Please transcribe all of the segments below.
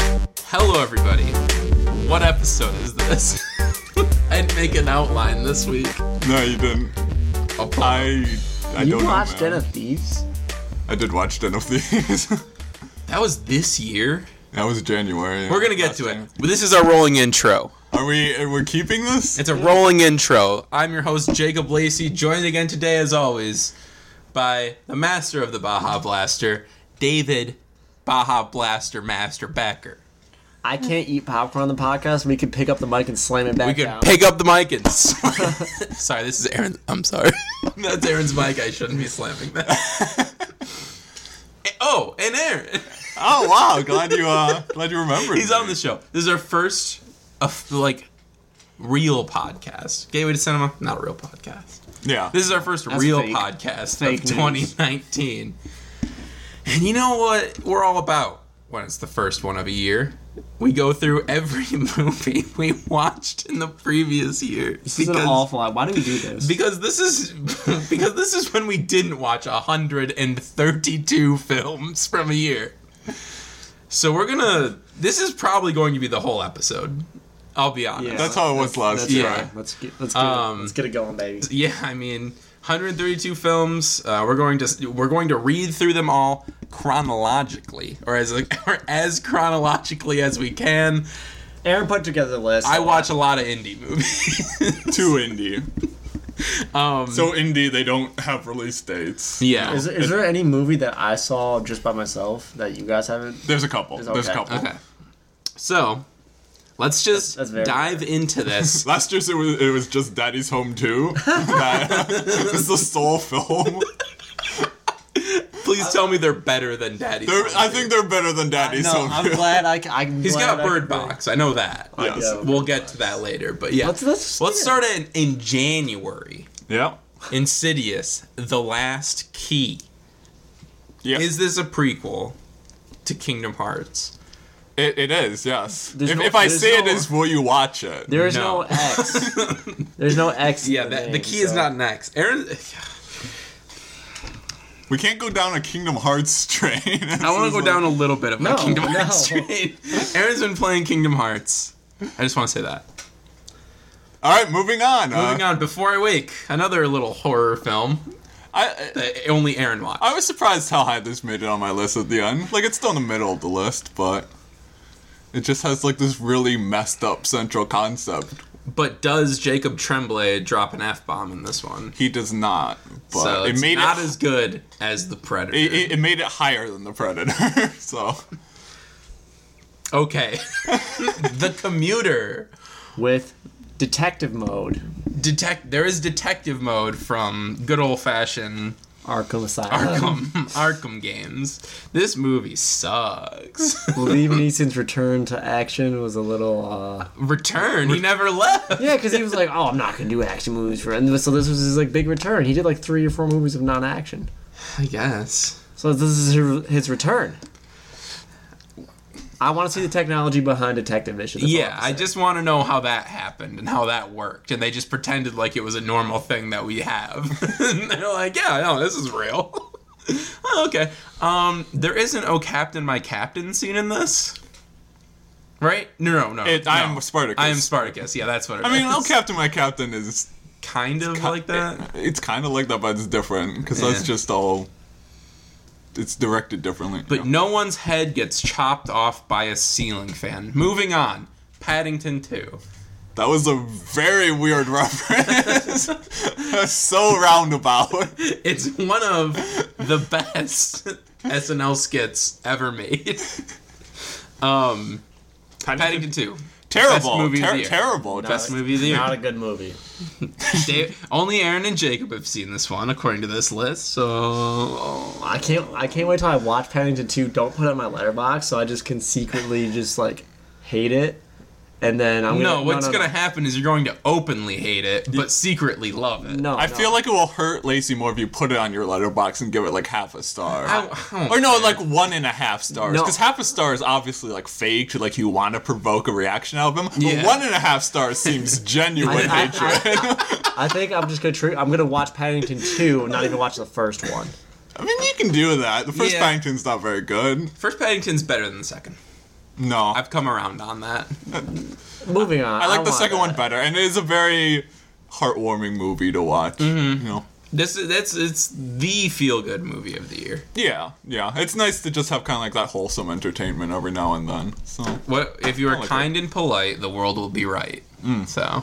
Hello, everybody. What episode is this? I didn't make an outline this week. No, you didn't. Oh, I I You don't watched know. Den man. of Thieves? I did watch Den of Thieves. that was this year. that was January. We're gonna get to it. This is our rolling intro. Are we? Are we keeping this? It's a rolling intro. I'm your host Jacob Lacey, joined again today, as always, by the master of the Baja Blaster, David Baja Blaster Master Becker. I can't eat popcorn on the podcast. We could pick up the mic and slam it back We could down. pick up the mic and. slam- sorry, this is Aaron. I'm sorry. That's Aaron's mic. I shouldn't be slamming that. oh, and Aaron. oh wow! Glad you uh, glad you remembered. He's on me. the show. This is our first, of like, real podcast. Gateway to Cinema, not a real podcast. Yeah. This is our first real fake. podcast Fake of news. 2019. And you know what we're all about when it's the first one of a year? We go through every movie we watched in the previous year. This is an awful lot. Why do we do this? because this is because this is when we didn't watch 132 films from a year. So we're going to this is probably going to be the whole episode. I'll be honest. That's how it was last that's year. right. Let's get let's get, Um, it. let's get it going, baby. yeah i mean 132 films uh, we're going to we're going to read through them all chronologically or as or as chronologically as we can Aaron put together the list. i watch a lot of indie movies Too indie. um So indie, they don't have release dates. yeah Is, is there any movie that I saw just by myself that you guys haven't? There's a couple. There's- There's a okay. couple. okay so let's just That's- that's very dive into this Last year's it was it was just Daddy's Home Too. that, this is the sole film. please tell me they're better than daddy's They're, Home I Too. think they're better than Daddy's No, Home I'm Too. glad I. c- I'm He's glad got I could- Bird Box. I know that. Yes. Yeah. We'll get to that later. But yeah, Let's- let's- let's start in, in January. Yeah. Insidious, The Last Key. Yeah. Is this a prequel to Kingdom Hearts? It, it is, yes. There's if, no- if I there's say it no- is, will you watch it? There is No. no, X. There's no X. in Yeah, that, the name, key is so- not next. Aaron, We can't go down a Kingdom Hearts train. I want to go down a little bit of my No, Kingdom no. Hearts train. Aaron's been playing Kingdom Hearts. I just want to say that. All right, moving on. Uh, Moving on, Before I Wake, another little horror film I, I that only Aaron watched. I was surprised how high this made it on my list at the end. Like, it's still in the middle of the list, but it just has like this really messed up central concept. But does Jacob Tremblay drop an F bomb in this one? He does not, but So it it's made not it, as good as The Predator. it, it- it made it higher than the Predator. so okay. the Commuter. with detective mode. detect there is detective mode from good old fashioned Arkham Asylum. Arkham Arkham games. This movie sucks. Liam Neeson's return to action was a little. uh... Return. He never left. Yeah, because he was like, "Oh, I'm not gonna do action movies for," and so this was his like big return. He did like three or four movies of non-action, I guess. so this is his- his return. I want to see the technology behind Detective Mission. that's all Yeah, I'm I saying. just want to know how that happened and how that worked. And they just pretended like it was a normal thing that we have. and they're like, yeah, no, this is real. oh, okay. Um, there is an Oh Captain, My Captain scene in this. Right? No, no, no. It- no. I am Spartacus. I am Spartacus. Yeah, that's what it I mean, is. Oh Captain, My Captain is Kind of like that. It's kind of like that, but it's different because that's Yeah. just all. It's directed differently. but no one's head gets chopped off by a ceiling fan. Moving on, Paddington 2. That was a very weird reference. That's so roundabout. It's one of the best SNL skits ever made. Um, Paddington 2. Terrible. Best movie of Ter- the year. Terrible. No, Best it's movie of the year. Not a good movie. They- only Aaron and Jacob have seen this one, according to this list. So I can't. I can't wait till I watch Paddington Two. Don't put it on my letterbox, so I just can secretly just like hate it, and then I'm no, gonna, what's no, no. gonna happen is you're going to openly hate it, but secretly love it. No, I no. feel like it will hurt Lacey more if you put it on your letterbox and give it like half a star. I- I don't or no, like one and a half stars. No. Because half a star is obviously like fake, like you want to provoke a reaction out of him. But Yeah. one and a half stars seems genuine I- I- hatred. I think I'm just gonna. Tr- I'm gonna watch Paddington Two, and not even watch the first one. I mean, you can do that. The first Yeah. Paddington's not very good. First Paddington's better than the second. No. I've come around on that. Moving on. I Oh like the want second one that. better, and it is a very heartwarming movie to watch. Mm-hmm. You know, This is that's it's the feel good movie of the year. yeah, yeah. It's nice to just have kind of like that wholesome entertainment every now and then. So What if you are I like Hmm. kind and polite, the world will be right. So,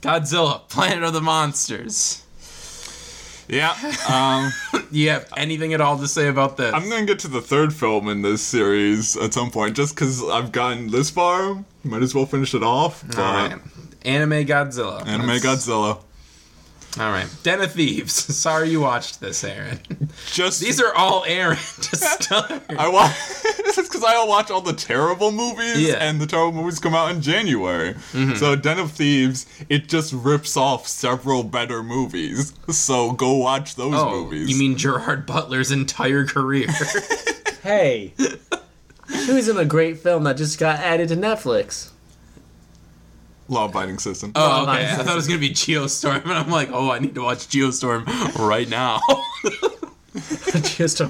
Godzilla, Planet of the Monsters. yeah, um, You have anything at all to say about this? I'm gonna get to the third film in this series at some point, just because I've gotten this far. Might as well finish it off. But All right. Anime Godzilla. Anime That's- Godzilla. All right. Den of Thieves. Sorry you watched this, Aaron. Just These are all Aaron to start. I watch because I watch all the terrible movies, Yeah. Mm-hmm. and the terrible movies come out in January. So Den of Thieves, it just rips off several better movies. So go watch those Oh, movies. you mean Gerard Butler's entire career? Hey, he was in a great film that just got added to Netflix. Law Abiding Citizen? oh, Well, okay. I that's- thought it was gonna be Geostorm, and I'm like, oh, I need to watch Geostorm right now. just a,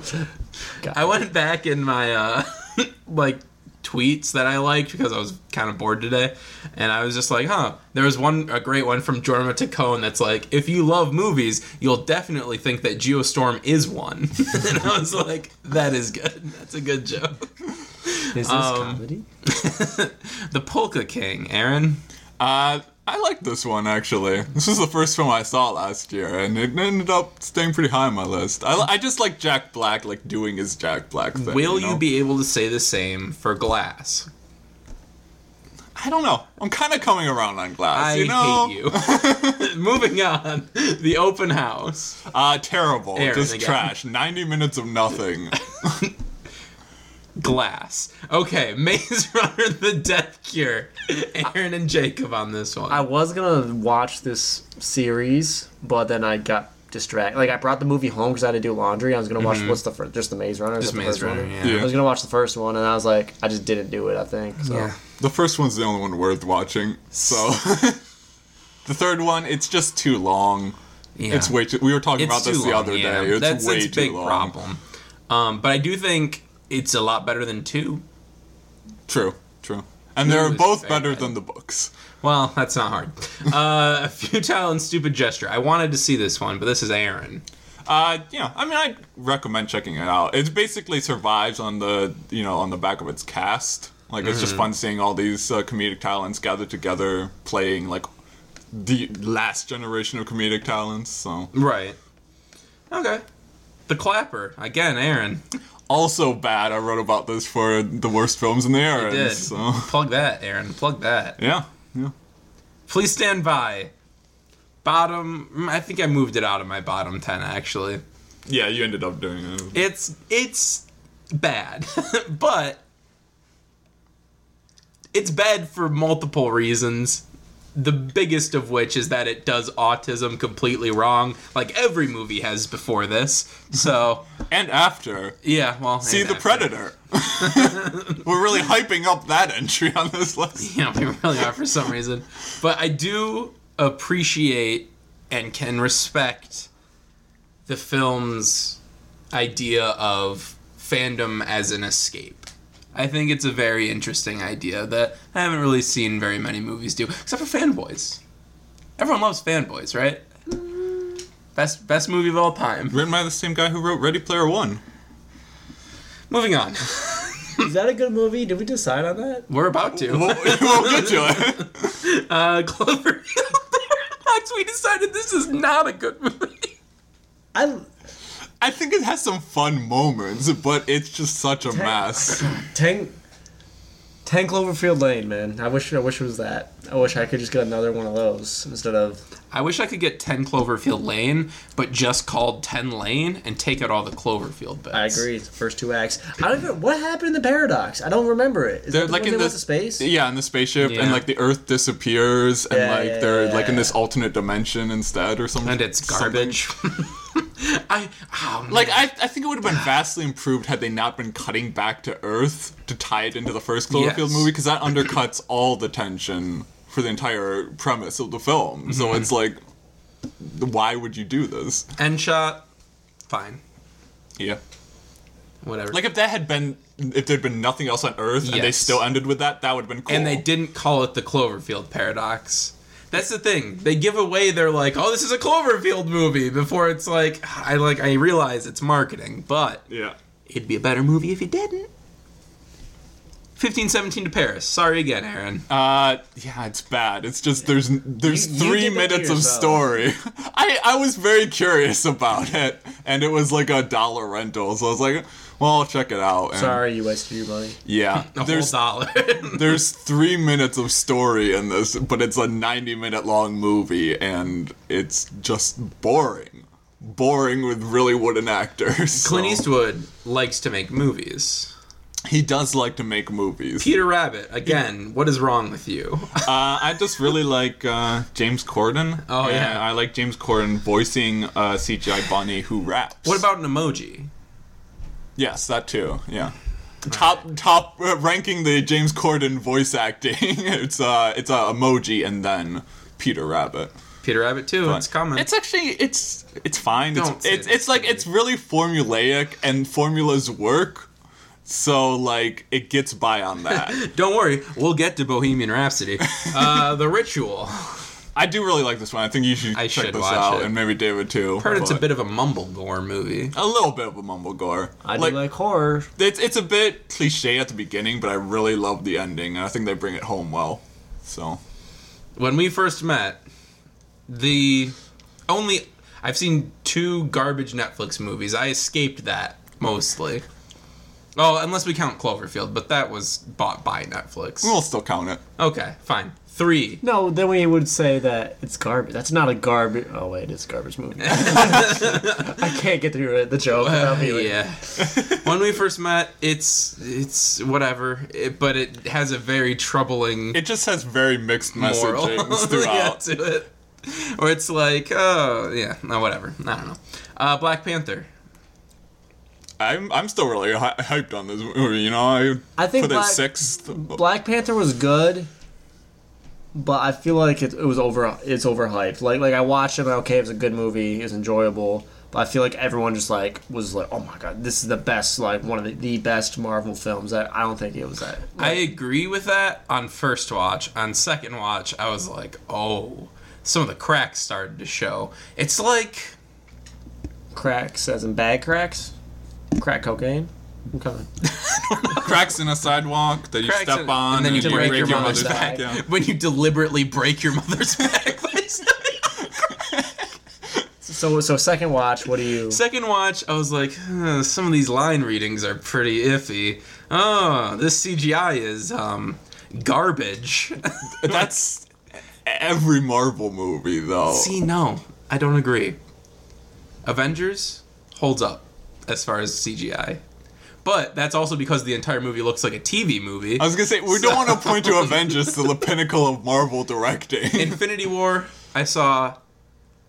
I went back in my uh, like tweets that I liked because I was kind of bored today, and I was just like, huh. There was one a great one from Jorma Tacone that's like, if you love movies, you'll definitely think that Geostorm is one, and I was like, that is good. That's a good joke. is this comedy? The Polka King, Aaron. Uh, I like this one actually. This was the first film I saw last year, and it ended up staying pretty high on my list. I, I just like Jack Black, like doing his Jack Black thing. Will you know? be able to say the same for Glass? I don't know. I'm kind of coming around on I Glass. you know, hate you. Moving on, the open house. Uh, terrible, Aaron just again. trash. Ninety minutes of nothing. Glass. Okay, Maze Runner, The Death Cure. Aaron and Jacob on this one. I was gonna watch this series, but then I got distracted. Like I brought the movie home because I had to do laundry. I was gonna watch what's the first? Mm-hmm. Just the Maze Runner. Is Just that the Maze first Runner, one? yeah. Yeah. I was gonna watch the first one, and I was like, I just didn't do it. I think. So. Yeah. The first one's the only one worth watching. So the third one, it's just too long. Yeah. It's way too. We were talking It's about this too the long, other yeah. day. It's That's way its too big long. problem. Um, but I do think it's a lot better than two. True, true. And they're is both very better bad. than the books. Well, that's not hard. Uh, a futile and stupid gesture. I wanted to see this one, but this is Aaron. Uh, yeah. I mean, I recommend checking it out. It basically survives on the you know on the back of its cast. Like it's Mm-hmm. just fun seeing all these uh, comedic talents gathered together playing like the last generation of comedic talents. So Right. Okay. The clapper again, Aaron. also bad. I wrote about this for the worst films in the era. Did So plug that, Aaron? Plug that. yeah, yeah. Please stand by. Bottom. mm, I think I moved it out of my bottom ten actually. Yeah, you ended up doing it. It's it's bad, but it's bad for multiple reasons. The biggest of which is that it does autism completely wrong, like every movie has before this. So And after. yeah, well, See the predator. Predator. We're really hyping up that entry on this list. you know, they really are for some reason. But I do appreciate and can respect the film's idea of fandom as an escape. I think it's a very interesting idea that I haven't really seen very many movies do, except for fanboys. Everyone loves fanboys, right? Best best movie of all time. Written by the same guy who wrote Ready Player One. Moving on. Is that a good movie? Did we decide on that? We're about to. We'll, we'll get to it. Uh, Cloverfield Paradox. We decided this is not a good movie. I I think it has some fun moments, but it's just such a mess. Ten, Ten Cloverfield Lane, man. I wish I wish it was that. I wish I could just get another one of those instead of I wish I could get 10 Cloverfield Lane, but just called 10 Lane and take out all the Cloverfield bits. I agree. The first two acts. I don't even. What happened in the paradox? I don't remember it. Is They're that the like one in they went this- to space? Yeah, in the spaceship, Yeah. and like the Earth disappears, and Yeah, like yeah, they're yeah, like in yeah. this alternate dimension instead, or something. And it's garbage. I oh, man. Like I, I think it would have been vastly improved had they not been cutting back to Earth to tie it into the first Cloverfield Yes. movie because that undercuts all the tension for the entire premise of the film. So Mm-hmm. it's like, why would you do this? end shot. Fine. Yeah, whatever. Like if that had been, if there'd been nothing else on Earth and they Yes. still ended with that, that would have been cool. and they didn't call it the Cloverfield paradox. That's the thing. They give away they're like, "Oh, this is a Cloverfield movie." Before it's like, I like I realize it's marketing, but Yeah. it'd be a better movie if you didn't. 1517 to Paris. Sorry again, Aaron. Uh, yeah, it's bad. It's just there's there's You- you three did that to minutes of yourself. story. I I was very curious about it, and it was like a dollar rental, so I was like, well, I'll check it out. And Sorry, you wasted your money. Yeah. A there's whole dollar. there's three minutes of story in this, but it's a 90 minute long movie, and it's just boring. Boring with really wooden actors. so- Clint Eastwood likes to make movies. He does like to make movies. Peter Rabbit, again, what is wrong with you? Uh, I just really like uh, James Corden. Oh, And yeah. I like James Corden voicing uh, CGI Bunny who raps. what about an emoji? Yes, that too. Yeah. Top top uh, ranking the James Corden voice acting. it's uh it's uh, emoji and then Peter Rabbit. Peter Rabbit too. It's coming. It's actually it's it's fine. Don't It's say it's, that it's like to me. it's really formulaic and formulas work. So like it gets by on that. Don't worry, we'll get to Bohemian Rhapsody. Uh, the Ritual. I do really like this one. I think you should I check should this watch out it. and maybe David too. Heard it's a but- bit of a mumble gore movie. a little bit of a mumble gore. I do like horror. it's it's a bit cliche at the beginning, but I really love the ending, and I think they bring it home well. So When we first met, the only I've seen two garbage Netflix movies. I escaped that mostly. Oh, unless we count Cloverfield, but that was bought by Netflix. we'll still count it. Okay, fine. Three. No, then we would say that it's garbage. That's not a garbage. Oh wait, it's a garbage movie. I can't get through it. The joke. without me, like- yeah. when we first met, it's it's whatever, it, but it has a very troubling It just has very mixed moral messages yeah, throughout. to it. Or it's like, oh yeah, no, whatever. I don't know. Uh, Black Panther. I'm I'm still really hy- hyped on this movie. You know, I, I think put Black- it sixth. Black Panther was good, but I feel like it, it was over. It's overhyped. Like like I watched it. and okay, it was a good movie. It was enjoyable. But I feel like everyone just like was like, oh my god, this is the best. Like one of the, the best Marvel films. That I don't think it was that. I agree with that on first watch. On second watch, I was like, oh, some of the cracks started to show. It's like, cracks as in bad cracks, crack cocaine. I'm coming. Cracks in a sidewalk that you Cracks step in- on and then you you break your mother's back. Yeah. when you deliberately break your mother's back. by stepping on So so second watch. What do you? Second watch, I was like, huh, some of these line readings are pretty iffy. Oh, this CGI is um, garbage. That's every Marvel movie though. See, no, I don't agree. Avengers holds up as far as CGI. But that's also because the entire movie looks like a TV movie. I was gonna say we don't want to point to Avengers to the pinnacle of Marvel directing. Infinity War, I saw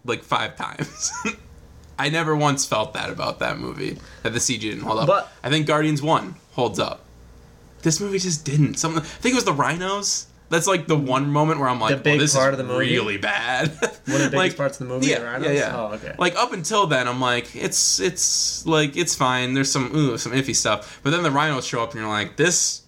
like five times. I never once felt that about that movie, that the CG didn't hold up. But- I think Guardians 1 holds up. This movie just didn't. Some, I think it was the rhinos. That's like the one moment where I'm like, The big well, this part is of the movie? really bad. One of the biggest parts of the movie, yeah, the rhinos? Yeah, yeah. Oh, okay. Like up until then, I'm like, it's it's like it's fine. There's some ooh, some iffy stuff, but then the rhinos show up, and you're like, this,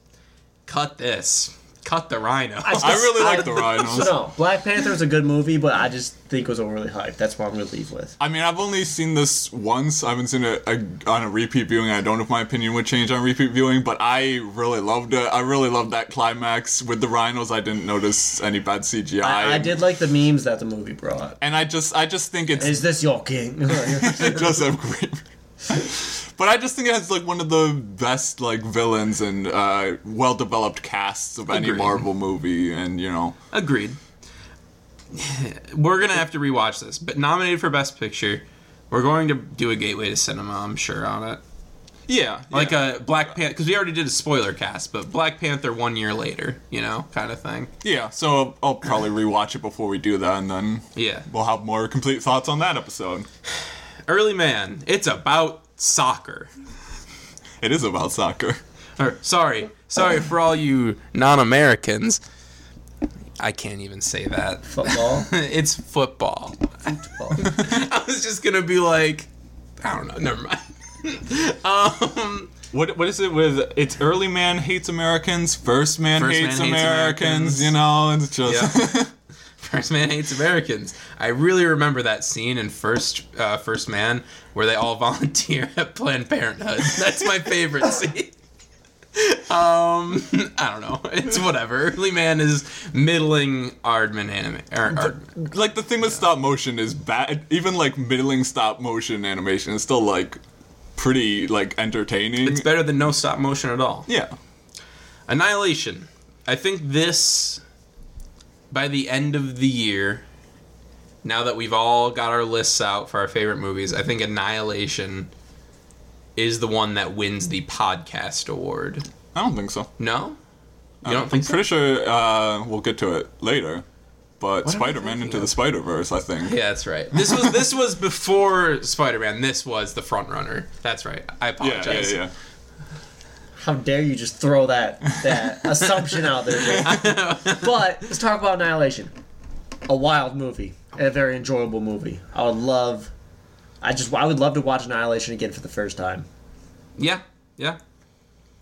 cut this, cut the rhino. I really like the So Rhinos. no, Black Panther is a good movie, but I just think it was overly hyped. That's what I'm gonna leave with. I mean, I've only seen this once. I haven't seen it a, on a repeat viewing. I don't know if my opinion would change on repeat viewing, but I really loved it. I really loved that climax with the rhinos. I didn't notice any bad CGI. I, I did like the memes that the movie brought. and I just, I just think it's Is this your king? it does have great. But I just think it has like one of the best like villains and uh, well developed casts of any Agreed. Marvel movie, and you know, Agreed. We're gonna have to rewatch this, but nominated for Best Picture. We're going to do a gateway to cinema, I'm sure, on it. yeah, Like uh, a Black Panther, because we already did a spoiler cast, but Black Panther one year later, you know, kind of thing. yeah. So I'll probably rewatch it before we do that, and then Yeah. we'll have more complete thoughts on that episode. Early Man, it's about soccer. It is about soccer. Or, sorry, sorry for all you non Americans. I can't even say that. Football. it's football. Football. I was just gonna be like, I don't know, never mind. What what is it with it's early man hates Americans, first man, First hates, man hates Americans, Americans. you know, it's just First Man hates Americans. I really remember that scene in First uh, First Man where they all volunteer at Planned Parenthood. That's my favorite scene. Um, I don't know. It's whatever. Early Man is middling Aardman anime. Or, Aardman. like the thing with stop motion is bad. Even like middling stop motion animation is still like pretty like entertaining. It's better than no stop motion at all. yeah. Annihilation. I think this, by the end of the year, now that we've all got our lists out for our favorite movies, I think Annihilation is the one that wins the podcast award. I don't think so. No? You don't think so? Pretty sure uh, we'll get to it later. But am I Spider-Man thinking into of? the Spider-Verse, I think. Yeah, that's right. This was this was before Spider Man. This was the front runner. That's right. I Yeah, yeah, apologize. yeah. How dare you just throw that that assumption out there? Jake. but let's talk about Annihilation. A wild movie and a very enjoyable movie. I would love. I just I would love to watch Annihilation again for the first time. Yeah. Yeah.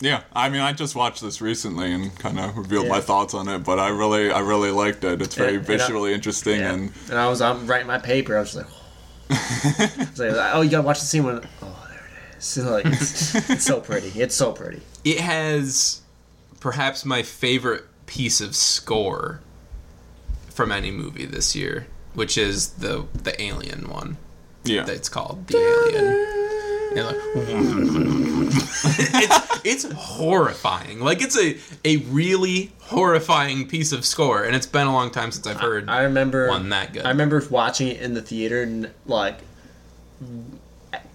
Yeah, I mean, I just watched this recently and kind of revealed Yeah. my thoughts on it, but I really, I really liked it. It's very uh, And- and I- visually interesting, and And I was I'm writing my paper. I was just like, I was like, oh, you gotta watch the scene when. Oh, there it is. So, like, it's, it's so pretty. It's so pretty. it has perhaps my favorite piece of score from any movie this year, which is the the Alien one. yeah, That it's called the Alien. And like- it's it's horrifying. Like it's a a really horrifying piece of score, and it's been a long time since I've heard. I remember one that good. I remember watching it in the theater and like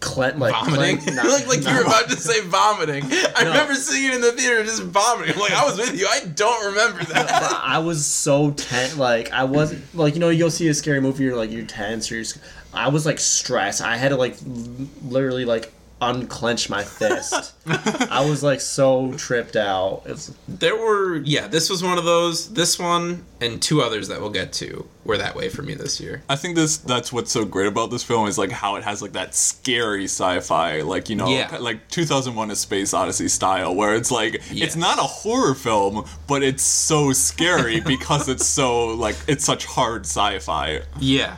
cle- like vomiting. cle- not- like like not- you were about to say vomiting. I remember seeing it in the theater, just vomiting. Like I was with you. I don't remember that. but I was so tense. Like I wasn't like you know you'll see a scary movie you're like you're tense or you're, sc- I was like stressed. I had to like l- literally like unclench my fist. I was like so tripped out. It's There were yeah, this was one of those. This one and two others that we'll get to were that way for me this year. I think this that's what's so great about this film is like how it has like that scary sci-fi like you know Yeah. ki- like 2001 a space odyssey style where it's like Yes. it's not a horror film but it's so scary because it's so like it's such hard sci-fi. Yeah.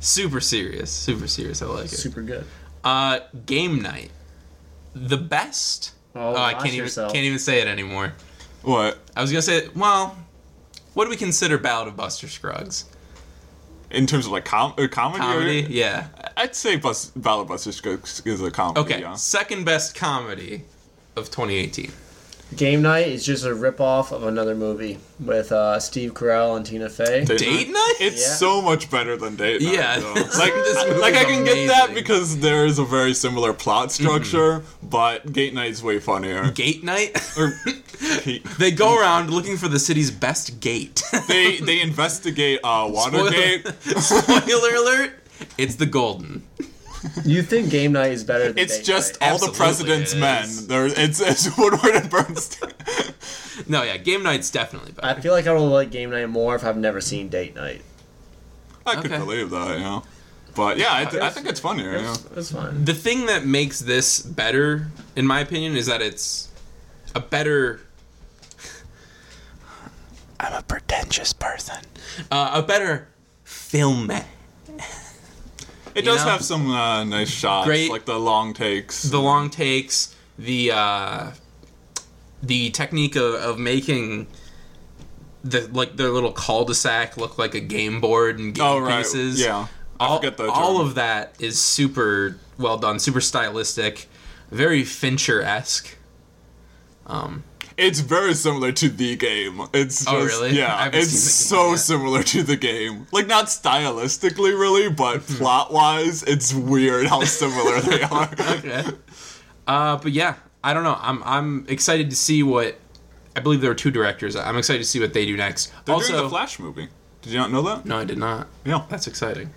Super serious, super serious. I like it. super good. Uh, game night, the best. Oh, I watch can't even yourself. can't even say it anymore. What I was gonna say, well, what do we consider Ballad of Buster Scruggs? in terms of like com- uh, comedy? or- Comedy, yeah. I'd say Bus- Ballad Buster Scruggs is a comedy. Okay, yeah. second best comedy of 2018. Game night is just a ripoff of another movie with uh, Steve Carell and Tina Fey. Date night? It's Yeah. so much better than date night. Yeah. though. This like movie's like I can get amazing. that Mm-hmm. because there is a very similar plot structure, but date night's way funnier. Gate night? Or- he- they go around looking for the city's best gate. they they investigate uh, Watergate. Spoiler alert! It's the golden. You think game night is better than It's Date just Night? all the Absolutely president's it is. men. There, it's, it's Woodward and Bernstein. No, yeah, game night's definitely I better. feel like I would like game night more if I've never seen date night. I could Okay. believe that, you know. But yeah, I, th- I think it's funnier. You know? That's fine. the thing that makes this better, in my opinion, is that it's a better. I'm a pretentious person. Uh, a better film. It does know? have some uh, nice shots, Great- like the long takes. the long takes, the uh, the technique of, of making the like their little cul-de-sac look like a game board and game Oh, right. pieces. Yeah. I all, forget the all term. of that is super well done, super stylistic, very Fincher-esque. It's very similar to the game. It's just, Oh, really? I Yeah, haven't it's seen The Game so yet. similar to the game. Like not stylistically, really, but plot wise, it's weird how similar they are. Yeah. Uh, but yeah, I don't know. I'm I'm excited to see what I believe there are two directors. I'm excited to see what they do next. They're also, doing the Flash movie. Did you not know that? no, I did not. No. That's exciting.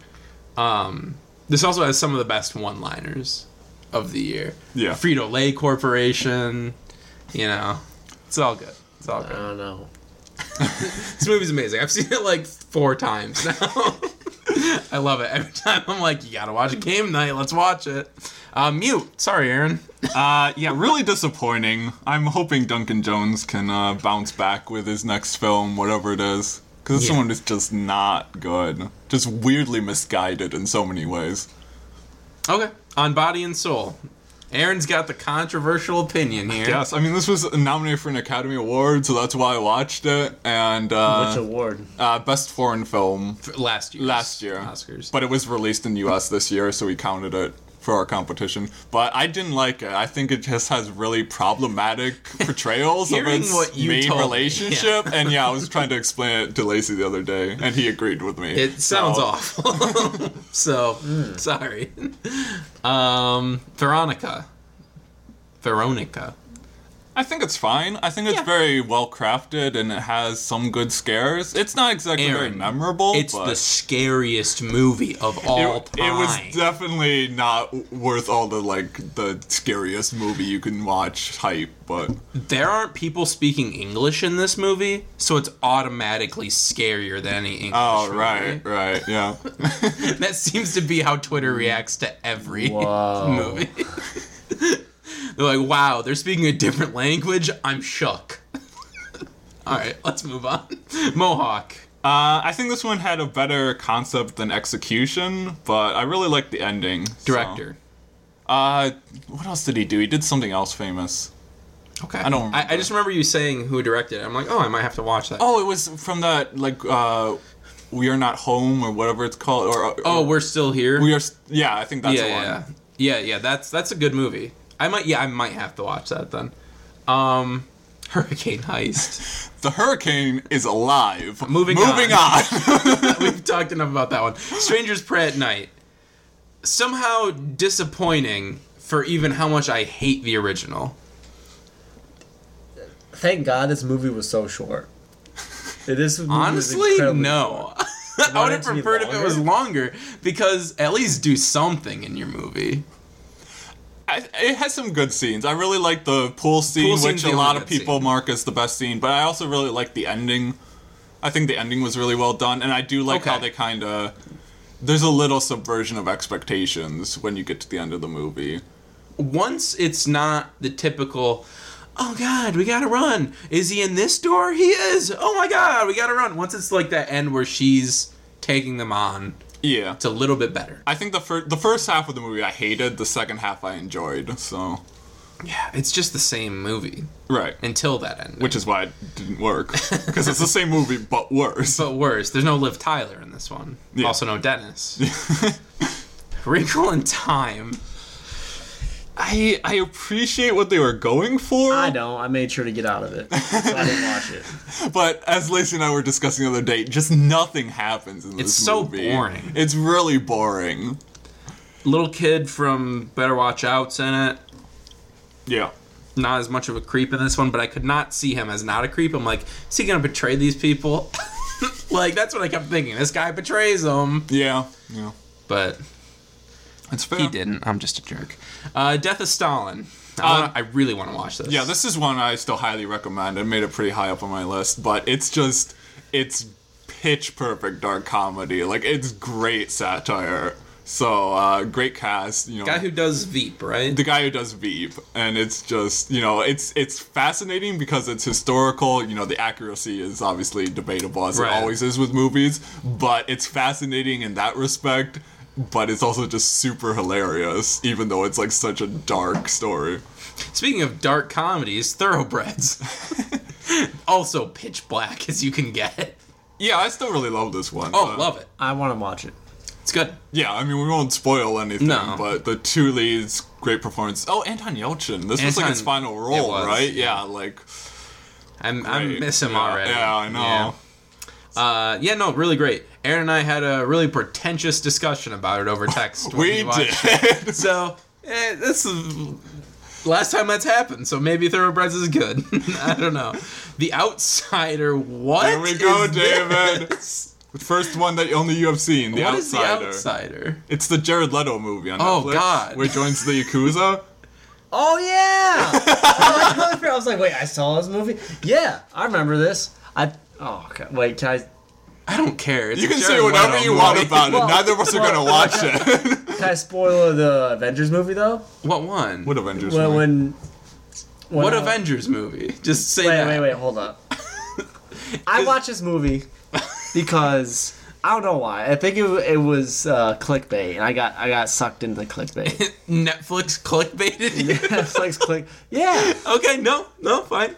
Um, this also has some of the best one-liners of the year. Yeah. Frito Lay Corporation. You know, it's all good. It's all I good. don't know. This movie's amazing. I've seen it like four times now. I love it. Every time I'm like, you gotta watch game night. Let's watch it. Uh, mute. Sorry, Aaron. Uh, yeah, really disappointing. I'm hoping Duncan Jones can uh, bounce back with his next film, whatever it is. Because this Yeah. one is just not good. Just weirdly misguided in so many ways. Okay. On Body and Soul. Aaron's got the controversial opinion here. Yes, I mean, this was nominated for an Academy Award, so that's why I watched it. And uh, Which award? uh, Best Foreign Film F- Last year. last year. Oscars. But it was released in US this year, so we counted it for our competition. But I didn't like it. I think it just has really problematic portrayals of Hearing its what you main told me, relationship. And yeah, I was trying to explain it to Lacey the other day, and he agreed with me. It sounds So, awful. so sorry. Um, Veronica. Veronica. I think it's fine. I think it's Yeah. very well crafted and it has some good scares. It's not exactly very Aaron, memorable. It's Oh, but the scariest movie of it, all it time. was definitely not worth all the like the scariest movie you can watch hype, but there aren't people speaking English in this movie, so it's automatically scarier than any English. Oh movie. right, right, yeah. That seems to be how Twitter reacts to every Wow. movie. they're like, wow, they're speaking a different language. I'm shook. All right, let's move on. Mohawk. Uh, I think this one had a better concept than execution, but I really liked the ending. so- Director. Uh, what else did he do? He did something else famous. Okay. I don't I, remember. just remember you saying who directed it. I'm like, oh, I might have to watch that. Oh, it was from that like uh, we are not home or whatever it's called. Or, or- Oh, we're still here. we are. s- Yeah, I think that's yeah, the one. yeah, yeah, yeah. That's that's a good movie. I might, yeah, I might have to watch that then. Um, Hurricane Heist. The hurricane is alive. Moving Moving on. We've talked enough about that one. Strangers Pray at Night. Somehow disappointing for even how much I hate the original. Thank God this movie was so short. This movie was Honestly, incredibly no. short. I would have didn't it be preferred if it was longer? longer because at least do something in your movie. I, it has some good scenes. I really like the pool scene, Pool scene's which the a lot only of good people scene. mark as the best scene, but I also really like the ending. I think the ending was really well done, and I do like how Okay. they kind of. There's a little subversion of expectations when you get to the end of the movie. once it's not the typical oh god we gotta run is he in this door he is oh my god we gotta run once it's like that end where she's taking them on Yeah. it's a little bit better I think the, fir- the first half of the movie I hated, the second half I enjoyed, so. yeah it's just the same movie Right. until that end Which is why it didn't work. Because it's the same movie, but worse. but worse there's no liv tyler in this one Yeah. also no dennis wrinkle in time I, I appreciate what they were going for. I don't. I made sure to get out of it. So I didn't watch it. But as Lacey and I were discussing the other day, just nothing happens in this It's so movie. boring. It's really boring. little kid from better watch out's in it Yeah. not as much of a creep in this one, but I could not see him as not a creep. I'm like, is he gonna betray these people? like that's what I kept thinking. This guy betrays them, Yeah. Yeah. but It's fair. he didn't. I'm just a jerk. Uh, Death of Stalin. I, wanna- I really want to watch this. Uh, Yeah, this is one I still highly recommend. I made it pretty high up on my list, but it's just it's pitch perfect dark comedy. Like it's great satire. So uh great cast, you know. guy who does Veep, right? the guy who does Veep, and it's just you know it's it's fascinating because it's historical. You know the accuracy is obviously debatable as Right. it always is with movies, but it's fascinating in that respect. But it's also just super hilarious, even though it's like such a dark story. Speaking of dark comedies, Thoroughbreds. also pitch black as you can get it. Yeah, I still really love this one. Oh, Uh, love it. I want to watch it. It's good. Yeah, I mean we won't spoil anything, No. but the two leads, great performance. Oh, Anton Yelchin, this was like Anton- his final it role, was, right? yeah. Yeah, like I'm, I great. miss him Yeah, already. Yeah, I know. Yeah. Uh, yeah, no, really great. Aaron and I had a really pretentious discussion about it over text. when We watched it. did. So eh, this is last time that's happened. So maybe Thoroughbreds is good. I don't know. The Outsider. What? There we go, is David. this? The first one that only you have seen, The What is the Outsider. Outsider? It's the Jared Leto movie on Oh, Netflix. God. Where he joins the Yakuza. Oh yeah! I was like, wait, I saw this movie. Yeah, I remember this. I oh okay. wait, can I? I don't care. It's You a can say Jared whatever Leto you want movie. about it. Well, Neither of us are well, gonna watch it. Can I spoil the Avengers movie though? What one? what Avengers? When movie? when, when What uh, Avengers movie? Just say Wait that. wait wait hold up. I watched this movie because I don't know why. I think it, it was uh, clickbait, and I got I got sucked into clickbait. Netflix clickbaited you. Netflix click. Yeah. Okay, no, no, fine.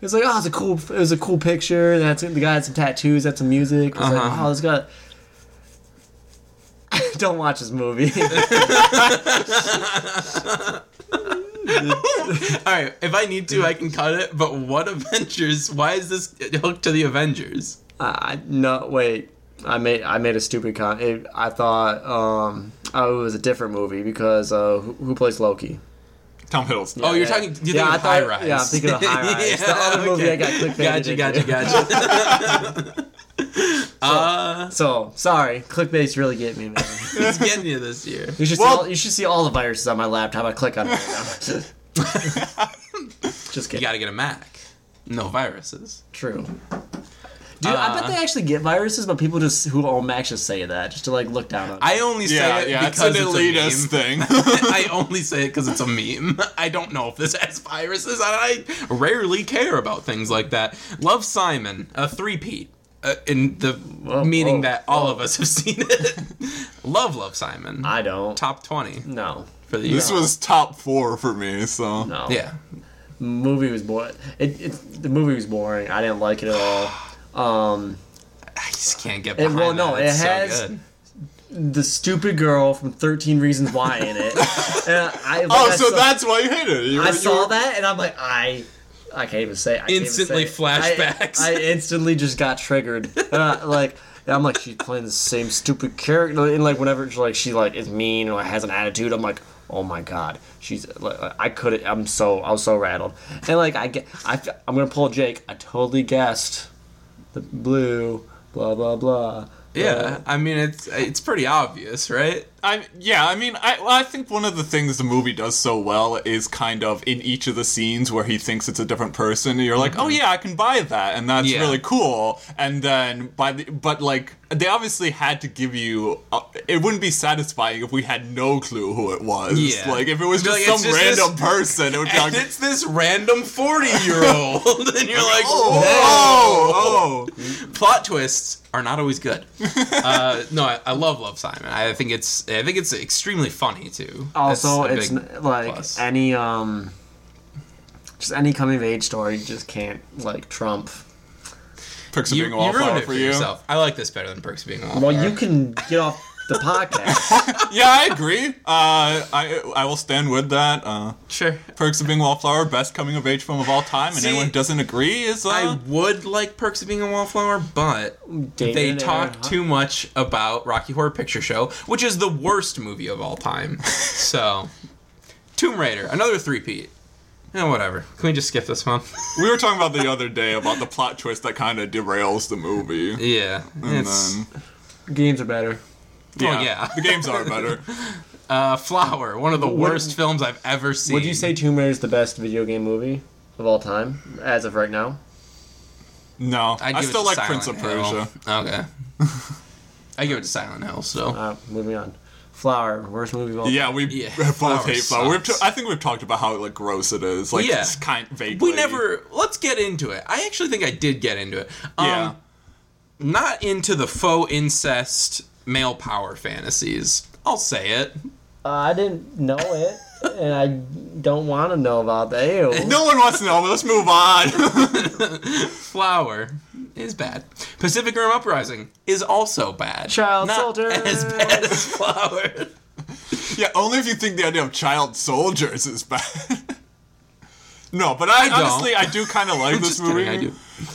It's like, oh, it's a cool, it was a cool picture. That's the guy had some tattoos, had some music. It's like, Uh-huh. oh, this guy. Don't watch this movie. All right, if I need to, I can cut it. But what Avengers? Why is this hooked to the Avengers? I no wait. I made I made a stupid con. It, I thought um oh it was a different movie because uh who, who plays Loki? Tom Hiddleston. Oh, you're yeah. talking. You're thinking Uh, Yeah, I of High thought- Rise. yeah, I'm thinking of High Rise. The other movie I got clickbaited Gotcha, gotcha, into. gotcha. uh, So sorry, clickbaits really get me, man. it's getting you this year. You should Well- see all, you should see all the viruses on my laptop. I click on it. Right now. Just You kidding. gotta get a Mac. No viruses. True. Dude, I bet Uh, they actually get viruses, but people just who own Macs just say that just to like look down on. I only say yeah, it yeah, it's because an it's, elitist a meme. thing. I only say it because it's a meme. I don't know if this has viruses, and I rarely care about things like that. Love Simon, a three-peat, uh, in the meaning whoa, that all of us have seen it. love Love Simon. I don't. Top 20 No, for the year. this was top four for me. So no. Yeah. movie was boring. It, it the movie was boring. I didn't like it at all. Um, I just can't get It- behind well, no, that. it It's so has- good. the stupid girl from Thirteen Reasons Why in it. And I, like, Oh, I so saw, that's why you hit it. You were- I you saw were- that, and I'm like, I. I can't even say. I can't even Instantly say it. flashbacks. I, I instantly just got triggered. And I, like and I'm like she's playing the same stupid character, and like whenever she, like she like is mean or like, has an attitude, I'm like, oh my god, she's. Like, I couldn't. I'm so. I was so rattled. And like I get. I, fe- I'm gonna pull Jake. I totally guessed the blue. Blah blah blah. Yeah, I mean it's it's pretty obvious, right? I yeah, I mean, I well, I think one of the things the movie does so well is kind of in each of the scenes where he thinks it's a different person. You're like, oh yeah, I can buy that, and that's Mm-hmm. Yeah. really cool. And then by the but like they obviously had to give you. uh it wouldn't be satisfying if we had no clue who it was. Yeah. like if it was Be just like, some it's just this- random person, it would be And like, it's this random forty-year-old, and you're like, oh, oh, oh. plot twists are not always good. uh, no, I, I love Love Simon. I think it's I think it's extremely funny too. Also, That's a it's big n like plus. any um, just any coming of age story just can't like trump. Perks of you, being a you ruined wallflower it for for you. yourself. I like this better than Perks of Being a Wallflower. Well, you can get off the podcast. Yeah, I agree. Uh, I I will stand with that. Uh, sure. Perks of Being a Wallflower, best coming of age film of all time, and See, anyone who doesn't agree is uh, I would like Perks of Being a Wallflower, but they David talk Aaron- too much about Rocky Horror Picture Show, which is the worst movie of all time. so, Tomb Raider, another three-peat. Eh, whatever. Can we just skip this one? we were talking about the other day about the plot twist that kind of derails the movie. yeah. And it's- then, Games are better. oh, yeah. the games are better. Uh, Flower, one of the worst films I've ever seen. Would you say Tomb Raider is the best video game movie of all time, as of right now? No, I'd I give it still to like Silent Prince of Hill. Persia. Okay. I give it to Silent Hill, so. Uh, moving on. Flower, worst movie of all Yeah, we Yeah, both Flower hate Flower. We've t- sucks. I think we've talked about how like gross it is. Like Yeah. it's kind vaguely. We never. Let's get into it. I actually think I did get into it. Um, Yeah. Not into the faux incest male power fantasies. I'll say it. Uh, I didn't know it, and I don't want to know about that. Ew. no one wants to know. But let's move on. Flower is bad. Pacific Rim Uprising is also bad. Child Not soldier. As bad as Flower. yeah, only if you think the idea of child soldiers is bad. no, but I, don't. honestly I do kind of like this Just kidding, movie. I do.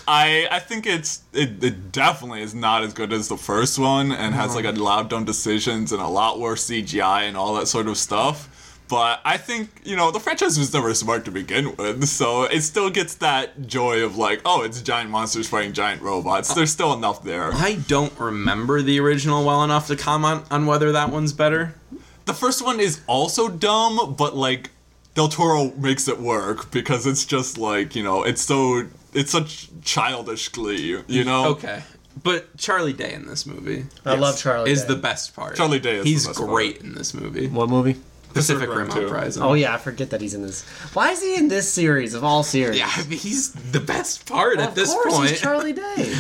I I think it's it, it definitely is not as good as the first one and has like a lot of dumb decisions and a lot worse CGI and all that sort of stuff. But I think you know the franchise was never smart to begin with, so it still gets that joy of like, oh, it's giant monsters fighting giant robots. There's still enough there. I don't remember the original well enough to comment on whether that one's better. The first one is also dumb, but like Del Toro makes it work because it's just like you know it's so it's such childish glee, you know. Okay. But Charlie Day in this movie I love Charlie. is Day. the best part. Uh, Charlie Day is the He's best part. great in this movie. what movie? Pacific Rim, Rim too. Uprising. Oh yeah, I forget that he's in this. Why is he in this series of all series? Yeah, I mean, he's the best part Of at this course point. he's Charlie Day.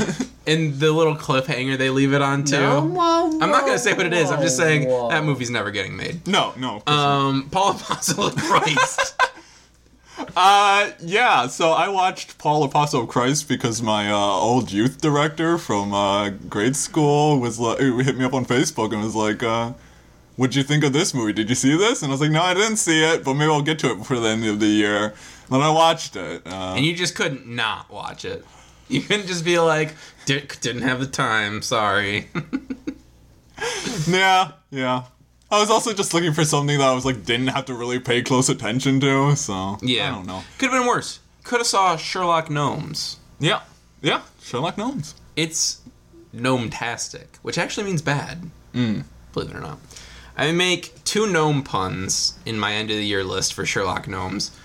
and the little cliffhanger they leave it on too. No, whoa, I'm not whoa, gonna say what it is. I'm just whoa, saying whoa. that movie's never getting made. No, no. of course not. Um, Paul Apostle of Christ. Uh, yeah, so I watched Paul Apostle of Christ because my uh, old youth director from uh, grade school was like, hit me up on Facebook and was like, uh, what'd you think of this movie? Did you see this? And I was like, no, I didn't see it, but maybe I'll get to it before the end of the year. And then I watched it. Uh, and you just couldn't not watch it. You couldn't just be like, Dick didn't have the time. Sorry. yeah, yeah. I was also just looking for something that I was like, didn't have to really pay close attention to, so. yeah. I don't know. Could have been worse. Could have saw Sherlock Gnomes. Yeah, yeah, Sherlock Gnomes. It's gnometastic, which actually means bad. Believe it or not. I make two gnome puns in my end of the year list for Sherlock Gnomes,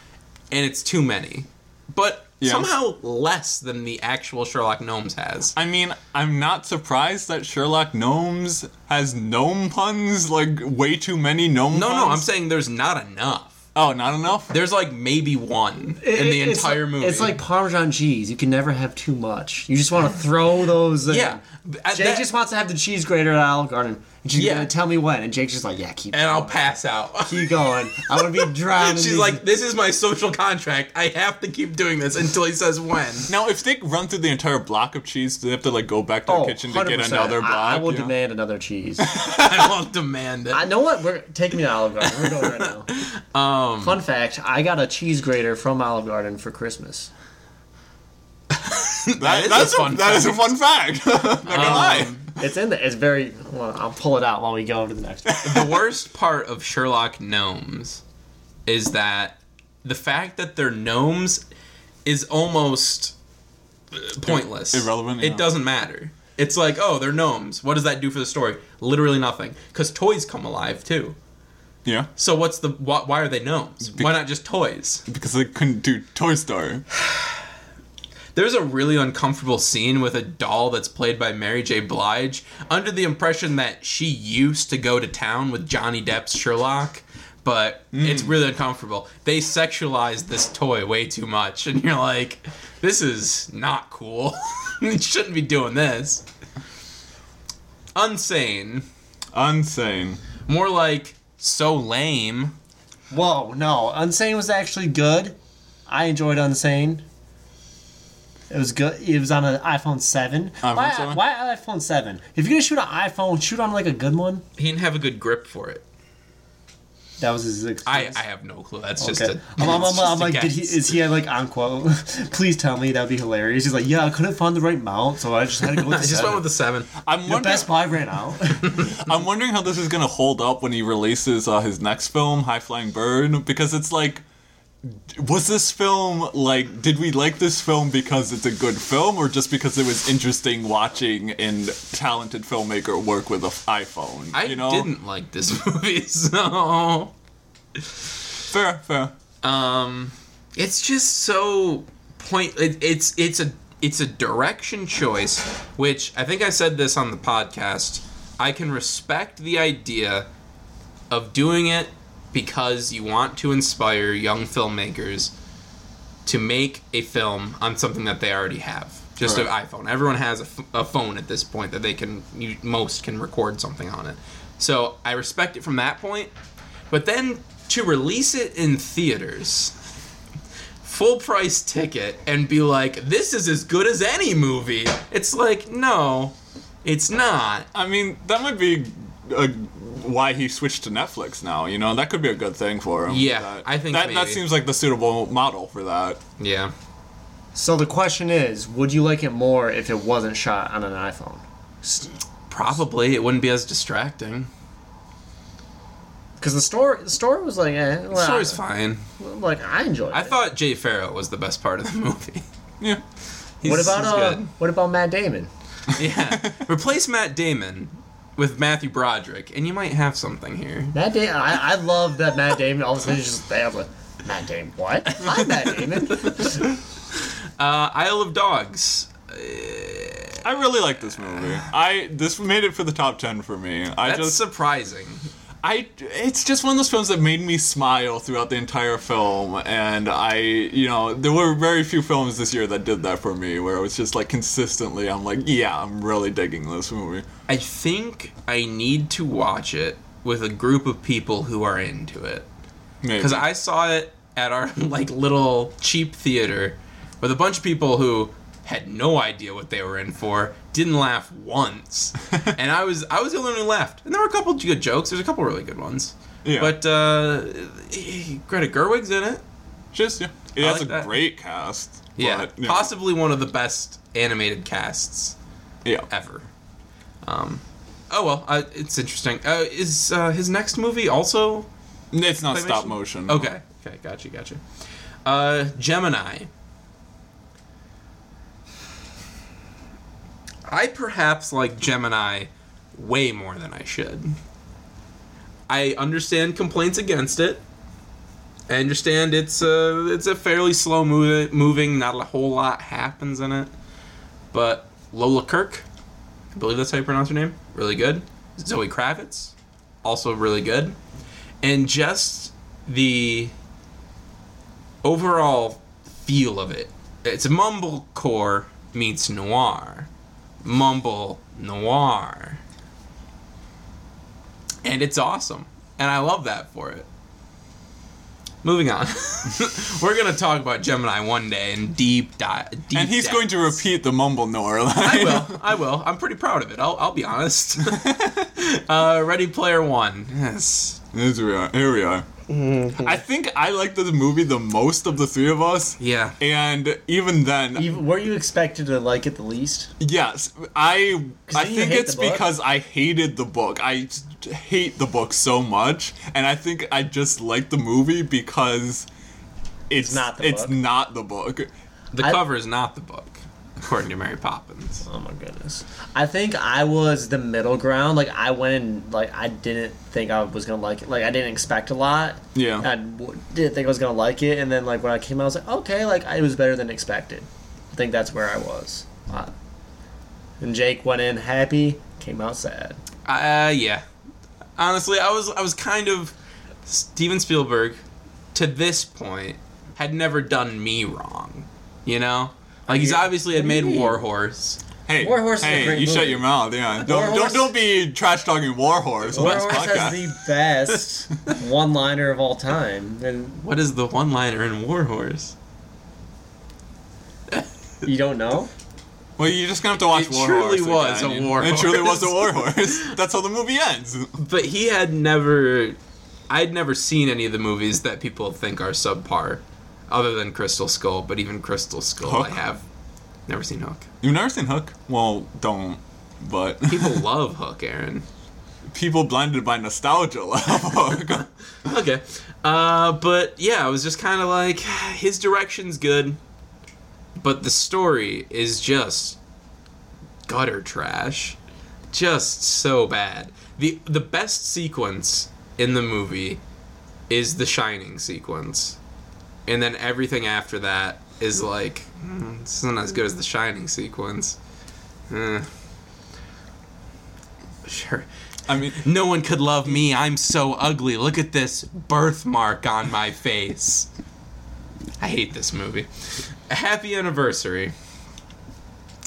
and it's too many. But Yeah. somehow less than the actual Sherlock Gnomes has. I mean, I'm not surprised that Sherlock Gnomes has gnome puns, like way too many gnome No, puns. no, I'm saying there's not enough. Oh, not enough? There's like maybe one It- in the it's entire like- movie. It's like Parmesan cheese. You can never have too much. You just want to throw those. In. yeah, at Jake that- just wants to have the cheese grater at Olive Garden. And she's Yeah. gonna tell me when. And Jake's just like, yeah, keep. and I'll going. pass out. Keep going. I want to be drowning. She's these- like, this is my social contract. I have to keep doing this until he says when. Now, if they run through the entire block of cheese, do they have to like go back to the Oh, kitchen to get 100%. another block? I, I will you know? demand another cheese. I won't demand it. I know what. We're take me to Olive Garden. We're going right now. Um, Fun fact: I got a cheese grater from Olive Garden for Christmas. That, That is that's a fun Um, That is a fun fact. Not gonna lie. It's in there. It's very. Well, I'll pull it out while we go to the next. one. the worst part of Sherlock gnomes is that the fact that they're gnomes is almost uh, pointless. irrelevant, yeah. It doesn't matter. It's like, oh, they're gnomes. What does that do for the story? Literally nothing. Because toys come alive too. Yeah, So what's the why, why are they gnomes? Why not just toys? because they couldn't do Toy Story. There's a really uncomfortable scene with a doll that's played by Mary J. Blige under the impression that she used to go to town with Johnny Depp's Sherlock, but it's really uncomfortable. They sexualize this toy way too much, and you're like, this is not cool. you shouldn't be doing this. Unsane. Unsane. More like so lame. Whoa, no. Unsane was actually good. I enjoyed Unsane. It was good. It was on an iPhone 7. why, 7? why iPhone 7? If you're going to shoot an iPhone, shoot on like a good one. He didn't have a good grip for it. That was his I, excuse. I have no clue. That's just Okay. a. I'm, I'm, it's I'm, just I'm a like, did he, guess. is he like on quote? Please tell me that'd be hilarious. He's like, yeah, I couldn't find the right mount, so I just had to go with I the just 7. went with the seven. I'm the wondering. Best Buy ran out. I'm wondering how this is gonna hold up when he releases uh, his next film, High Flying Bird, because it's like, was this film like, did we like this film because it's a good film, or just because it was interesting watching an talented filmmaker work with an iPhone? I you know, didn't like this movie, so fair, fair. um, it's just so point. It, it's it's a it's a direction choice, which I think I said this on the podcast. I can respect the idea of doing it because you want to inspire young filmmakers to make a film on something that they already have. Just Right. an iPhone. Everyone has a, f- a phone at this point that they can you, most can record something on it. So I respect it from that point, but then to release it in theaters, full price ticket, and be like, "This is as good as any movie." It's like, no, it's not. I mean, that might be uh why he switched to Netflix now. You know, that could be a good thing for him. Yeah, That- I think that that maybe. seems like the suitable model for that. Yeah. so the question is, would you like it more if it wasn't shot on an iPhone? Probably it wouldn't be as distracting. Because the story, the story was like, eh, well, Story's fine. like I enjoyed. I it. thought Jay Farrow was the best part of the movie. Yeah. He's- What about he's uh, good. what about Matt Damon? Yeah. Replace Matt Damon with Matthew Broderick, and you might have something here. Matt Damon. I, I love that Matt Damon. All of a sudden, he's just there. Like, Matt Damon. What? I'm Matt Damon. Uh, Isle of Dogs. I really like this movie. I this made it for the top ten for me. I That's just surprising. I it's just one of those films that made me smile throughout the entire film, and I you know there were very few films this year that did that for me, where it was just like consistently I'm like yeah I'm really digging this movie. I think I need to watch it with a group of people who are into it. Maybe. because I saw it at our like little cheap theater with a bunch of people who had no idea what they were in for, didn't laugh once, and I was I was the only one who laughed. And there were a couple good jokes. There's a couple really good ones. Yeah. But uh, Greta Gerwig's in it. just yeah, it I has like a that. great cast. Yeah, but, you know, possibly one of the best animated casts Yeah, ever. Um, oh well, uh, it's interesting. Uh, is uh, his next movie also it's not stop Claymation? motion. Okay. Okay. Gotcha. Gotcha. Uh, Gemini. I perhaps like Gemini way more than I should. I understand complaints against it. I understand it's a it's a fairly slow move, moving. Not a whole lot happens in it. But Lola Kirk, I believe that's how you pronounce her name. Really good. Zoe Kravitz, also really good and just the overall feel of it. It's mumblecore meets noir, mumble noir, and it's awesome, and I love that for it. Moving on, we're gonna talk about Gemini one day in deep dive. Deep and he's going to depths. repeat the mumble noir line. I will. I will. I'm pretty proud of it. I'll, I'll be honest. uh, Ready Player One. Yes. Here we are. Here we are. I think I liked the movie the most of the three of us. Yeah. And even then, You, were you expected to like it the least? yes, I I didn't you think hate it's the book? because I hated the book. I t- hate the book so much, and I think I just liked the movie because it's, not the it's book. not the book. The I- cover is not the book, according to Mary Poppins. Oh my goodness. I think I was the middle ground. Like I went and like I didn't think I was gonna like it. Like I didn't expect a lot. Yeah. I w- didn't think I was gonna like it, and then like when I came out, I was like, okay, like it was better than expected. I think that's where I was. Uh, and Jake went in happy, came out sad. Uh, yeah. Honestly, I was I was kind of Steven Spielberg to this point had never done me wrong, you know. Like he's Yeah. obviously had What do made you mean? War Horse. Hey, War Horse is a hey, great you shut movie. your mouth. Yeah, don't Horse- don't, don't be trash talking War Oh, Horse. on War this Horse podcast. has the best one-liner of all time, and What is the one-liner in War Horse? you don't know. Well, you're just gonna have to watch It War truly Horse. was again. a war It truly horse. was a War Horse. That's how the movie ends. But he had never I'd never seen any of the movies that people think are subpar other than Crystal Skull, but even Crystal Skull I Hook? have never seen Hook. You've never seen Hook? Well, don't. But People love Hook, Aaron. people blinded by nostalgia love Hook. Okay. Uh, but yeah, I was just kind of like, his direction's good, but the story is just gutter trash. Just so bad. The the best sequence in the movie is the shining sequence. And then everything after that is like, "Hmm, this isn't as good as the shining sequence. Eh. Sure. I mean, No one could love me. I'm so ugly. Look at this birthmark on my face. I hate this movie. Happy anniversary.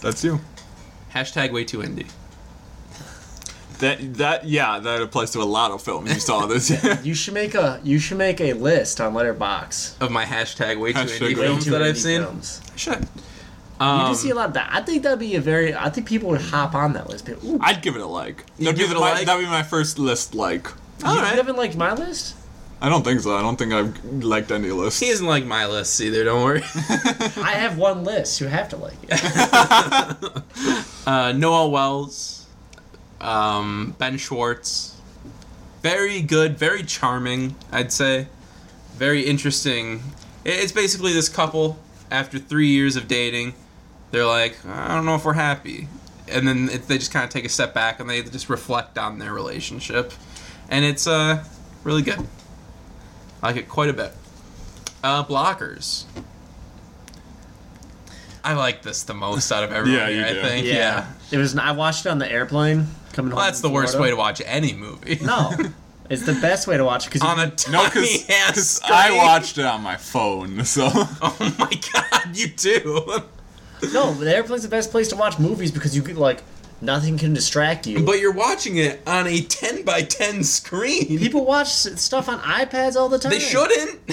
that's you. Hashtag way too indie. That that yeah, that applies to a lot of films you saw this year. You should make a you should make a list on Letterbox. Of my hashtag way too Hashtag indie way films too that I've many seen. films. Shut. You Um, do see a lot of that. I think that'd be a very. I think people would hop on that list. People, Ooh, I'd give it a like. That'd be, give it a my, like? that'd be my first list like. all you right. haven't liked my list. I don't think so. I don't think I've liked any list. He isn't like my list either. Don't worry. I have one list. You have to like it. Uh, Noel Wells, um, Ben Schwartz. Very good, very charming, I'd say. Very interesting. I- It's basically this couple, after three years of dating, they're like, I don't know if we're happy. And then it, they just kind of take a step back and they just reflect on their relationship. And it's uh, really good. I like it quite a bit. Uh, blockers. I like this the most out of everyone. Yeah, here, you I do. think. Yeah. It was. I watched it on the airplane coming Well, home. that's the worst way to watch any movie. way to. No, it's the best way to watch because On a No, tiny ass because screen. I watched it on my phone, so Oh my god, you do. no, the airplane's the best place to watch movies because you get like nothing can distract you. But you're watching it on a 10 by 10 screen. people watch s- stuff on iPads all the time. They shouldn't.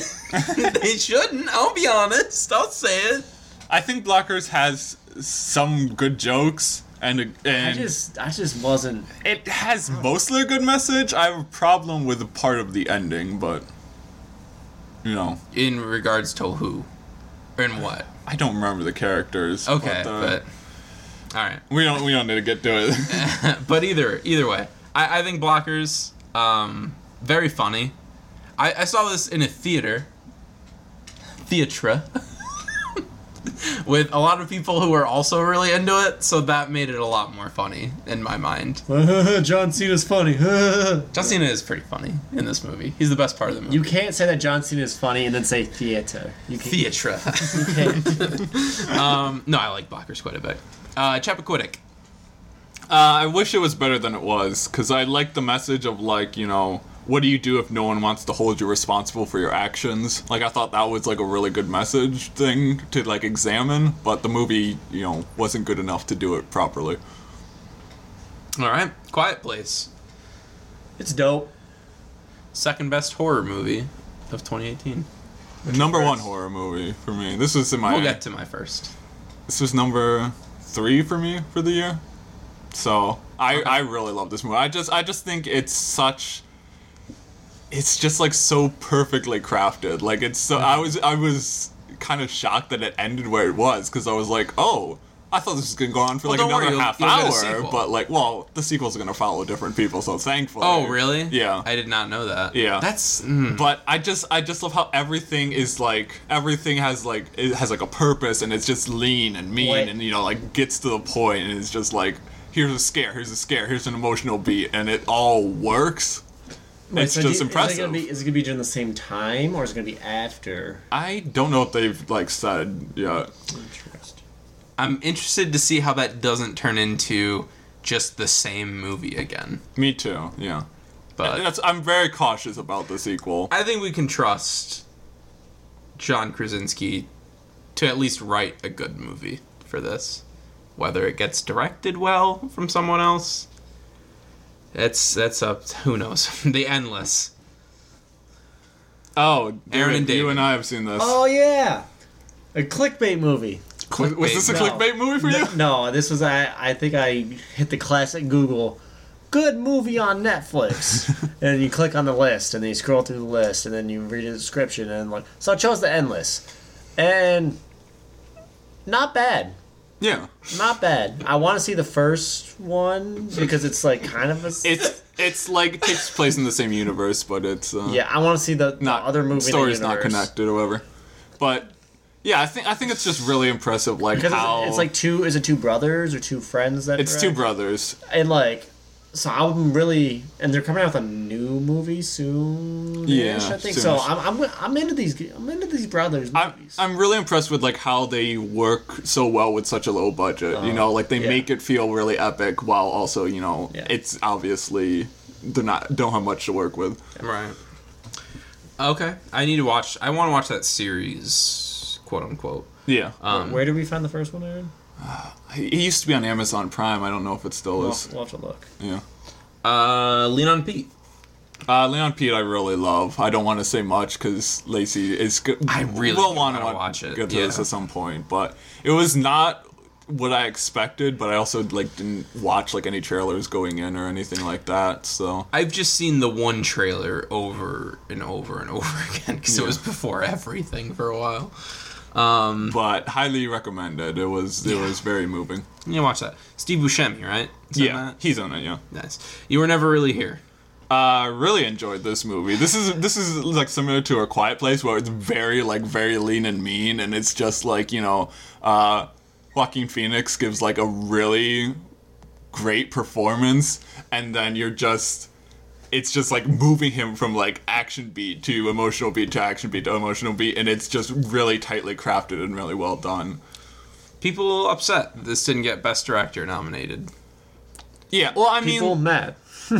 they shouldn't. I'll be honest. I'll say it. I think Blockers has some good jokes and a- I and just, I just wasn't. it has mostly a good message. I have a problem with a part of the ending, but you know, In regards to who? And what? I don't remember the characters. Okay, the- but. Alright. we don't we don't need to get to it. Uh, But either either way, I, I think Blockers, um, very funny. I, I saw this in a theater. Theatra. With a lot of people who were also really into it, so that made it a lot more funny in my mind. John Cena's funny. John Cena is pretty funny in this movie. He's the best part of the movie. you can't say that John Cena is funny and then say theater. You can't. Theatre. you can't. um, no, I like Blockers quite a bit. Uh, Chappaquiddick. Uh, I wish it was better than it was because I like the message of like you know what do you do if no one wants to hold you responsible for your actions? Like I thought that was like a really good message thing to like examine, but the movie you know wasn't good enough to do it properly. All right. Quiet Place. it's dope. Second best horror movie of 2018. Number one horror movie for me. This was in my We'll get to my first. this was number three for me for the year. So I I really love this movie. I just I just think it's such. It's just like so perfectly crafted. Like it's so I was I was kind of shocked that it ended where it was because I was like oh. I thought this was gonna go on for Well, like don't another worry, you'll- half you'll get a hour, sequel. but like, well, the sequel's gonna follow different people, so thankfully. Oh, really? Yeah. I did not know that. Yeah. That's. Mm, But I just I just love how everything is like everything has like it has like a purpose and it's just lean and mean Wait. and you know like gets to the point and it's just like here's a scare, here's a scare, here's an emotional beat and it all works. it's So do you- just Is it, gonna impressive. be, is it gonna be during the same time or is it gonna be after? I don't know if they've like said yeah. Interesting. I'm interested to see how that doesn't turn into just the same movie again. Me too. Yeah. But That's I'm very cautious about the sequel. I think we can trust John Krasinski to at least write a good movie for this. Whether it gets directed well from someone else, it's that's up. Who knows? the endless. Oh, Aaron David, and you David. and I have seen this. Oh yeah, a clickbait movie. Cl- was this a clickbait. clickbait movie for you? No, this was I. I think I hit the classic Google. Good movie on Netflix, and you click on the list, and then you scroll through the list, and then you read the description, and like so, I chose the endless, and not bad, Yeah. not bad. I want to see the first one because it's like kind of a s- It's it's like takes place in the same universe, but it's uh, yeah. I want to see the, the not other movie. in the stories not universe. connected or whatever. But yeah, I think I think it's just really impressive like because how it's, it's like two. Is it two brothers or two friends? That it's two direct? brothers. and like so I'm really and they're coming out with a new movie soon. Yeah, Yeah, I think so. soonish. I'm, I'm I'm into these I'm into these brothers I'm, movies. I'm really impressed with like how they work so well with such a low budget. you know, like they Uh-huh. yeah. make it feel really epic while also, you know, Yeah. it's obviously they're not don't have much to work with. Right. Okay, I need to watch. I want to watch that series, quote unquote. Yeah. Where did we find the first one, Aaron? he he used to be on Amazon Prime. I don't know if it still We'll, is. we'll have to look. Yeah. Uh, Lean on Pete. Uh, Leon Pete, I really love. I don't want to say much because Lacey is good. I really will do want to wanna watch watch it. it, Get to this yeah. at some point, but it was not what I expected. But I also like didn't watch like any trailers going in or anything like that. So I've just seen the one trailer over and over and over again because it was before everything for a while. Mm. but highly recommended. It was it was very moving. You watch that. Steve Buscemi, right? Is that yeah, that? he's on it. Yeah, Nice. You were never really here. I really enjoyed this movie. This is this is like similar to a Quiet Place where it's very like very lean and mean, and it's just like you know, uh, Joaquin Phoenix gives like a really great performance, and then you're just. It's just like moving him from like action beat to emotional beat to action beat to emotional beat, and it's just really tightly crafted and really well done. people upset that this didn't get Best Director nominated. Yeah, well, I People mean, mad.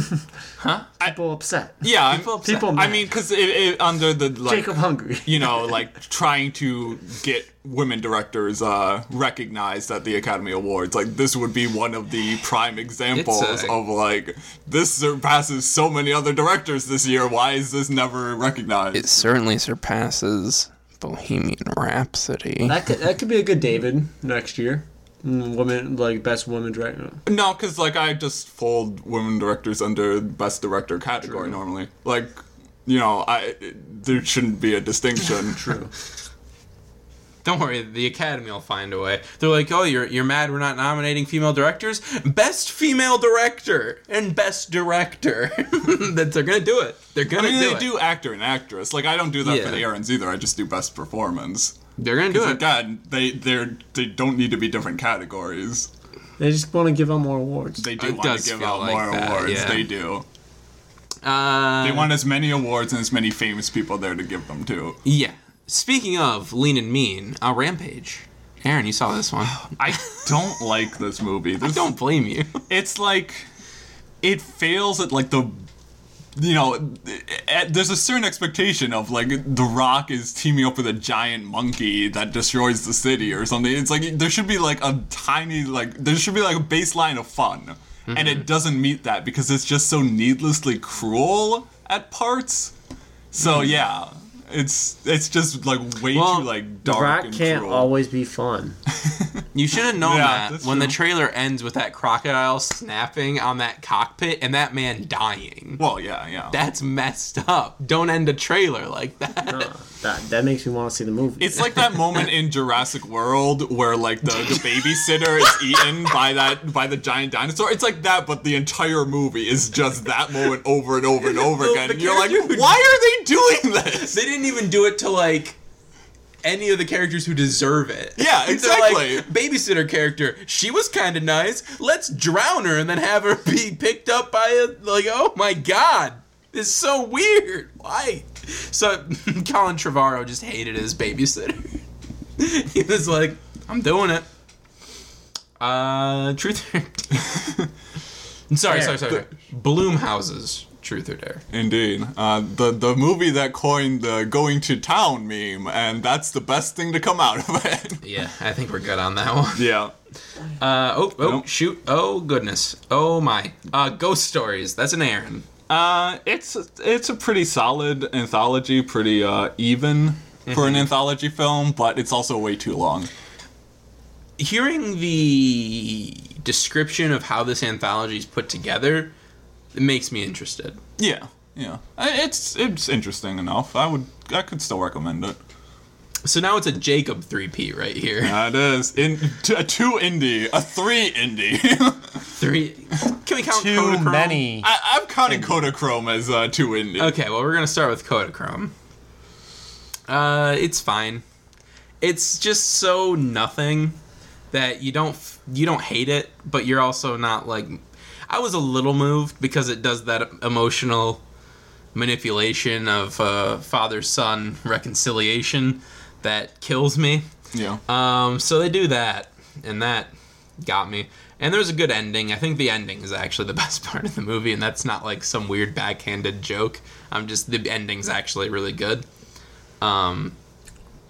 Huh? People upset. yeah, I'm- People upset. People mad. I mean, because it, it, under the like, Jacob hungry. you know, like trying to get women directors uh, recognized at the Academy Awards. Like this would be one of the prime examples a- of like this surpasses so many other directors this year. Why is this never recognized? It certainly surpasses Bohemian Rhapsody. That could that could be a good David next year. Mm, Woman like best woman director. no, because like I just fold women directors under best director category normally. Like. You know, I there shouldn't be a distinction. True. Don't worry, the Academy will find a way. They're like, oh, you're you're mad we're not nominating female directors? Best female director and best director. that they're gonna do it. They're gonna I mean, do they it. do actor and actress. Like I don't do that Yeah. for the errands either. I just do best performance. They're gonna do it. Again, they they're they don't need to be different categories. They just want to give out more awards. They do It want does to give feel out like more that, awards. yeah. They do. Uh, They want as many awards and as many famous people there to give them to. yeah. Speaking of lean and mean, uh, Rampage. Aaron, you saw this one. I don't like this movie. This, Don't blame you. It's like it fails at like the you know at, there's a certain expectation of like the rock is teaming up with a giant monkey that destroys the city or something it's like there should be like a tiny like there should be like a baseline of fun and Mm-hmm. it doesn't meet that because it's just so needlessly cruel at parts so Mm-hmm. yeah it's it's just like way Well, too like The dark Rock and can't cruel. always be fun. You should have known Yeah, that that's when the true. trailer ends with that crocodile snapping on that cockpit and that man dying. well yeah yeah That's messed up. Don't end a trailer like that. Uh, that that makes me want to see the movie. It's like that moment in Jurassic World where like the, the babysitter is eaten by that by the giant dinosaur. It's like that, but the entire movie is just that moment over and over and over The- again. the And you're like, character- why are they doing this? They didn't even do it to like any of the characters who deserve it. Yeah, They're like, exactly. babysitter character. She was kind of nice. Let's drown her and then have her be picked up by a like. Oh my god, it's so weird. Why? So Colin Trevorrow just hated his babysitter. he was like, I'm doing it. Uh, truth or sorry, sorry, sorry, sorry. Bloomhouse's truth or dare. Indeed, uh, the the movie that coined the going to town meme, and that's the best thing to come out of it. Yeah, I think we're good on that one. Yeah. Uh, oh, oh, Nope. shoot. Oh, goodness. Oh, my. Uh, ghost stories. That's an Aaron. Uh, it's it's a pretty solid anthology, pretty uh, even Mm-hmm. for an anthology film, but it's also way too long. Hearing the description of how this anthology is put together it makes me interested. Yeah, yeah. I- It's it's interesting enough. I would I could still recommend it. So now it's a Jacob 3P right here. That is in t- a two indie, a three indie. Three. Can we count too Kodachrome? many. I, I'm counting Kodachrome as uh, two indie. Okay, well, we're going to start with Kodachrome. Uh, it's fine. It's just so nothing that you don't f- you don't hate it, but you're also not like I was a little moved because it does that emotional manipulation of uh, father son reconciliation that kills me. Yeah. Um, so they do that, and that got me. And there's a good ending. I think the ending is actually the best part of the movie, and that's not like some weird backhanded joke. I'm just the ending's actually really good. Um,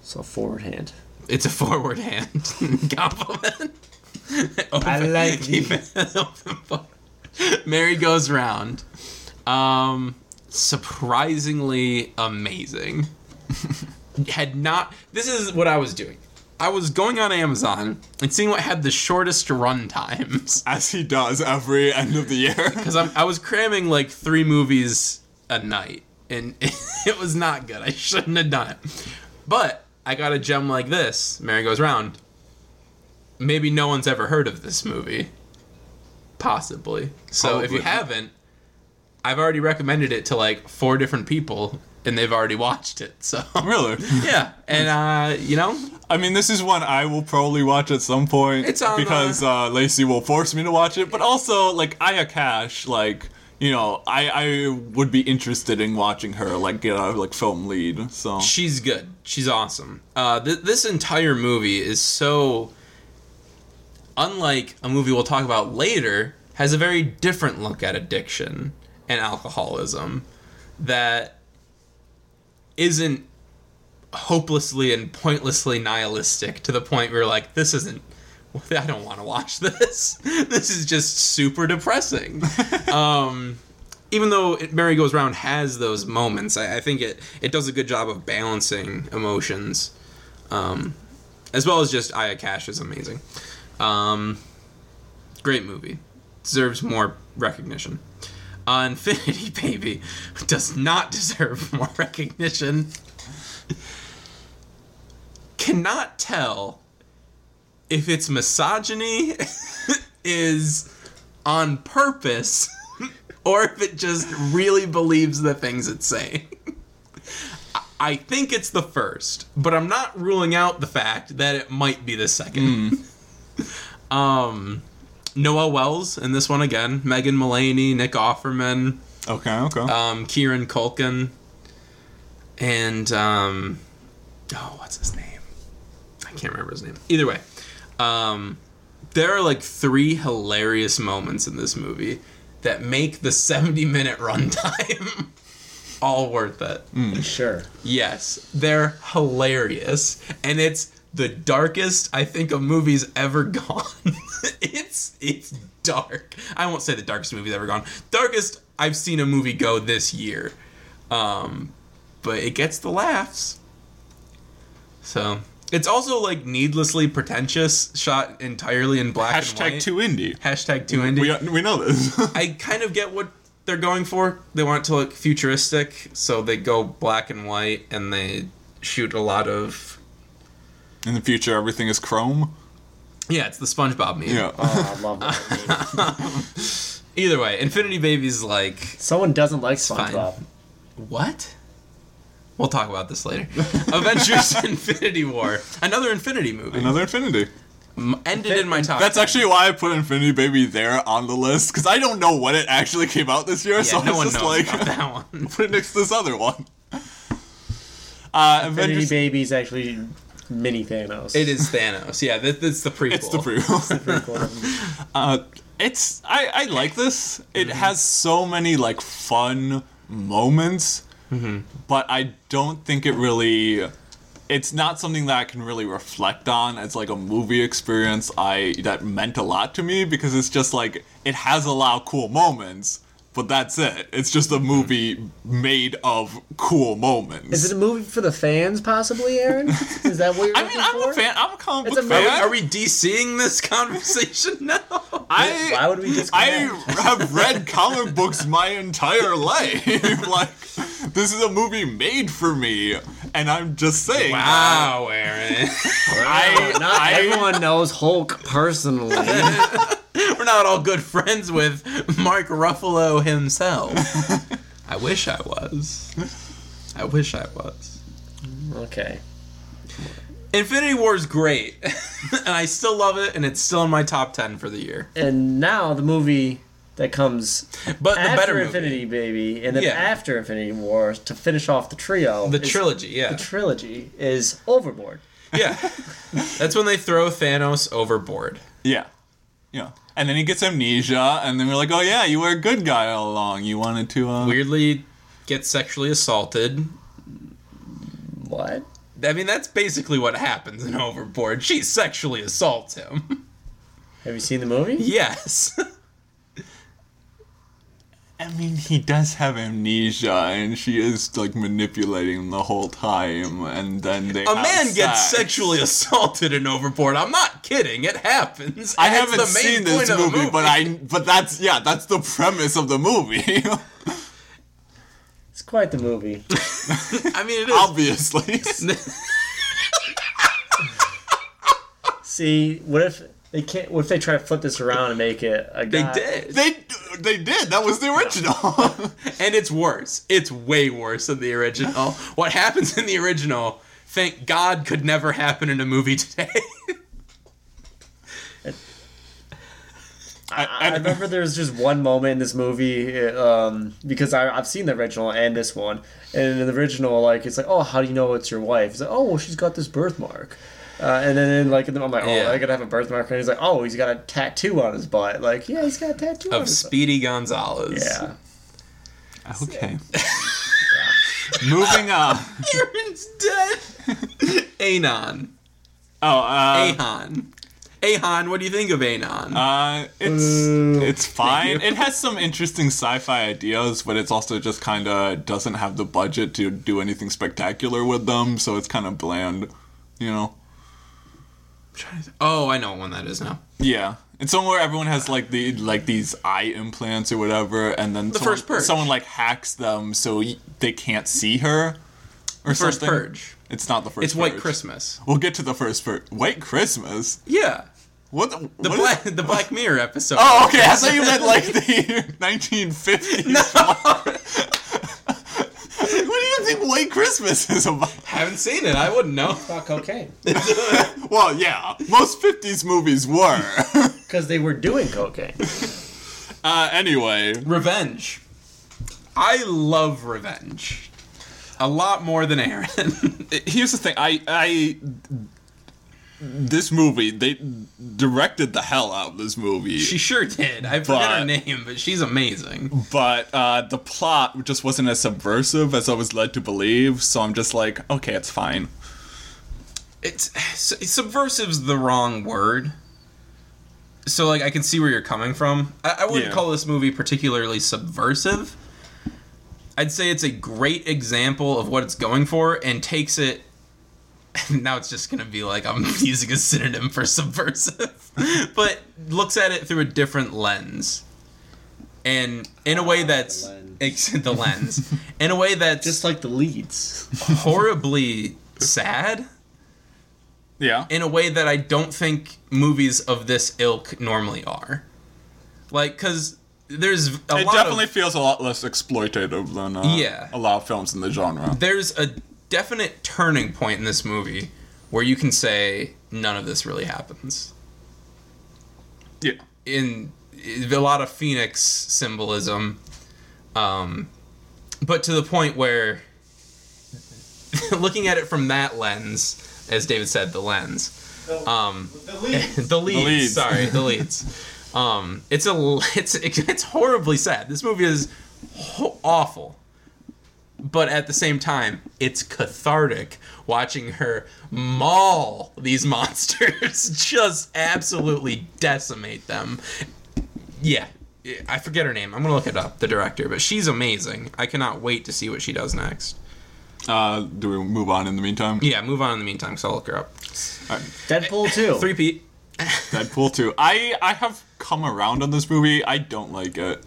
so forward hand. it's a forward hand compliment. Open- like keep it open bar. Mary goes round. Um, surprisingly amazing. had not. This is what I was doing. I was going on Amazon and seeing what had the shortest run times As he does every end of the year. because I was cramming like three movies a night, and it was not good. I shouldn't have done it. But I got a gem like this, Mary Goes Round. Maybe no one's ever heard of this movie. Possibly. So if you Probably. haven't, I've already recommended it to like four different people, and they've already watched it. So really? yeah, and uh, you know, I mean, this is one I will probably watch at some point. It's on, because uh, Lacey will force me to watch it. But also, like Aya Cash, like you know, I I would be interested in watching her like get a like film lead. So She's good. She's awesome. Uh, th- this entire movie is so unlike a movie we'll talk about later, has a very different look at addiction and alcoholism that isn't hopelessly and pointlessly nihilistic to the point where like this isn't I don't want to watch this. This is just super depressing. um, even though it, Mary Goes Round has those moments, I, I think it it does a good job of balancing emotions, um, as well as just Aya Cash is amazing. Um, great movie, deserves more recognition. Uh, Infinity Baby does not deserve more recognition. Cannot tell if it's misogyny is on purpose or if it just really believes the things it's saying. I- I think it's the first, but I'm not ruling out the fact that it might be the second. um, Noah Wells in this one again, Megan Mullaney, Nick Offerman, Okay, okay. um, Kieran Culkin, and um, oh, what's his name? I can't remember his name. Either way, um, there are like three hilarious moments in this movie that make the seventy-minute runtime all worth it. Sure. Yes, they're hilarious, and it's the darkest I think a movie's ever gone. it's it's dark. I won't say the darkest movie's ever gone. Darkest I've seen a movie go this year, um, but it gets the laughs. So it's also like needlessly pretentious, shot entirely in black and Hashtag white. too indie. Hashtag two indie. We, we know this. I kind of get what they're going for. They want it to look futuristic, so they go black and white and they shoot a lot of In the future, everything is chrome. yeah, it's the SpongeBob meme. Yeah. uh, Oh, I love that. movie. Either way, Infinity Baby's like Someone doesn't like fine. SpongeBob. what? We'll talk about this later. Avengers: Infinity War, another Infinity movie, Another Infinity. M- ended in my top. That's actually why I put Infinity Baby there on the list because I don't know when it actually came out this year, yeah, so no I one was knows just like, about that one. put it next to this other one. Uh, Infinity Avengers. Baby's actually mini Thanos. It is Thanos. Yeah, that, that's the prequel. It's the prequel. prequel. Uh, it's I, I like this. It Mm-hmm. has so many like fun moments, Mm-hmm. but I don't think it really. It's not something that I can really reflect on as like a movie experience. I that meant a lot to me because it's just like it has a lot of cool moments, but that's it. It's just Mm-hmm. a movie made of cool moments. Is it a movie for the fans, possibly, Aaron? Is that what you're I mean, looking I'm for? a fan. I'm a comic It's book a Are fan. we, are we DCing this conversation now? I, Why would we I disconnect? have read comic books my entire life. like, this is a movie made for me, and I'm just saying. Wow, Aaron. I, Not I, everyone knows Hulk personally. We're not all good friends with Mark Ruffalo himself. I wish I was. I wish I was. okay. Infinity War is great, and I still love it, and it's still in my top ten for the year. And now the movie that comes But the after better movie, Infinity Baby and then Yeah. after Infinity War to finish off the trio. the is- trilogy, yeah, trilogy is Overboard. yeah. That's when they throw Thanos overboard. yeah. Yeah. And then he gets amnesia, and then we're like, oh, yeah, you were a good guy all along. You wanted to. Uh, Weirdly, gets sexually assaulted. What? I mean, that's basically what happens in Overboard. She sexually assaults him. Have you seen the movie? Yes. I mean, he does have amnesia, and she is, like, manipulating him the whole time, and then they. A man gets sex. sexually assaulted in Overboard. I'm not kidding. It happens. I That's haven't the main seen this point of the movie, but I but that's yeah, that's the premise of the movie. It's quite the movie. I mean, it is. Obviously. See, what if they can't? What if they try to flip this around and make it a they guy? did, they they did. That was the original. and it's worse. It's way worse than the original. What happens in the original? Thank God could never happen in a movie today. I, I remember there's just one moment in this movie um, because I, I've seen the original and this one. And in the original, like it's like, oh, how do you know it's your wife? It's like, oh, well, she's got this birthmark. Uh, and then in, like, and then I'm like, oh, Yeah. I gotta have a birthmark. And he's like, oh, he's got a tattoo on his butt. Like, yeah, he's got a tattoo on of his butt. Speedy Gonzalez. Yeah. Okay. Moving on. Aaron's dead. Anon. Oh, uh, Ahon. Ahon, what do you think of Anon? uh, it's Ooh. it's fine. It has some interesting sci-fi ideas, but it's also just kind of doesn't have the budget to do anything spectacular with them, so it's kind of bland, you know. oh, I know what one that is now. Yeah. It's someone where everyone has like the like these eye implants or whatever, and then the someone, first purge. someone like hacks them so y- they can't see her or First something. Purge. It's not the first. It's White Purge. Christmas. We'll get to the first purge. White Christmas. Yeah. What the, The what Black is- the Black Mirror episode. Oh, okay. I thought you meant like the year 1950s. what do you think White Christmas is about? Haven't seen it. I wouldn't know. Fuck cocaine. Well, yeah, most 50s movies were. Because they were doing cocaine. Uh, anyway, Revenge. I love revenge. A lot more than Aaron. here's the thing i i this movie they directed the hell out of this movie she sure did. I forget But- her name, but she's amazing. but uh the plot just wasn't as subversive as i was led to believe so i'm just like okay it's fine It's su- subversive's the wrong word. So like I can see where you're coming from. I, I wouldn't Yeah. call this movie particularly subversive. I'd say it's a great example of what it's going for and takes it now it's just gonna be like I'm using a synonym for subversive. but looks at it through a different lens. And in a way that's lens. ex- the lens. In a way that's Just just like the leads. horribly sad yeah in a way that I don't think movies of this ilk normally are. Like, because there's a it lot definitely of feels a lot less exploitative than uh, Yeah. a lot of films in the genre there's a definite turning point in this movie where you can say none of this really happens. yeah In a lot of phoenix symbolism, um, but to the point where looking at it from that lens, as David said, the lens. Um, the leads. leads. Sorry, the leads. Um, it's a it's it's horribly sad. This movie is ho- awful, but at the same time, it's cathartic watching her maul these monsters, just absolutely decimate them. Yeah. I forget her name. I'm gonna look it up. The director, but she's amazing. I cannot wait to see what she does next. uh do we move on in the meantime Yeah, move on in the meantime, because I'll look her up. Deadpool 2. Three Pete. Deadpool 2. I I have come around on this movie. I don't like it.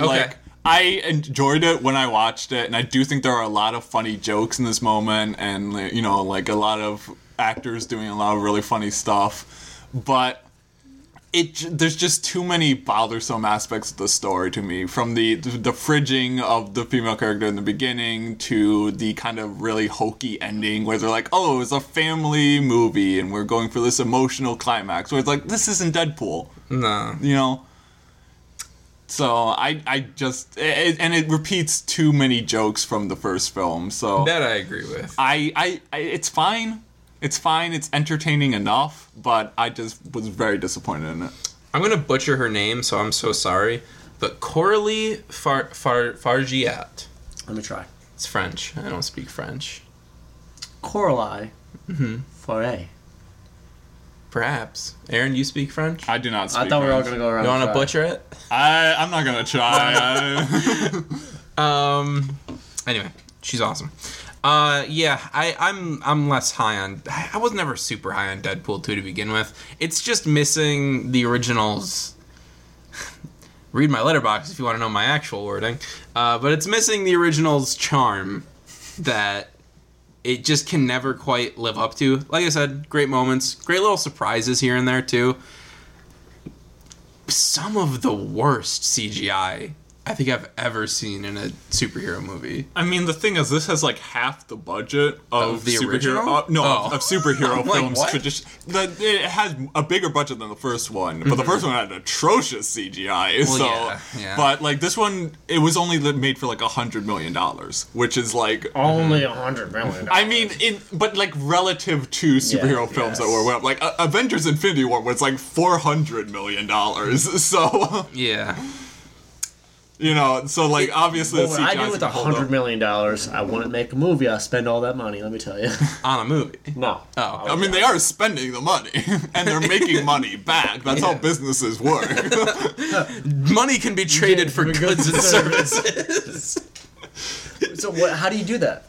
Okay. Like I enjoyed it when I watched it and I do think there are a lot of funny jokes in this moment and like, you know like a lot of actors doing a lot of really funny stuff. But it j- there's just too many bothersome aspects of the story to me from the the fridging of the female character in the beginning to the kind of really hokey ending where they're like oh it's a family movie and we're going for this emotional climax where it's like this isn't deadpool No. you know so i i just it, and it repeats too many jokes from the first film so That I agree with. I, I, I, it's fine. It's fine. It's entertaining enough, but I just was very disappointed in it. I'm gonna butcher her name, so I'm so sorry. But Coralie Far- Far- Fargiat. Let me try. It's French. I don't speak French. Coralie. Mm-hmm. Foray. Perhaps. Aaron, you speak French? I do not. Speak I thought we were all French. gonna go around. You want to and butcher it? I, I'm not gonna try. Um. Anyway, she's awesome. Uh, yeah, I, I'm I'm less high on. I was never super high on Deadpool two to begin with. It's just missing the originals. Read my letterbox if you want to know my actual wording, uh, but it's missing the original's charm that it just can never quite live up to. Like I said, great moments, great little surprises here and there too. Some of the worst CGI I think I've ever seen in a superhero movie. I mean, the thing is, this has like half the budget of, Of the superhero. original? uh, no, Oh. of, of superhero I'm like, films. what? Tradition. The, it has a bigger budget than the first one, but the first one had atrocious CGI. so, Mm-hmm. yeah, yeah. but like this one, it was only li- made for like a hundred million dollars, which is like. Only a hundred million. I mean, in but like relative to superhero films that yes. were went up, like uh, Avengers: Infinity War was like four hundred million dollars. So Yeah. you know, so like obviously, What the would CGI I do with a doesn't hold up. hundred million dollars? I wouldn't make a movie. I spend all that money. Let me tell you. On a movie. No. Oh. I mean, they are spending the money and they're making money back. That's how Yeah. businesses work. Money can be traded for we go goods to and the- services. So what, how do you do that?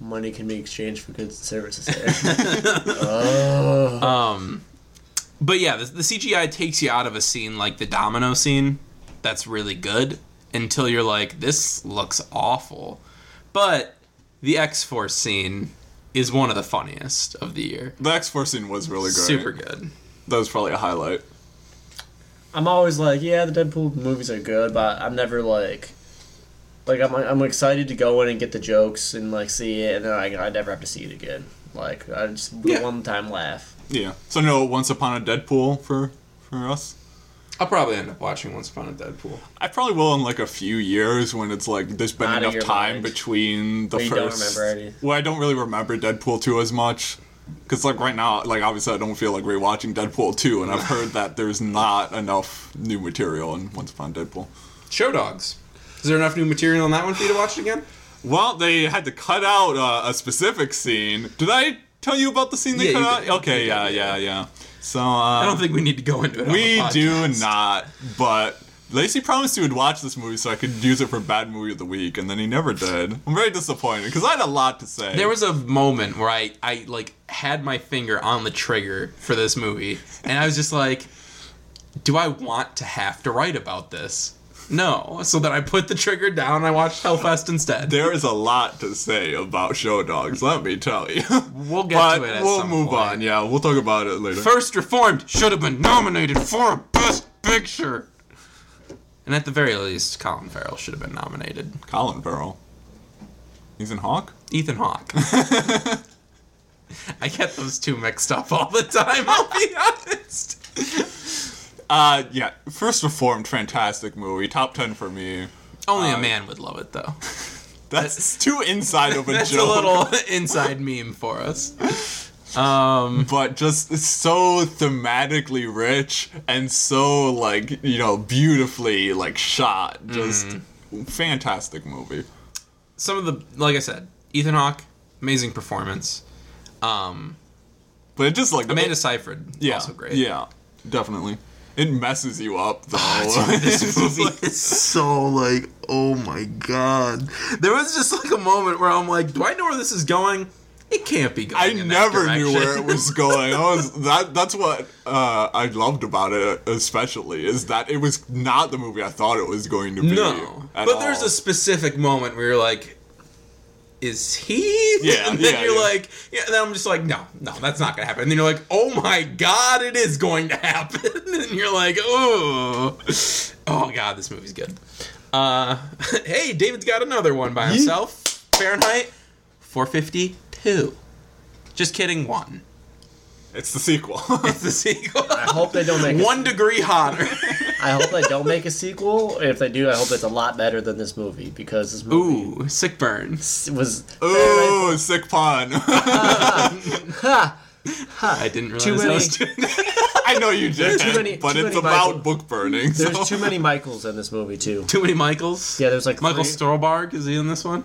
Money can be exchanged for goods and services. Eric. But yeah, the, the CGI takes you out of a scene like the domino scene. That's really good until you're like, this looks awful. But the X Force scene is one of the funniest of the year. the X Force scene was really great. Super good. That was probably a highlight. I'm always like, yeah, the Deadpool movies are good, but I'm never like, like I'm I'm excited to go in and get the jokes and like see it, and then I I never have to see it again. Like I just Yeah. one time laugh. Yeah. So no, Once Upon a Deadpool for for us. I'll probably end up watching Once Upon a Deadpool. I probably will in like a few years when it's like there's been Out of enough your time mind. between the Where you don't first. remember any. Well, I don't really remember Deadpool two as much. Because like right now, like obviously I don't feel like rewatching Deadpool two, and I've heard that there's not enough new material in Once Upon a Deadpool. Show Dogs. Is there enough new material on that one for you to watch it again? Well, they had to cut out uh, a specific scene. Did I tell you about the scene they Yeah, you cut out? did. Okay, yeah, yeah, yeah. So uh, I don't think we need to go into it. on we the do podcast. not, but Lacey promised he would watch this movie so I could use it for bad movie of the week, and then he never did. I'm very disappointed because I had a lot to say. There was a moment where I, I like had my finger on the trigger for this movie, and I was just like, "Do I want to have to write about this? No." So then I put the trigger down. and I watched Hellfest instead. There is a lot to say about Show Dogs, let me tell you. we'll get but to it. At we'll some move point. on. Yeah, we'll talk about it later. First Reformed should have been nominated for a Best Picture, and at the very least, Colin Farrell should have been nominated. Colin Farrell, he's in Hawk. Ethan Hawke. I get those two mixed up all the time. I'll be honest. Uh, yeah. First Reformed, fantastic movie, top ten for me. Only a man would love it though. That's too inside of a That's joke. a little inside meme for us. Um, But just so thematically rich and so like you know beautifully like shot. Just Mm-hmm. fantastic movie. some of the, like I said, Ethan Hawke, amazing performance. Um, But it just like Amanda it- Seyfried, yeah, also great. Yeah, definitely. It messes you up though. Ah, This movie is so like, oh my god! There was just like a moment where I'm like, do I know where this is going? It can't be going. I in that never direction. knew where it was going. I was that. That's what uh, I loved about it, especially, is that it was not the movie I thought it was going to be. No, at but there's all. a specific moment where you're like, "Is he?" Yeah, and then yeah, you're yeah. like, "Yeah." And then I'm just like, "No, no, that's not gonna happen." And then you're like, "Oh my god, it is going to happen!" and you're like, "Oh, oh god, this movie's good." Uh, hey, David's got another one by himself. Fahrenheit 452. Just kidding, one. It's the sequel. It's the sequel. I hope they don't make a- one degree hotter. I hope they don't make a sequel. If they do, I hope it's a lot better than this movie because this movie Ooh, sick burn. was Ooh, sick pun. ha, I didn't realize Too I many- was doing that. I know you did, Too many- but too it's many about Michael- book burning. So. there's too many Michaels in this movie too. Too many Michaels. Yeah, there's like Michael three- Stolbarg is he in this one?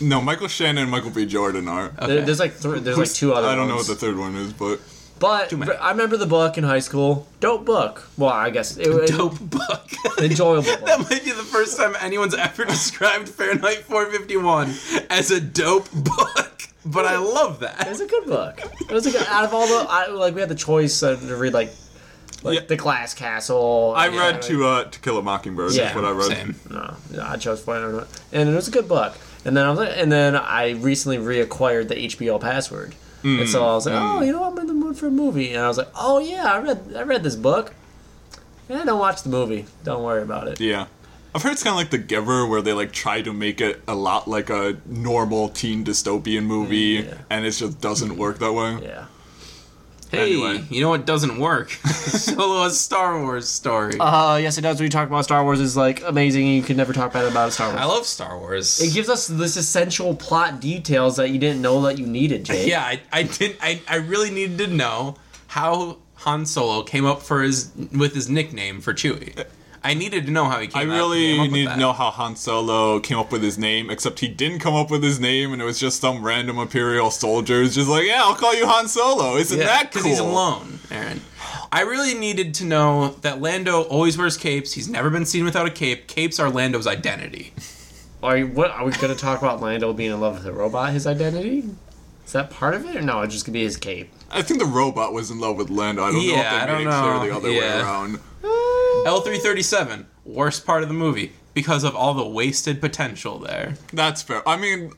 No, Michael Shannon and Michael B. Jordan are. There, there's like three, there's like two other. I don't know what ones. the third one is, but But many. I remember the book in high school. Dope book. Well, I guess it was Dope book. enjoyable book. that might be the first time anyone's ever described Fahrenheit 451 as a dope book. But I love It that. was a good book. It was a good. Out of all the, I, like we had the choice of, to read like, like Yeah. the Glass Castle. I and- read to uh, To Kill a Mockingbird. Yeah, is what I read. Same. No, I chose Flamingo, and it was a good book. And then I was like, and then I recently reacquired the HBO password, and so I was like, oh, you know, I'm in the mood for a movie, and I was like, oh yeah, I read I read this book. Yeah, don't watch the movie. Don't worry about it. Yeah. I've heard it's kind of like The Giver, where they like try to make it a lot like a normal teen dystopian movie, Mm, Yeah. and it just doesn't work that way. Yeah. Hey, Anyway. you know what doesn't work? Solo a Star Wars story. Uh, yes, it does. We talk about Star Wars is like amazing, and you can never talk bad about Star I Wars. love Star Wars. It gives us this essential plot details that you didn't know that you needed, Jake. yeah, I, I did. I, I really needed to know how Han Solo came up for his with his nickname for Chewie. I needed to know how he came. I up- came up really with need that. to know how Han Solo came up with his name, except he didn't come up with his name, and it was just some random Imperial soldier who's just like, "Yeah, I'll call you Han Solo." Isn't Yeah, that 'cause cool? he's alone, Aaron. I really needed to know that Lando always wears capes. He's never been seen without a cape. Capes are Lando's identity. Are you, what are we going to talk about? Lando being in love with the robot, his identity. Is that part of it, or no? It's just gonna be his cape. I think the robot was in love with Lando. I don't know Yeah, I if they don't made it clear know. the other Yeah. way around. L three thirty seven, worst part of the movie because of all the wasted potential there. That's fair. I mean,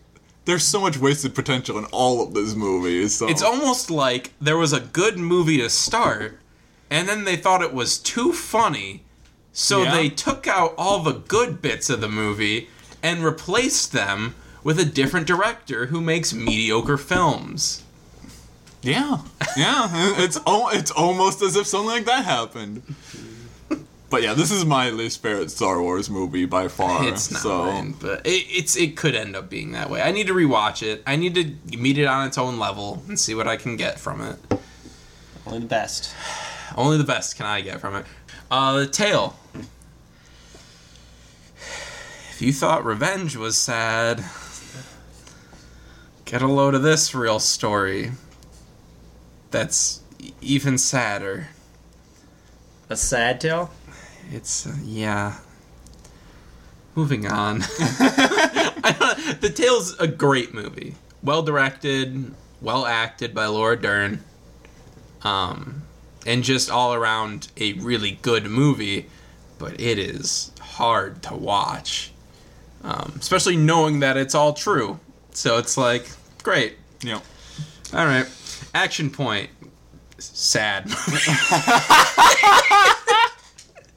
there's so much wasted potential in all of these movies. So. It's almost like there was a good movie to start, and then they thought it was too funny, so Yeah. they took out all the good bits of the movie and replaced them with a different director who makes mediocre films. Yeah, yeah. It's al- it's almost as if something like that happened. But yeah, this is my least favorite Star Wars movie by far. It's not so mine, but it, it's it could end up being that way. I need to rewatch it. I need to meet it on its own level and see what I can get from it. Only the best. Only the best can I get from it. Uh, the tail. If you thought revenge was sad, get a load of this real story. That's e- even sadder. A sad tale. It's uh, yeah. Moving on. I don't- the Tale's a great movie. Well directed, well acted by Laura Dern. Um and just all around a really good movie, but it is hard to watch. Um, especially knowing that it's all true. So it's like, great. you know, All right. Action point. S- Sad.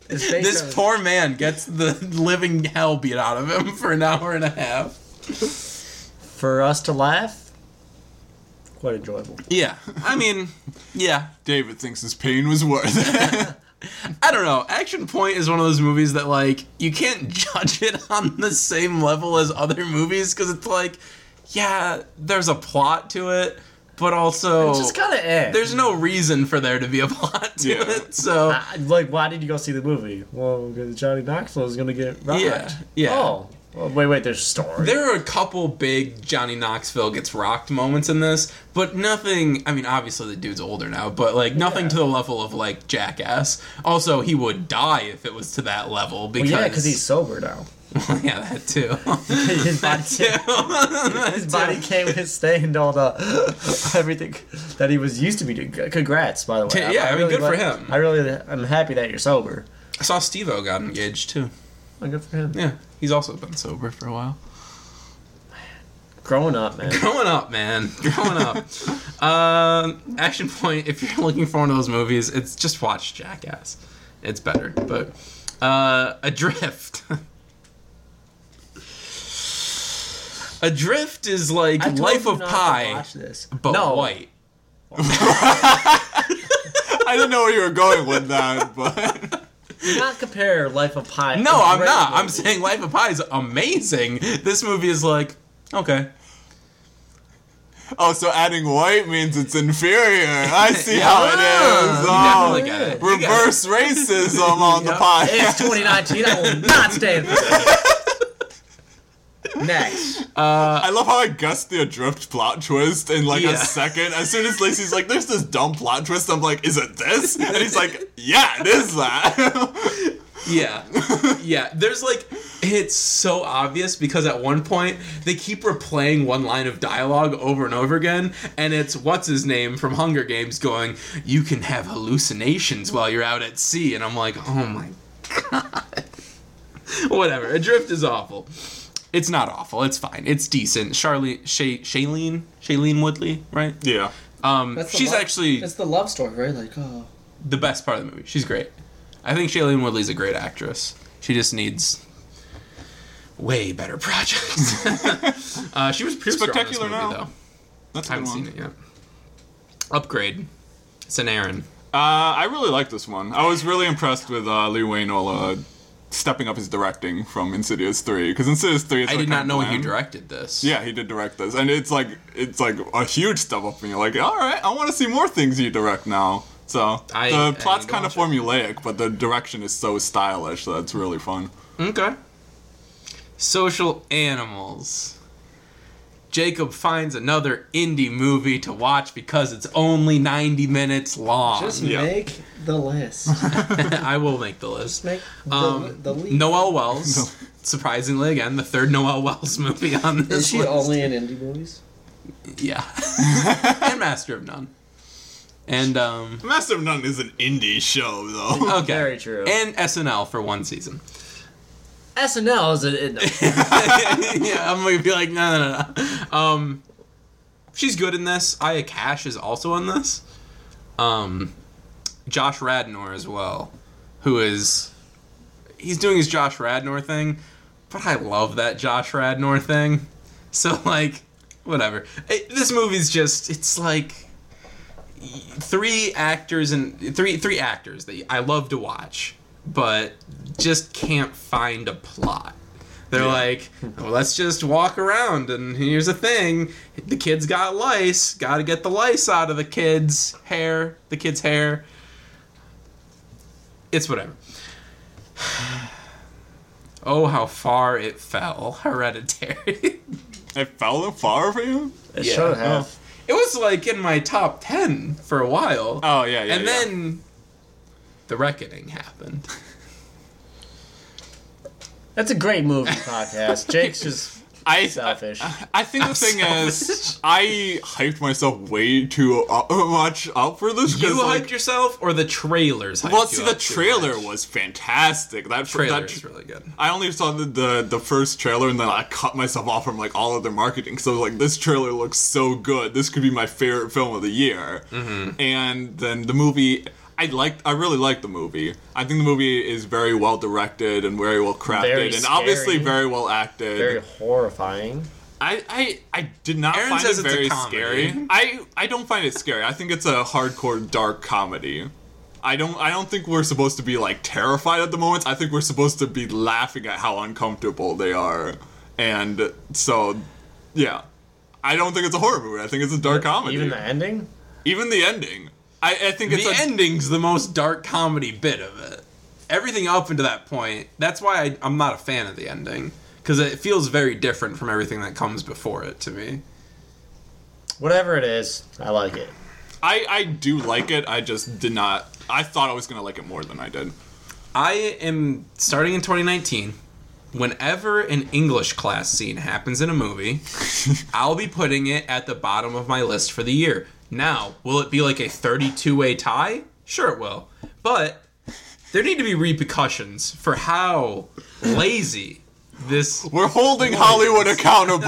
It's based on- this poor man gets the living hell beat out of him for an hour and a half. for us to laugh. Quite enjoyable. Yeah, I mean, yeah, David thinks his pain was worth it. I don't know. Action Point is one of those movies that like you can't judge it on the same level as other movies because it's like, yeah, there's a plot to it, but also It's just kind of eh. Oh, there's no reason for there to be a plot to Yeah. it. So I- like, why did you go see the movie? Well, because Johnny Knoxville is gonna get robbed. Yeah, yeah. Oh, well, wait, wait. There's a story. There are a couple big Johnny Knoxville gets rocked moments in this, but nothing. I mean, obviously the dude's older now, but like nothing Yeah. to the level of like Jackass. Also, he would die if it was to that level because Well, yeah, because he's sober now. yeah that too. His body, that can't, too. his body can't withstand all the everything that he was used to be doing. Congrats, by the way. Yeah, I mean, good for glad- him. I really, I'm happy that you're sober. I saw Stevo got engaged too. Well, good for him. Yeah, he's also been sober for a while. Growing up, man. Growing up, man. Growing up. um, action point. If you're looking for one of those movies, it's just watch Jackass. It's better. But uh, Adrift. Adrift is like I told Life you of not to Pi, Watch this. but no, white. I didn't know where you were going with that, but do not compare Life of Pi. No, a I'm great not. I'm movie. saying Life of Pi is amazing. This movie is like okay. oh, so adding white means it's inferior. I see how it is. You definitely Oh, got it. You got it. reverse racism on the Yep. podcast. It's 2019. I will not stand for this. Next. I love how I guessed the adrift plot twist in like Yeah. a second. As soon as Lacey's like, "There's this dumb plot twist," I'm like, "Is it this?" And he's like, "Yeah, it is that." Yeah. Yeah. There's like, it's so obvious because at one point they keep replaying one line of dialogue over and over again. And it's what's his name from Hunger Games going, You can have hallucinations while you're out at sea. And I'm like, Oh my God. Whatever. Adrift is awful. It's not awful. It's fine. It's decent. Charlene, Shay, Shailene, Shailene Woodley, right? yeah. Um, she's actually the love story, right? Like, oh. the best part of the movie. She's great. I think Shailene Woodley's a great actress. She just needs way better projects. uh, she was a producer Spectacular on this movie, Now. though. That's a I good haven't one. seen it yet. Upgrade. It's an Aaron. Uh, I really like this one. I was really impressed with uh, Lee Waynola stepping up his directing from Insidious Three because Insidious Three. Is I did not know he directed this. Yeah, he did direct this, and it's like it's like a huge step up for me. Like, all right, I want to see more things you direct now. So I- I the need plot's to kind of watch it. formulaic, but the direction is so stylish that it's really fun. Okay. Social animals. Jacob finds another indie movie to watch because it's only 90 minutes long. Just Yeah. make the list. I will make the list. Make the, Um, the lead. Noel Wells, surprisingly again, the third Noel Wells movie on this Is she list. only in indie movies? yeah, and Master of None, and um, Master of None is an indie show, though. okay, Very true. and SNL for one season. SNL is a, it, yeah, I'm gonna be like, no, no, no, no. Um, she's good in this. Aya Cash is also in this. Um, Josh Radnor as well, who is he's doing his Josh Radnor thing, but I love that Josh Radnor thing. So like, whatever. It, this movie's just it's like three actors and three three actors that I love to watch, but just can't find a plot. They're like, well, let's just walk around, and here's the thing: the kids got lice. Got to get the lice out of the kids' hair. The kids' hair. It's whatever. Oh, how far it fell! Hereditary. it fell far for you. it Yeah. should have. it was like in my top ten for a while. Oh yeah, yeah. and yeah. then the reckoning happened. That's a great movie podcast. Jake's just I selfish. I think the thing is, I hyped myself way too uh, much up for this. 'cause, You like, hyped yourself, or the trailers? Hyped well, you see, the up too trailer much? was fantastic. That Trailer that, is really good. I only saw the, the the first trailer and then I cut myself off from like all of their marketing. So like this trailer looks so good. This could be my favorite film of the year. Mm-hmm. And then the movie, I liked. I really liked the movie. I think the movie is very well directed and very well crafted Very and scary. obviously very well acted. Very horrifying. I, I I did not Aaron find says it it's a very comedy. scary. I I don't find it scary. I think it's a hardcore dark comedy. I don't I don't think we're supposed to be like terrified at the moment. I think we're supposed to be laughing at how uncomfortable they are. And so yeah. I don't think it's a horror movie. I think it's a dark comedy. Even the ending? Even the ending. I, I think it's the a, ending's the most dark comedy bit of it. Everything up into that point, that's why I, I'm not a fan of the ending because it feels very different from everything that comes before it to me. Whatever it is, I like it. I, I do like it. I just did not I thought I was gonna like it more than I did. I am starting in 2019. Whenever an English class scene happens in a movie, I'll be putting it at the bottom of my list for the year. Now, will it be like a 32 way tie? Sure, it will. But there need to be repercussions for how lazy this. We're holding Hollywood accountable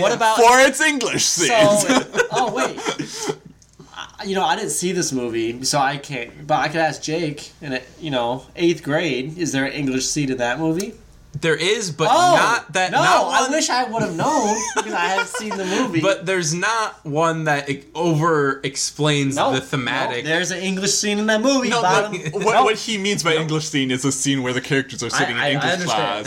what about- for its English scenes. So, oh wait. I- You know, I didn't see this movie, so I can't. But I could ask Jake. And you know, eighth grade, is there an English seat in that movie? There is, but Oh, not that. No, not I one- wish I would have known because I haven't seen the movie. But there's not one that over explains no, the thematic. no, there's an English scene in that movie. No, bottom. like, what, what he means by English scene is a scene where the characters are sitting I- I in English understand.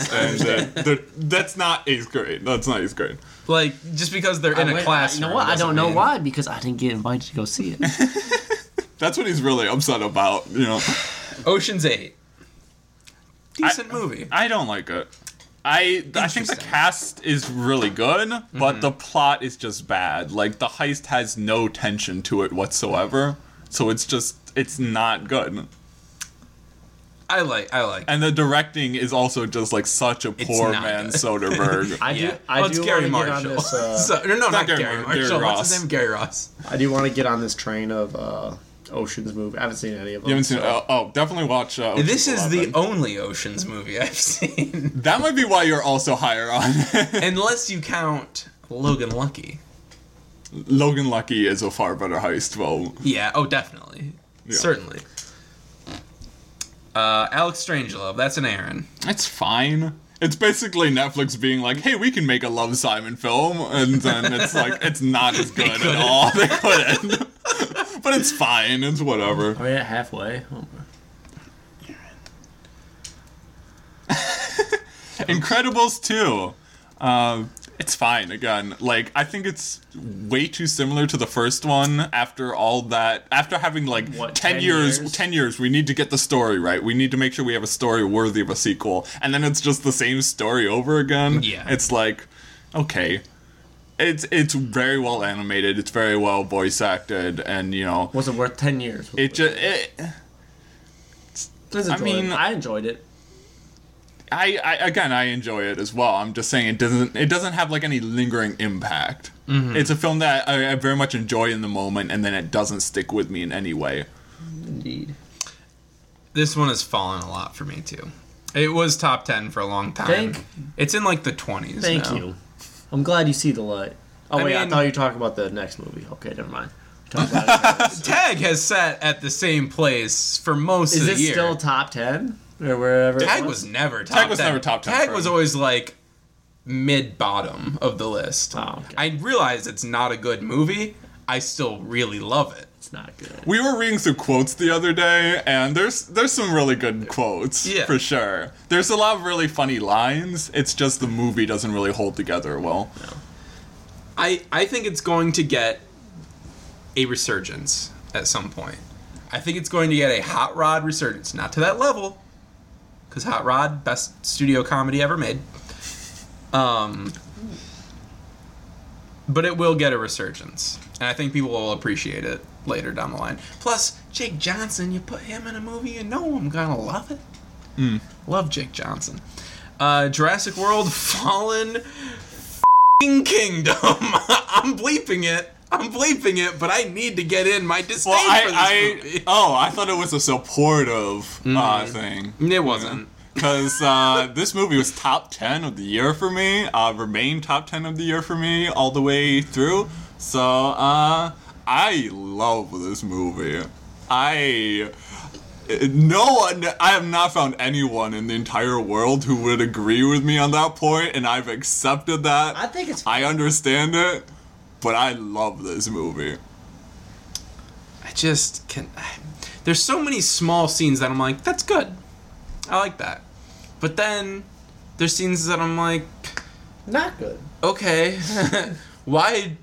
class, and uh, they're- that's not eighth grade. That's not eighth grade. like, just because they're in a class. You know what? I don't know why because I didn't get invited to go see it. That's what he's really upset about. You know, Ocean's Eight. Decent movie. I don't like it. I I think the Interesting. Mm-hmm. cast is really good, but the plot is just bad. Like the heist has no tension to it whatsoever, so it's just it's not good. I like. I like. And the directing is also just like such a poor not man good. Soderbergh. I yeah. do. I oh, do it's wanna Gary Get on Marshall. this, uh, so, no, no, not, Gary Gary, Mar- Gary Marshall. What's Ross. his name? Gary Ross. I do want to get on this train of uh, Ocean's movie. I haven't seen any of them. You haven't seen? so- Oh, oh, definitely watch. Uh, This Ocean's is Eleven. the only Ocean's movie I've seen, That might be why you're also higher on. unless you count Logan Lucky. Logan Lucky is a far better heist film. Yeah. Oh, definitely. Yeah. Certainly. Uh, Alex Strangelove. That's an Aaron. It's fine. It's basically Netflix being like, "Hey, we can make a Love Simon film," and then it's like it's not as good at all. They couldn't, but it's fine. It's whatever. Oh. Oh, Are we at halfway? Incredibles 2. Um, it's fine again. Like I think it's way too similar to the first one after all that after having like What, 10, 10 years, years? 10 years we need to get the story right. We need to make sure we have a story worthy of a sequel. And then it's just the same story over again. Yeah. It's like okay. It's it's very well animated. It's very well voice acted and you know Was it worth ten years? it just it, It was enjoyable. mean- I enjoyed it. I, I again I enjoy it as well. I'm just saying it doesn't it doesn't have like any lingering impact. Mm-hmm. It's a film that I, I very much enjoy in the moment, and then it doesn't stick with me in any way. Indeed. This one has fallen a lot for me too. It was top ten for a long time. Thank- it's in like the twenties. Thank you. I'm glad you see the light. Oh I wait, I mean- thought you were talking about the next movie. Okay, never mind. We're talking about it. Tag has sat at the same place for most Is of the this year. still top ten or wherever? it Tag was never top. Tag was never top 10 Tag for was him. always like mid bottom of the list. Oh, okay. I realize it's not a good movie. I still really love it. It's not good. We were reading through quotes the other day, and there's there's some really good quotes Yeah. for sure. There's a lot of really funny lines. It's just the movie doesn't really hold together well. I I think it's going to get a resurgence at some point. I think it's going to get a Hot Rod resurgence, not to that level, because Hot Rod best studio comedy ever made. Um, but it will get a resurgence, and I think people will appreciate it later down the line. Plus, Jake Johnson, you put him in a movie, you know I'm gonna love it. Hmm. Love Jake Johnson. Uh, Jurassic World Fallen f***ing Kingdom. I'm bleeping it. I'm bleeping it, but I need to get in my disdain Well, for this I, I movie. Mm-hmm. oh I thought it was a supportive uh, thing. It wasn't. because uh, this movie was top 10 of the year for me uh, remained top 10 of the year for me all the way through so uh, i love this movie i no one i have not found anyone in the entire world who would agree with me on that point and i've accepted that I think it's. i understand it but i love this movie I just can. There's so many small scenes that I'm like, that's good. I like that. But then there's scenes that I'm like, Not good. okay, why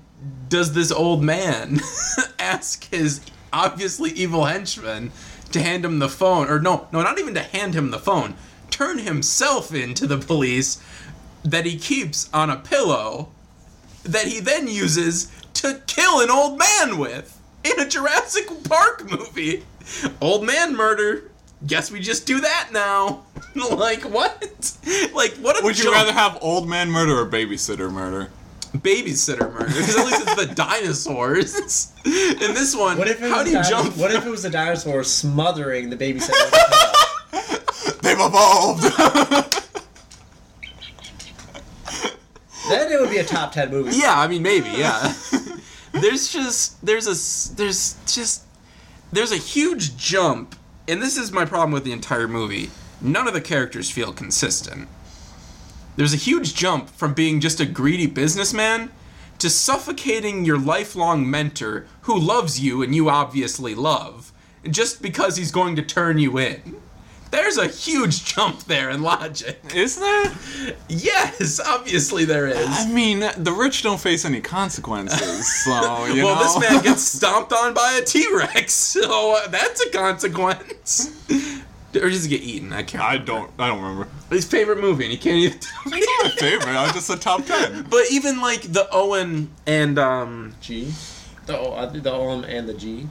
does this old man ask his obviously evil henchman to hand him the phone? Or no, no, not even to hand him the phone. Turn himself in to the police that he keeps on a pillow that he then uses to kill an old man with in a Jurassic Park movie. Old man murder. Guess we just do that now. like what? Like what a would you joke rather have old man murder or babysitter murder babysitter murder because at least it's the dinosaurs. In this one, What if it how was do you a dino- jump? What if it was a dinosaur smothering the babysitter? they've evolved then it would be a top ten movie. yeah, I mean maybe. Yeah, there's just there's a s- there's just there's a huge jump, and this is my problem with the entire movie. None of the characters feel consistent. There's a huge jump from being just a greedy businessman to suffocating your lifelong mentor who loves you and you obviously love just because he's going to turn you in. There's a huge jump there in logic. is there Yes, obviously there is. I mean, the rich don't face any consequences, so you well, know. this man gets stomped on by a T Rex, so uh, that's a consequence. or does he get eaten? I can't. I remember. don't. I don't remember. His favorite movie, and he can't even. Tell me. Favorite. I just said top ten. but even like the Owen and um, G. The O, uh, the O and the G.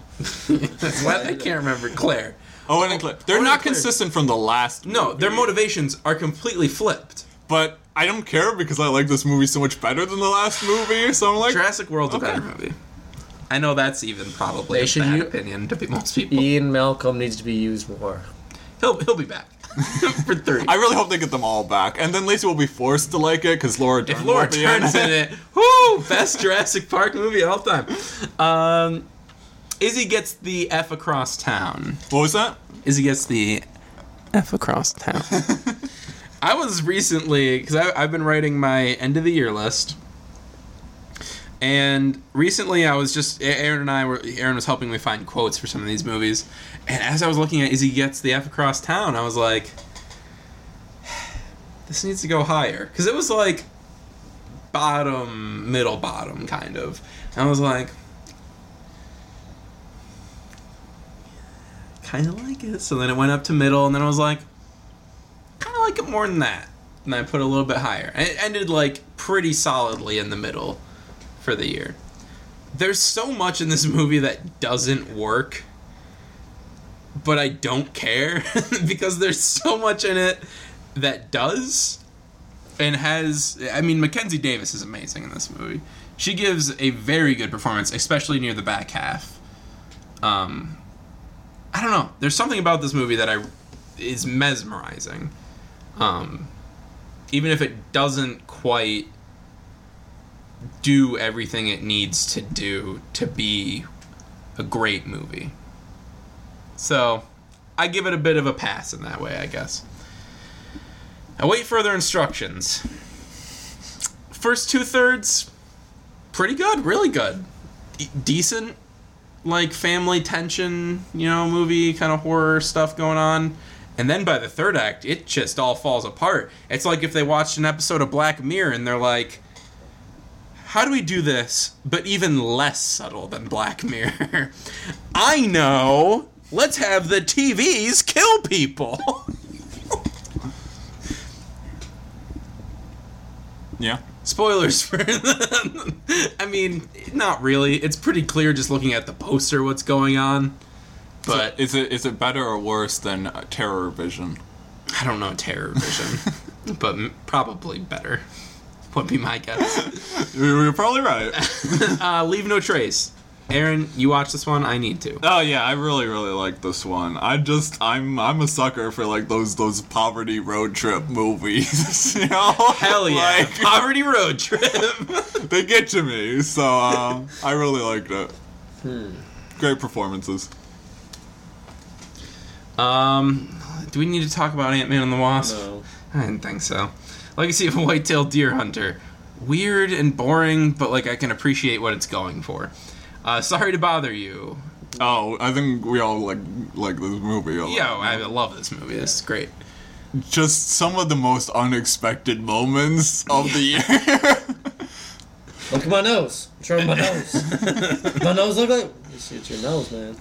what? I can't remember Claire. Oh, and Claire. They're and not Claire. consistent from the last. No, movie, their motivations are completely flipped. But I don't care because I like this movie so much better than the last movie. So I'm like, Jurassic World's Okay. a better movie. I know that's even probably They a should bad u- E- opinion to be most people. Ian Malcolm needs to be used more. He'll he'll be back for three. I really hope they get them all back, and then Lacey will be forced to like it because Laura. If Dern Laura will be in Dern's in it, whoo, best Jurassic Park movie of all time. Um, Izzy gets the F across town. What was that? Izzy gets the F across town. I was recently because I've been writing my end of the year list, and recently I was just A- Aaron and I were Aaron was helping me find quotes for some of these movies, and as I was looking at Izzy Gets the F Across Town, I was like, this needs to go higher because it was like bottom, middle bottom kind of, and I was like. Kind of like it. So then it went up to middle, and then I was like, kind of like it more than that. And I put it a little bit higher. And it ended like pretty solidly in the middle for the year. There's so much in this movie that doesn't work, but I don't care because there's so much in it that does and has. I mean, Mackenzie Davis is amazing in this movie. She gives a very good performance, especially near the back half. Um, I don't know. There's something about this movie that I is mesmerizing. Um, even if it doesn't quite do everything it needs to do to be a great movie. So, I give it a bit of a pass in that way, I guess. Await further instructions. First two thirds, pretty good, really good. E- decent, like family tension, you know, movie kind of horror stuff going on. And then by the third act, it just all falls apart. It's like if they watched an episode of Black Mirror and they're like, how do we do this, but even less subtle than Black Mirror? I know! Let's have the TVs kill people! Yeah. Spoilers for them. I mean, not really. It's pretty clear just looking at the poster what's going on. But But is it is it better or worse than uh, Terror Vision? I don't know Terror Vision, but m- probably better. Would be my guess. You're probably right. Uh, Leave No Trace. Aaron, you watch this one. I need to. oh yeah, I really really like this one. I just I'm I'm a sucker for like those those poverty road trip movies. you know? Hell yeah! Like, Poverty Road Trip. they get to me. So um, I really liked it. Hmm. Great performances. um, do we need to talk about Ant Man and the Wasp? No. I didn't think so. Legacy of a White-tailed Deer Hunter. Weird and boring, but like I can appreciate what it's going for. Uh, sorry to bother you. Oh, I think we all like like this movie. a lot. Yo, I love this movie. This is great. just some of the most unexpected moments of the year. Look at my nose. Show my nose. my nose look like. It's, it's your nose, man.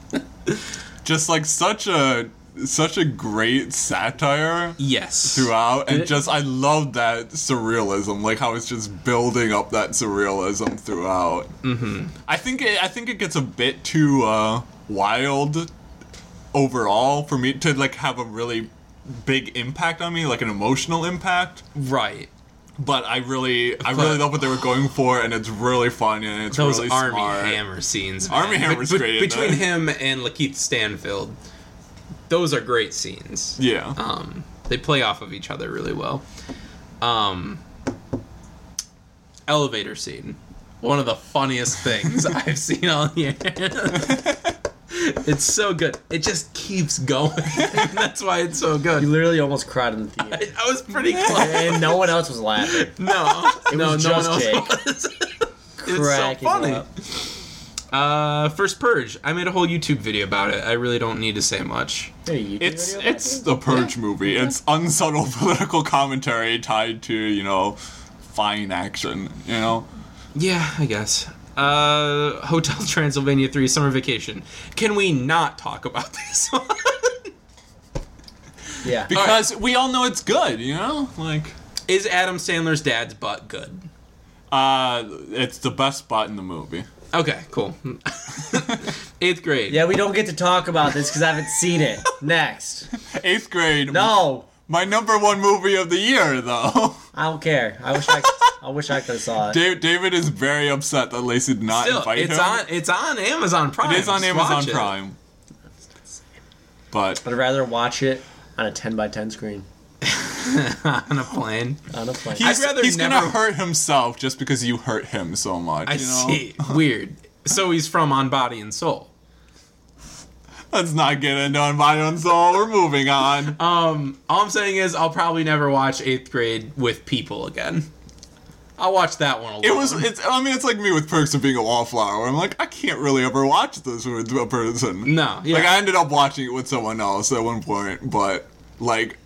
just like such a such a great satire Yes. throughout and it- just I love that surrealism like how it's just building up that surrealism throughout. Mhm. I think it, I think it gets a bit too uh wild overall for me to like have a really big impact on me like an emotional impact Right. but I really I really love what they were going for, and it's really fun and it's Those really Army smart. Hammer scenes. Armie Hammer's Bet- great in Between that. him and Lakeith Stanfield, those are great scenes. Yeah, Um, they play off of each other really well. Um, elevator scene. One of the funniest things I've seen all year. it's so good. It just keeps going. That's why it's so You good. literally almost cried in the theater, I was pretty close. and no one else was laughing. No, It no, was no one just else Jake. was. it's so Cracking funny. up. Uh, first purge. I made a whole YouTube video about it. I really don't need to say much. Hey, you do it's video about it's the Purge movie. It's unsubtle political commentary tied to you know fine action. You know, Yeah, I guess. Uh, Hotel Transylvania Three: Summer Vacation. Can we not talk about this one? that? Yeah. because we all know it's good. You know, like Is Adam Sandler's dad's butt good? uh, it's the best spot in the movie. Okay, cool. Eighth grade. Yeah, we don't get to talk about this because I haven't seen it. Next. Eighth grade. No, my number one movie of the year though. I don't care. I wish I, I wish I could have saw it. Da- David is very upset that Lacey did not Still, invite it's him. on. It's on Amazon Prime. it is on Just Amazon watch it. Prime. But I'd rather watch it on a 10 by 10 screen on a plane. on a plane. He's, I'd rather he's never- gonna hurt himself just because you hurt him so much. I you know? see. Weird. So he's from On Body and Soul. Let's not get into Environment Soul. We're moving on. Um, all I'm saying is I'll probably never watch eighth grade with people again. I'll watch that one. Alone. It was. It's. I mean, it's like me with Perks of Being a Wallflower. I'm like, I can't really ever watch this with a person. no, yeah, Like I ended up watching it with someone else at one point, but like,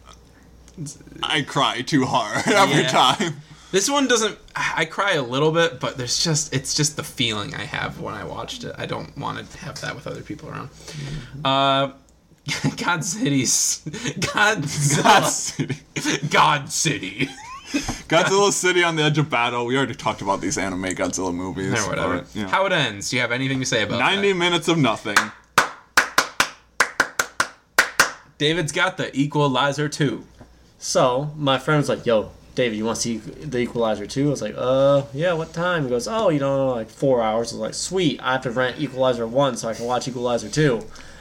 I cry too hard every Yeah. time. this one doesn't. I cry a little bit, but there's just it's just the feeling I have when I watched it. I don't want to have that with other people around. Uh, God cities, God, God God, City. God city. Godzilla City on the Edge of Battle. We already talked about these anime Godzilla movies. or whatever. but, you know. How it ends. Do you have anything to say about 90 that? minutes of nothing. David's got the Equalizer too. So my friend was like, "Yo, David, you want to see The Equalizer too?" I was like, "Uh, yeah. What time?" He goes, "Oh, you know, like four hours." I was like, "Sweet, I have to rent Equalizer one so I can watch Equalizer 2.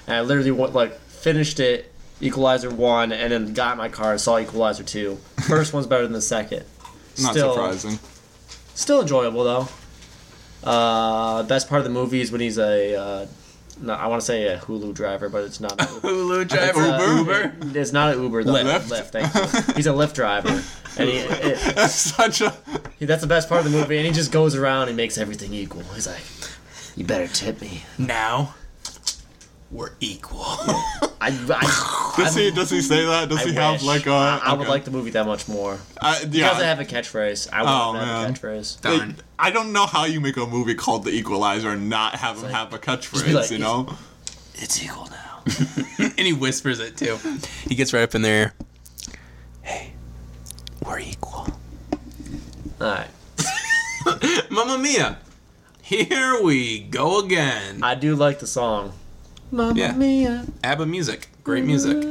And I literally went, like finished it, Equalizer one, and then got in my car and saw Equalizer two. First one's better than the second. Not Still- surprising. Still enjoyable though. Uh, best part of the movie is when he's a, uh, no, I want to say a Hulu driver, but it's not. Hulu. Hulu driver, Uber? Uber. It's not an Uh, Uber though. Lyft. Lyft, thank you. He's a Lyft driver, and he, it, That's such a. He- That's the best part of the movie, and he just goes around and makes everything equal. He's like, "You better tip me." Now we're equal. I, I, Does he, does he say that? Does I he wish. have like a? I, I would okay. like the movie that much more I, yeah. because I have a catchphrase. I Oh, want to have man. a catchphrase. Like, Darn. I don't know how you make a movie called The Equalizer and not have him like- have a be catchphrase, like, you know? It's equal now. and he whispers it too. He gets right up in there. Hey, we're equal. All right, Mamma Mia. Here we go again. I do like the song. Mamma Yeah. mia. ABBA music. Great music.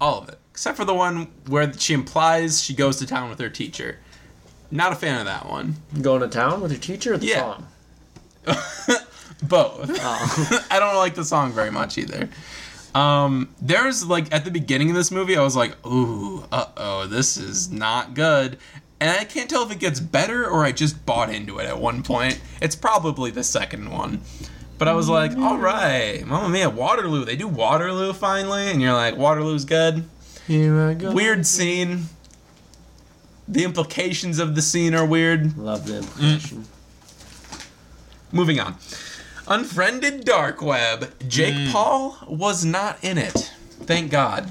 All of it. Except for the one where she implies she goes to town with her teacher. Not a fan of that one. Going to town with your teacher. Or the Yeah. song. Both. I don't like the song very much either. Um, there's like at the beginning of this movie, I was like, ooh, uh oh, this is not good. And I can't tell if it gets better or I just bought into it at one point. It's probably the second one. But I was like, all right, Mamma Mia, Waterloo. They do Waterloo finally. And you're like, Waterloo's good. Here I go. Weird scene. The implications of the scene are weird. Love the implication. Moving on. Unfriended Dark Web. Jake Hmm. Paul was not in it. Thank God.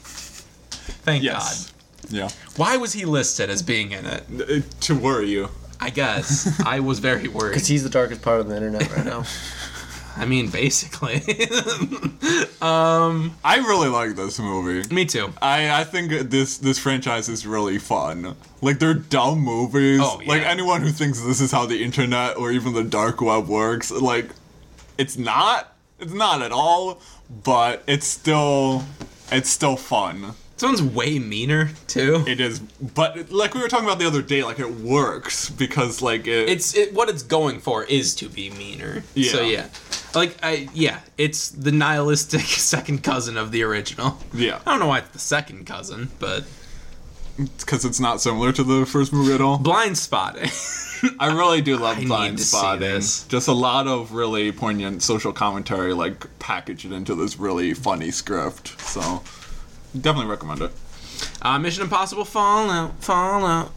Thank Yes. Yeah. God. Why was he listed as being in it? Uh, To worry you. I guess. I was very worried. Because he's the darkest part of the internet right now. I mean, basically. I really like this movie. Me too. I, I think this this franchise is really fun. Like they're dumb movies. Oh, yeah. Like anyone who thinks this is how the internet or even the dark web works, like it's not. It's not at all, but it's still it's still fun. This one's way meaner, too. It is but like we were talking about the other day, like it works because like it, it's it, what it's going for is to be meaner. So Yeah. yeah, like I yeah, it's the nihilistic second cousin of the original. Yeah. I don't know why it's the second cousin, but because it's not similar to the first movie at all. blind spotting. I really do love need blind to see spotting. this. Just a lot of really poignant social commentary, like packaged into this really funny script. So definitely recommend it. uh, Mission Impossible Fallout, Fallout.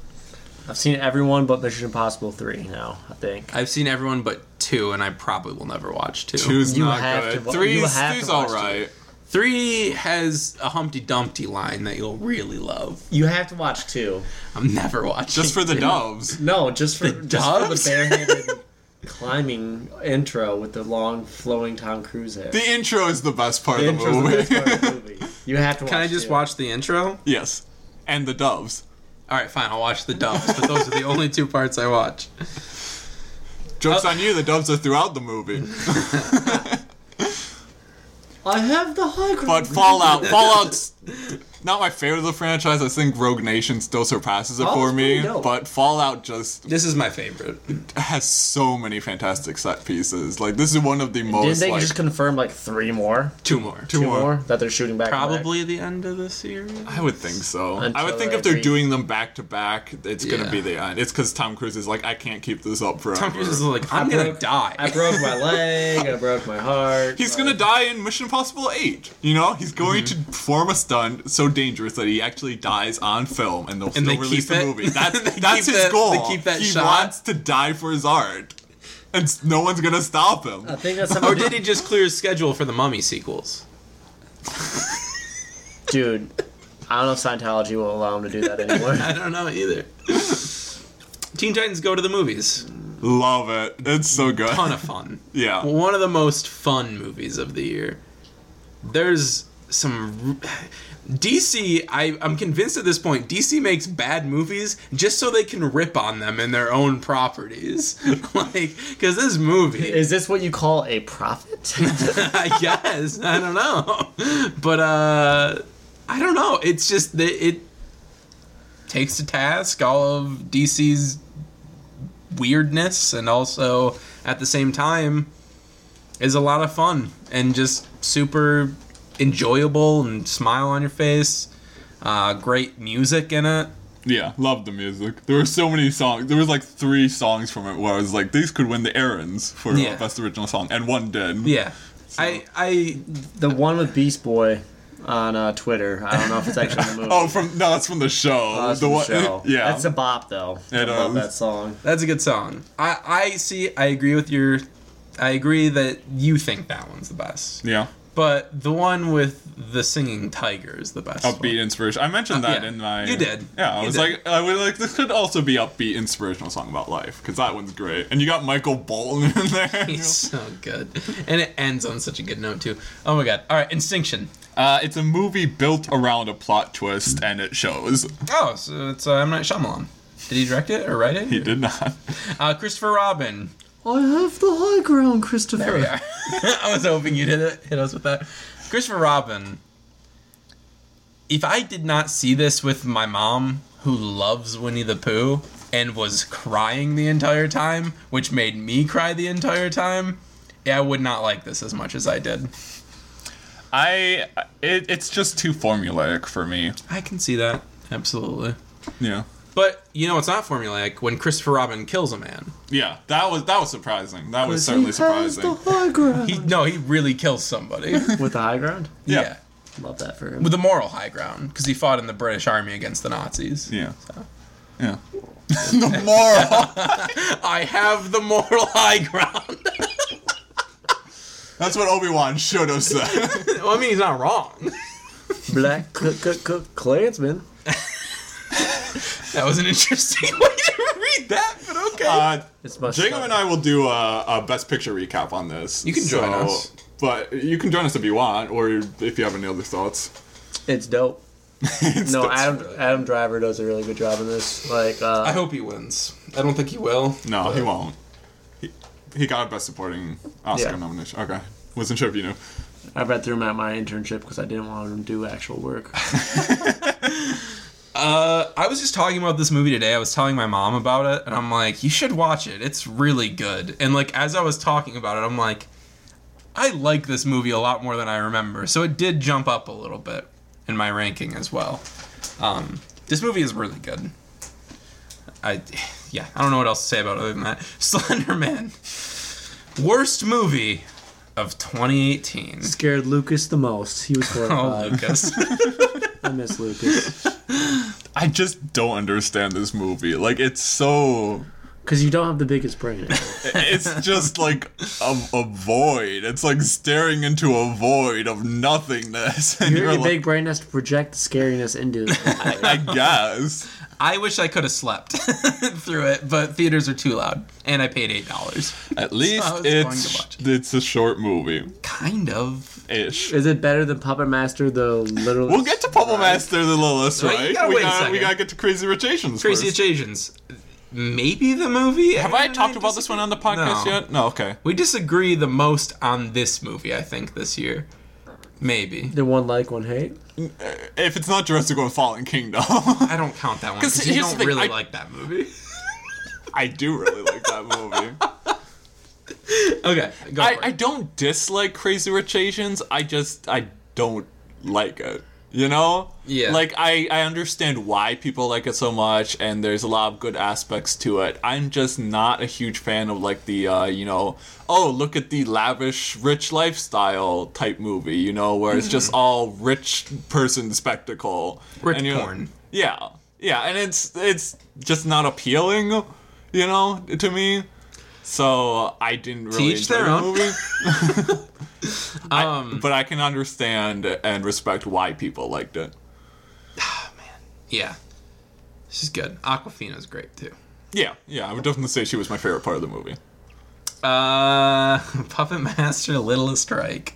I've seen everyone but Mission Impossible three now. I think. I've seen everyone but two, and I probably will never watch two. Two's You not have to good. wa- three's you have to three's all watch right. Three has a Humpty Dumpty line that you'll really love. You have to watch two. I'm never watching. Just for the two. doves. No, just for just for doves? the barehanded climbing intro with the long flowing Tom Cruise hair. The intro is the best part The of the intro's movie. best part of the movie. You have to. Watch Can I just it. watch the intro? yes, and the doves. All right, fine. I'll watch the doves, but those are the only two parts I watch. Jokes Uh, on you. The doves are throughout the movie. I have the high ground. But Fallout, Fallout's not my favorite of the franchise. I think Rogue Nation still surpasses it Oh, for it's me. pretty dope. But Fallout just This is my favorite. has so many fantastic set pieces. Like this is one of the most. Didn't they like, just confirm like three more? Two more. Two, more. more? that they're shooting back. to back? Probably the end of the series. I would think so. I Until would think I if they're agree. doing them back to back, it's Yeah. gonna be the end. It's because Tom Cruise is like, I can't keep this up forever. Tom Cruise is like, I'm I gonna broke- die. I broke my leg. I broke my heart. He's like- gonna die in Mission Impossible 8. You know, he's going Mm-hmm. to perform a stunt so dangerous that he actually dies on film and they'll still they release keep the it? movie. That's, They that's keep his that- goal. they keep that he shot? wants to die for his art. And s- no one's gonna stop him. I think that's something. or did he just clear his schedule for the Mummy sequels? Dude, I don't know if Scientology will allow him to do that anymore. I don't know either. Teen Titans Go to the Movies. Love it. It's so good. Ton of fun. yeah. One of the most fun movies of the year. There's some. DC, I, I'm convinced at this point, DC makes bad movies just so they can rip on them in their own properties. like, because this movie. Is this what you call a profit? I guess I don't know, but uh, I don't know. It's just that it takes to task all of DC's weirdness, and also at the same time is a lot of fun and just super enjoyable and smile on your face. Uh, great music in it. Yeah. Love the music. There were so many songs. There was like three songs from it where I was like, these could win the errands for uh, Yeah. Best Original Song. And one did. Yeah, I I the one with Beast Boy on uh, Twitter. I don't know if it's actually in the movie. Oh, from no, that's from the show. Oh, it's the from the one- show. Yeah, That's a bop, though. I It love is. that song. That's a good song. I, I see. I agree with your. I agree that you think that one's the best, yeah. but the one with the singing tiger is the best. upbeat inspiration. I mentioned Uh, that yeah. in my. You did. Yeah, I You was did. like, I was like, this could also be upbeat inspirational song about life because that one's great. And you got Michael Bolton in there. One. It's so good, and it ends on such a good note too. Oh my god! All right, Instinction. Uh, it's a movie built around a plot twist, and it shows. Oh, so it's uh, M Night Shyamalan. Did he direct it or write it? He did not. Uh, Christopher Robin. I have the high ground, Christopher. There we are. I was hoping you'd hit, it, hit us with that. Christopher Robin. If I did not see this with my mom, who loves Winnie the Pooh and was crying the entire time, which made me cry the entire time, yeah, I would not like this as much as I did. I. It, it's just too formulaic for me. I can see that. Absolutely. Yeah. But you know it's not formulaic when Christopher Robin kills a man. Yeah, that was that was surprising. That was certainly surprising. high ground. He no, he really kills somebody. With the high ground? Yeah. yeah. Love that for him. With the moral high ground, because he fought in the British army against the Nazis. Yeah. Yeah. the moral. I have the moral high ground. That's what Obi Wan should have said. well, I mean, he's not wrong. Black c- c- c- Klansman. That was an interesting way to read that, but okay. Uh, It's much Jacob and I will do a, a best picture recap on this. You can join us. but you can join us if you want, or if you have any other thoughts. It's dope. It's No, just- Adam Adam Driver does a really good job in this. Like, I uh, hope he wins. I don't think he will. no, he won't. He, he got a best supporting Oscar Yeah. nomination. Okay, wasn't sure if you knew. I read through him at my internship because I didn't want him to do actual work. Uh, I was just talking about this movie today. I was telling my mom about it, and I'm like, you should watch it. It's really good. And, like, as I was talking about it, I'm like, I like this movie a lot more than I remember. So it did jump up a little bit in my ranking as well. Um, this movie is really good. I, yeah, I don't know what else to say about it other than that. Slender Man, worst movie of 2018. Scared Lucas the most. He was Oh, horrified. Lucas. I miss Lucas I just don't understand this movie. Like, it's so. because you don't have the biggest brain. It's just like a, a void. It's like staring into a void of nothingness. And Your you're like, big brain has to project the scariness into. I guess. I wish I could have slept through it, but theaters are too loud, and I paid eight dollars. At least was going to it's watch it's a short movie Kind of. ish. Is it better than Puppet Master? The literal. We'll get to Pummel Master the Lilith, Wait, you right? gotta we, wait a gotta, we second. gotta get to Crazy Rich Asians Crazy first. Asians. Maybe the movie. Have I talked about this one on the podcast No. yet? No, okay. We disagree the most on this movie, I think, this year. Maybe. The one like, one hate. Uh, If it's not Jurassic World Fallen Kingdom, I don't count that one 'Cause because you here's the don't thing, really I- like that movie. I do really like that movie. okay, go I, for I it. don't dislike Crazy Rich Asians. I just I don't like it. You know? Yeah. Like I I understand why people like it so much, and there's a lot of good aspects to it. I'm just not a huge fan of like the uh, you know oh look at the lavish rich lifestyle type movie. You know where it's just all rich person spectacle. Mm-hmm. Rich you- porn. Yeah, yeah, and it's it's just not appealing. You know to me. So I didn't really Teach enjoy their the own. movie. Um, But I can understand and respect why people liked it. yeah, she's good. Aquafina's great too. Yeah, yeah, I would definitely say she was my favorite part of the movie. Uh, Puppet Master, Littlest Strike.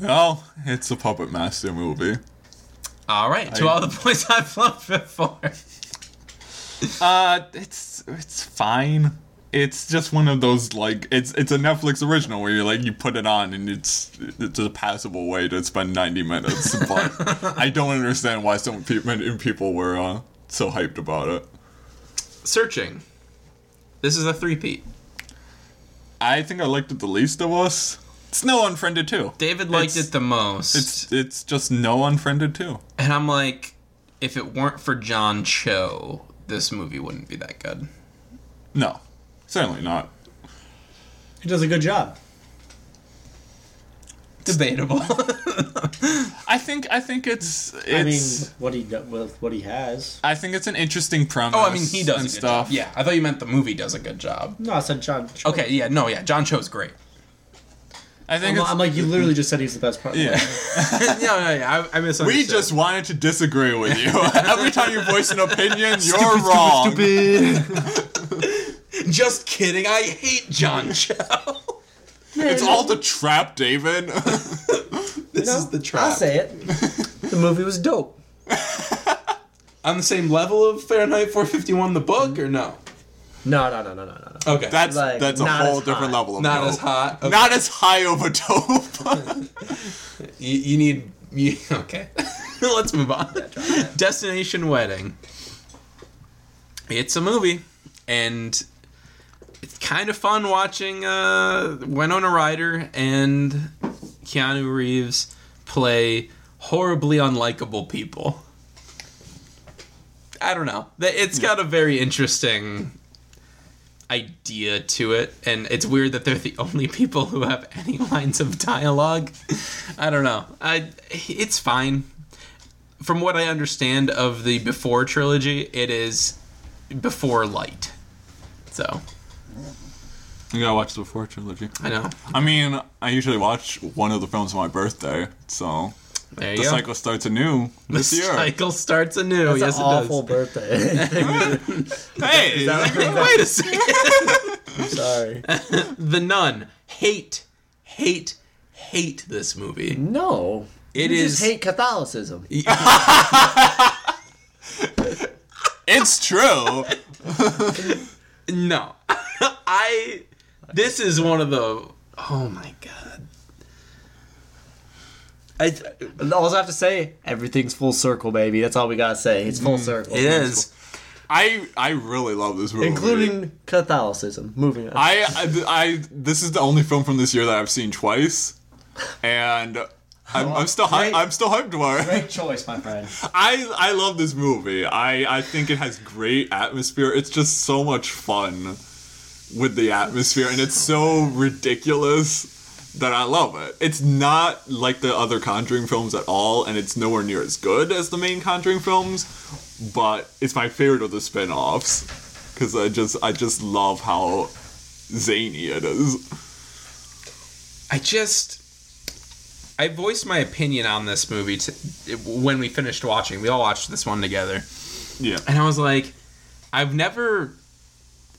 Well, it's a Puppet Master movie. All right, to I- all the points I've loved before. Uh, it's it's fine. It's just one of those like it's it's a Netflix original where you're like you put it on and it's it's a passable way to spend 90 minutes. But I don't understand why so pe- many people were uh, so hyped about it. Searching. This is a three-peat. I think I liked it the least of us. It's no unfriended too. David liked It's- it the most. It's it's just no unfriended too. And I'm like, if it weren't for John Cho, this movie wouldn't be that good. No, certainly not. He does a good job. Debatable. I think I think it's it's I, I mean, what he do- with what he has. think it's an interesting premise. oh, I mean, he does a and good stuff. job. Yeah, I thought you meant the movie does a good job. No, I said John. Cho. Okay, yeah, no, yeah, John Cho's great. I think I'm, it's, I'm like, you literally just said he's the best part. yeah. no, no, yeah, I, I misunderstood. We just wanted to disagree with you. Every time you voice an opinion, you're wrong. just kidding. I hate John Cho. It's all the trap, David. this No, is the trap. I'll say it. the movie was dope. On the same level of Fahrenheit 451, the book, or no? No, no, no, no, no, no. no. Okay, That's Like, that's a not as whole different hot. level of not dope. as hot. Okay, Not as high of a dope. you, you need. You, okay, let's move on. Destination Wedding. It's a movie, and it's kind of fun watching uh, Winona Ryder and Keanu Reeves play horribly unlikable people. I don't know. They- It's got a very interesting idea to it, and it's weird that they're the only people who have any lines of dialogue. I don't know. I it's fine. From what I understand of the before trilogy, it is before light. So you gotta watch the Four trilogy. I know. I mean, I usually watch one of the films on my birthday, so There you the go. cycle starts anew the this year. cycle starts anew. yes, That's an it awful does. birthday. Hey, Wait a second. I'm sorry. the Nun. Hate, hate, hate this movie. No. It you is. just hate Catholicism. it's true. No. I. This is one of the. Oh my god. I. All I have to say, everything's full circle, baby. That's all we gotta say. It's full circle. It is. I I really love this movie, Including Catholicism. Moving on. I, I I- this is the only film from this year that I've seen twice, and. I'm, I'm still hy- Great. I'm still hyped for it. Great choice, my friend. I I love this movie. I I think it has great atmosphere. It's just so much fun with the atmosphere, and it's so ridiculous that I love it. It's not like the other Conjuring films at all, and it's nowhere near as good as the main Conjuring films. But it's my favorite of the spin-offs because I just I just love how zany it is. I just. I voiced my opinion on this movie t- when we finished watching. We all watched this one together. Yeah, And I was like, I've never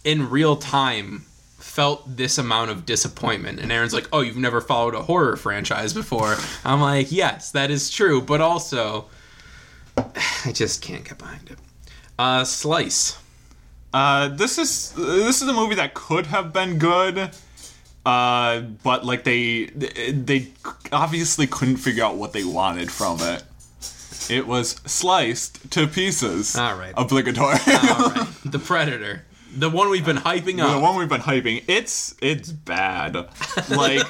in real time felt this amount of disappointment. And Aaron's like, Oh, you've never followed a horror franchise before. I'm like, Yes, that is true. But also, I just can't get behind it. Uh, Slice. Uh, this is this is a movie that could have been good, Uh, but like they they obviously couldn't figure out what they wanted from it. It was sliced to pieces. All right. Obligatory. All right. The Predator. The one we've been hyping The up. one we've been hyping, it's it's bad. Like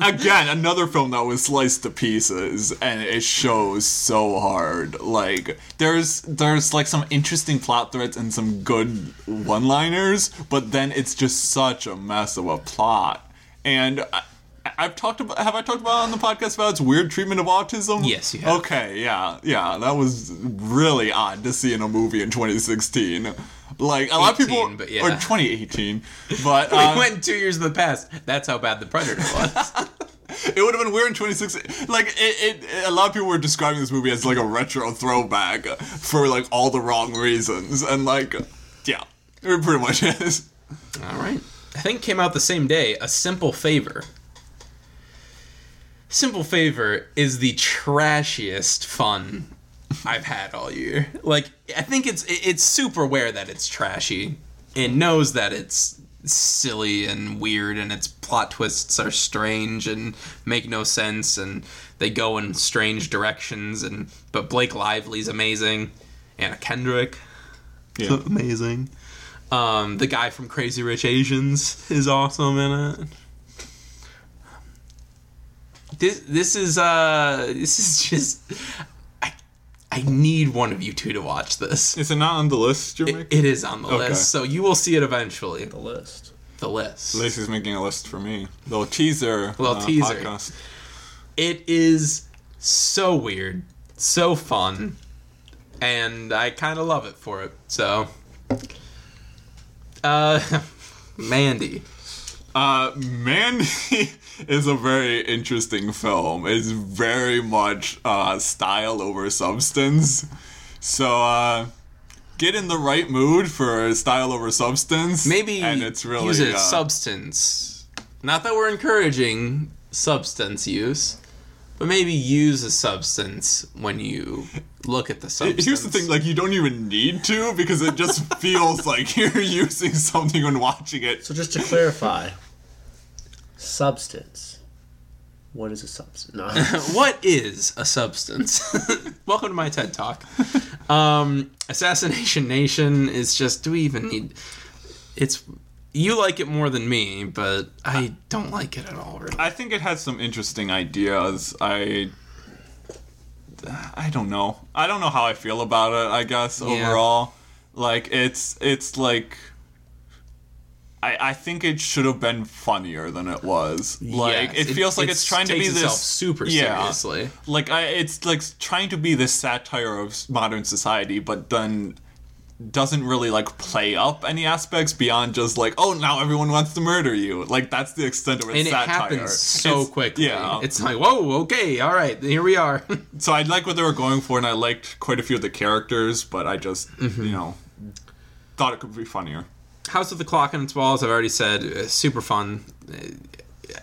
again, another film that was sliced to pieces and it shows so hard. Like there's there's like some interesting plot threads and some good one-liners, but then it's just such a mess of a plot. And I, I've talked about have I talked about on the podcast about its weird treatment of autism? Yes, you have. Okay, yeah. Yeah, that was really odd to see in a movie in 2016. Like a lot of people 18, but or yeah. 2018, but we um, went two years in the past. That's how bad the Predator was. it would have been weird in 2016. Like it, it, a lot of people were describing this movie as like a retro throwback for like all the wrong reasons, and like, yeah, it pretty much is. All right. I think it came out the same day. A Simple Favor. Simple Favor is the trashiest fun I've had all year. Like I think it's it- it's super aware that it's trashy and knows that it's silly and weird and its plot twists are strange and make no sense and they go in strange directions and but Blake Lively's amazing. Anna Kendrick Yeah. amazing. Um, the guy from Crazy Rich Asians is awesome in it. This this is uh this is just I I need one of you two to watch this. Is it not on the list you're It, making? it is on the Okay. list, so you will see it eventually. The list. The list. Lacey's making a list for me. Little teaser. Little uh, teaser. Podcast. It is so weird, so fun, and I kind of love it for it. So, uh, Mandy. Uh, Mandy is a very interesting film. It's very much uh, style over substance. So uh, get in the right mood for style over substance. Maybe and it's really use a uh, substance. Not that we're encouraging substance use, but maybe use a substance when you look at the substance. Here's the thing, like you don't even need to because it just feels like you're using something when watching it. So just to clarify, substance. What is a substance? No. what is a substance? Welcome to my TED Talk. Um, Assassination Nation is just. Do we even need? It's you like it more than me, but I don't like it at all. Really. I think it has some interesting ideas. I I don't know. I don't know how I feel about it, I guess, overall. Like it's it's like I, I think it should have been funnier than it was. Like Yes, it feels like it's, trying to takes be this itself super yeah. seriously. Like I it's like trying to be this satire of s- modern society, but then doesn't really like play up any aspects beyond just like oh now everyone wants to murder you like that's the extent of its and it satire happens so It's- quickly. yeah It's like, whoa, okay, all right, here we are. so I like what they were going for, and I liked quite a few of the characters, but I just Mm-hmm. you know thought it could be funnier. House of the Clock and its Walls, I've already said, uh, super fun. Uh,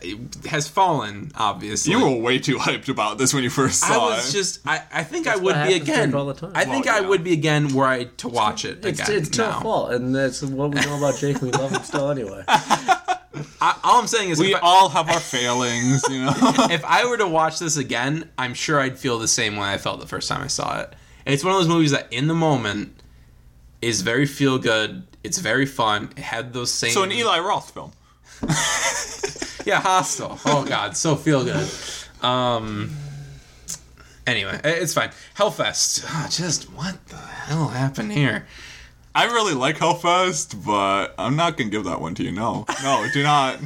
It has fallen, obviously. You were way too hyped about this when you first I saw was it. just, I, I think I would what be happens to again. people all the time. I think Well, I yeah. would be again were I to watch it It's, again. it's Tim's now. fault, and that's what we know about Jake. We love him still anyway. I, all I'm saying is, we if, I, all have our failings, you know. if I were to watch this again, I'm sure I'd feel the same way I felt the first time I saw it. It's one of those movies that, in the moment, is very feel good. It's very fun. It had those same. so an Eli Roth film. Yeah, hostile. Oh god, so feel good. Um. Anyway, i- it's fine. Hellfest. Ah, just what the hell happened here? I really like Hellfest, but I'm not gonna give that one to you. No, no, do not.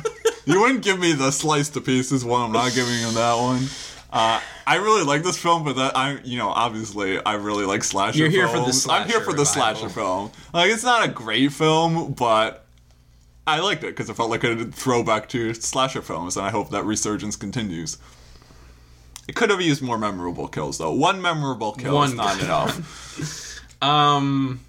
you wouldn't give me the slice to pieces one. I'm not giving you that one. Uh, I really like this film, but that I, you know, obviously I really like slasher. You're here for the films. I'm here slasher for the revival. slasher film. Like it's not a great film, but I liked it because it felt like a throwback to slasher films, and I hope that resurgence continues. It could have used more memorable kills though. One memorable kill is One. not enough. Um,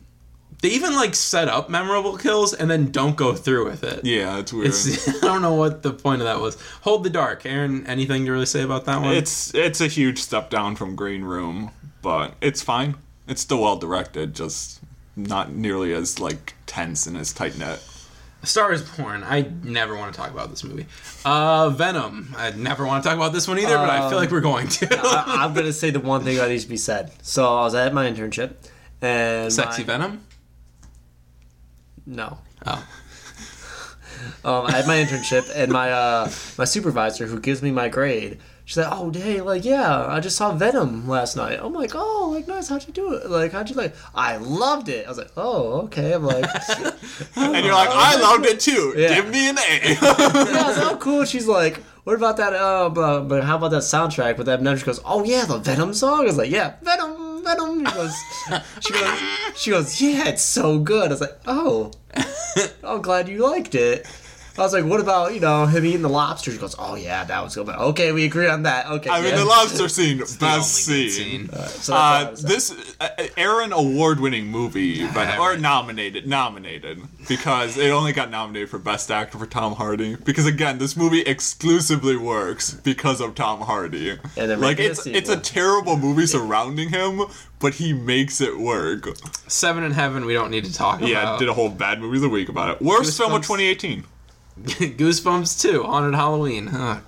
they even like set up memorable kills and then don't go through with it. Yeah, it's weird. It's, I don't know what the point of that was. Hold the dark, Aaron. Anything to really say about that one? It's it's a huge step down from Green Room, but it's fine. It's still well directed, just not nearly as like tense and as tight knit. Star is Born. I never want to talk about this movie. Uh, Venom. I never want to talk about this one either, but I feel like we're going to. Um, I, I'm gonna say the one thing that needs to be said. So I was at my internship, and Sexy my, Venom. no, Oh, um, I had my internship, and my uh, my supervisor who gives me my grade, she's like, "Oh, hey, like, yeah, I just saw Venom last night." I'm like, "Oh, like, nice. How'd you do it? Like, how'd you like?" I loved it. I was like, "Oh, okay." I'm like, "Yeah." And you're like, I loved it too. Yeah. Give me an A. I was like, "Oh, cool." She's like. What about that? Uh, blah, but how about that soundtrack with that? And then she goes, "Oh yeah, the Venom song." I was like, "Yeah, Venom, Venom." She goes, "She goes, she goes, yeah, it's so good." I was like, "Oh, I'm glad you liked it." I was like, "What about you know him eating the lobster?" She goes, "Oh yeah, that was good." But okay, we agree on that. Okay, I mean, yeah. the lobster scene, the only best good scene. So that's all I Uh, was- this uh, Aaron award-winning movie, but, or nominated, nominated because it only got nominated for Best Actor for Tom Hardy. Because again, this movie exclusively works because of Tom Hardy. And they're like making a it's it's a sequel. terrible movie surrounding him, but he makes it work. Seven in Heaven. We don't need to talk Yeah, about. did a whole bad movie of the week about it. Worst film of Goosebumps. 2018. Goosebumps too. Haunted Halloween. Huh.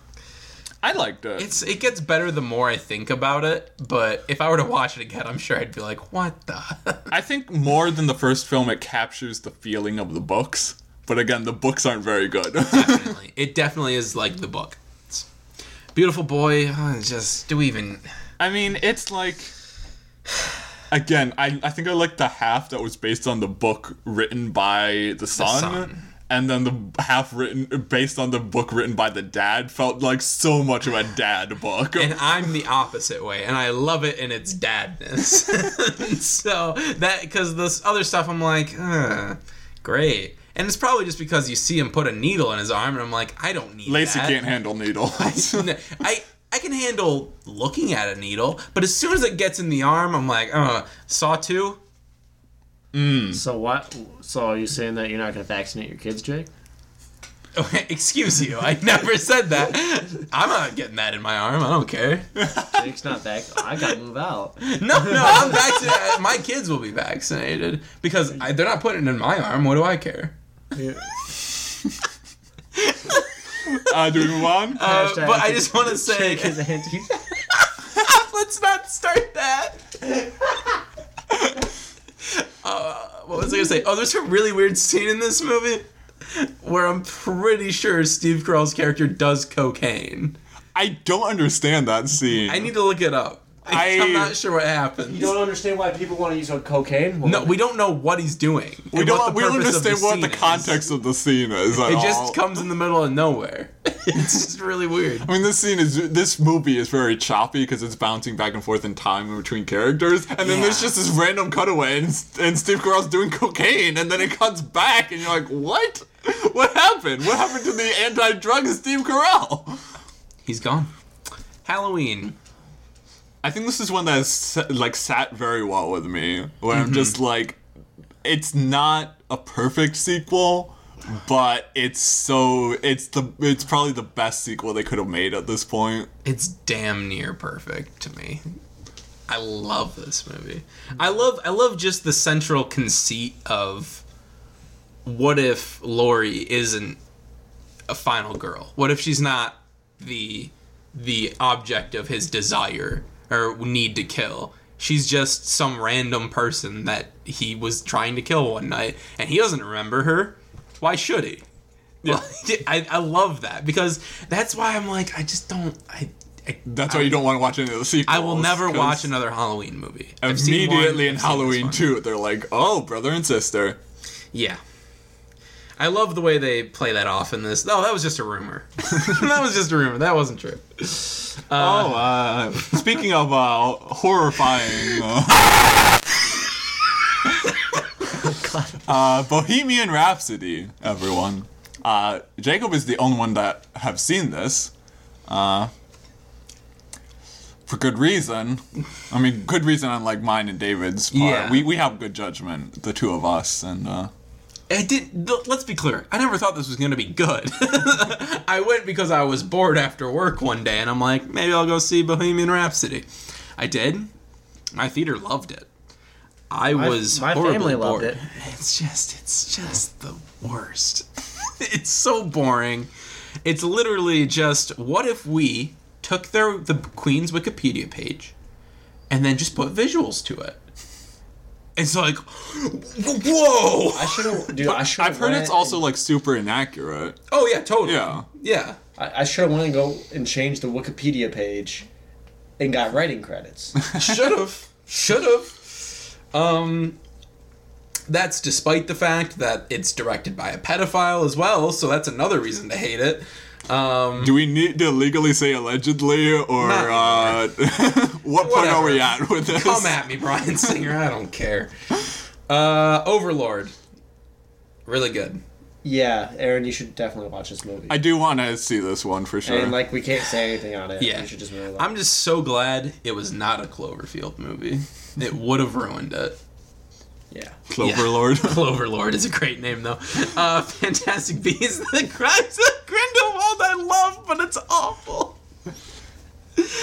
I liked it. It's it gets better the more I think about it, but if I were to watch it again, I'm sure I'd be like, "What the?" I think more than the first film, it captures the feeling of the books. But again, the books aren't very good. definitely. It definitely is like the book. It's beautiful boy. uh, it's just do we even? I mean, it's like. Again, I, I think I like the half that was based on the book written by the son, son. and then the half written based on the book written by the dad felt like so much of a dad book. And I'm the opposite way, and I love it in its dadness. so that because this other stuff, I'm like, huh, great. And it's probably just because you see him put a needle in his arm, and I'm like, I don't need Lacey that. can't handle needles. No, I I can handle looking at a needle, but as soon as it gets in the arm, I'm like, uh, saw two. so what? So are you saying that you're not going to vaccinate your kids, Jake? Excuse you, I never said that. I'm not getting that in my arm. I don't care. Jake's not back. I got to move out. No, no, I'm vaccinated. My kids will be vaccinated because I, they're not putting it in my arm. What do I care? uh, do we move on? Uh, Hashtag but I just want to say, Jake is anti. let's not start that. uh, what was I gonna say? Oh, there's a really weird scene in this movie where I'm pretty sure Steve Carell's character does cocaine. I don't understand that scene. I need to look it up. I, I- am not sure what happens. You don't understand why people want to use cocaine. Well, No, we don't know what he's doing. we don't, we don't purpose of understand what the scene is. context of the scene is at It all. just comes in the middle of nowhere. it's just really weird. I mean, this scene is this movie is very choppy because it's bouncing back and forth in time in between characters, and then there's Yeah. just this random cutaway, and, and Steve Carell's doing cocaine, and then it cuts back, and you're like, "What? What happened? What happened to the anti-drug Steve Carell?" He's gone. Halloween. I think this is one that's like sat very well with me, where I'm just like, it's not a perfect sequel, but it's so it's the it's probably the best sequel they could have made at this point. It's damn near perfect to me. I love this movie. I love I love just the central conceit of what if Lori isn't a final girl? What if she's not the the object of his desire or need to kill? She's just some random person that he was trying to kill one night and he doesn't remember her. Why should he? Like, I, I love that because that's why I'm like I just don't I I, That's why you don't want to watch any of the sequels. I will never 'cause watch another Halloween movie. I've seen one, Immediately in I've seen this Halloween one. two, they're like, "Oh, brother and sister." Yeah. I love the way they play that off in this. No, that was just a rumor. that was just a rumor. That wasn't true. oh, uh, speaking of uh, horrifying, uh, uh, Bohemian Rhapsody, everyone. Uh, Jacob is the only one that have seen this, uh, for good reason. I mean, good reason, unlike mine and David's. Part. Yeah. we we have good judgment, the two of us, and. Uh, I did. th- Let's be clear. I never thought this was going to be good. I went because I was bored after work one day, and I'm like, maybe I'll go see Bohemian Rhapsody. I did. My theater loved it. I My- was my horribly family loved bored. it. It's just it's just the worst. it's so boring. It's literally just what if we took their the Queen's Wikipedia page and then just put visuals to it. It's like whoa. I should have, dude. I should. I've heard it's also like super inaccurate. Oh yeah, totally. Yeah. Yeah. I, I should have went and go and changed the Wikipedia page, and got writing credits. Should have. Should have. Um, that's despite the fact that it's directed by a pedophile as well, so that's another reason to hate it. Um, Do we need to legally say allegedly or Not uh, what point are we Whatever. at with this? come at me, Brian Singer. I don't care. Uh, Overlord. Really good. yeah, Aaron, you should definitely watch this movie. I do want to see this one for sure. and like, we can't say anything on it. Yeah. you should just really. Watch. I'm just so glad it was not a Cloverfield movie. It would have ruined it. yeah. Clover Yeah. Lord. Cloverlord is a great name, though. Uh, Fantastic Beasts, The Crimes of Grindelwald, I love, but it's awful.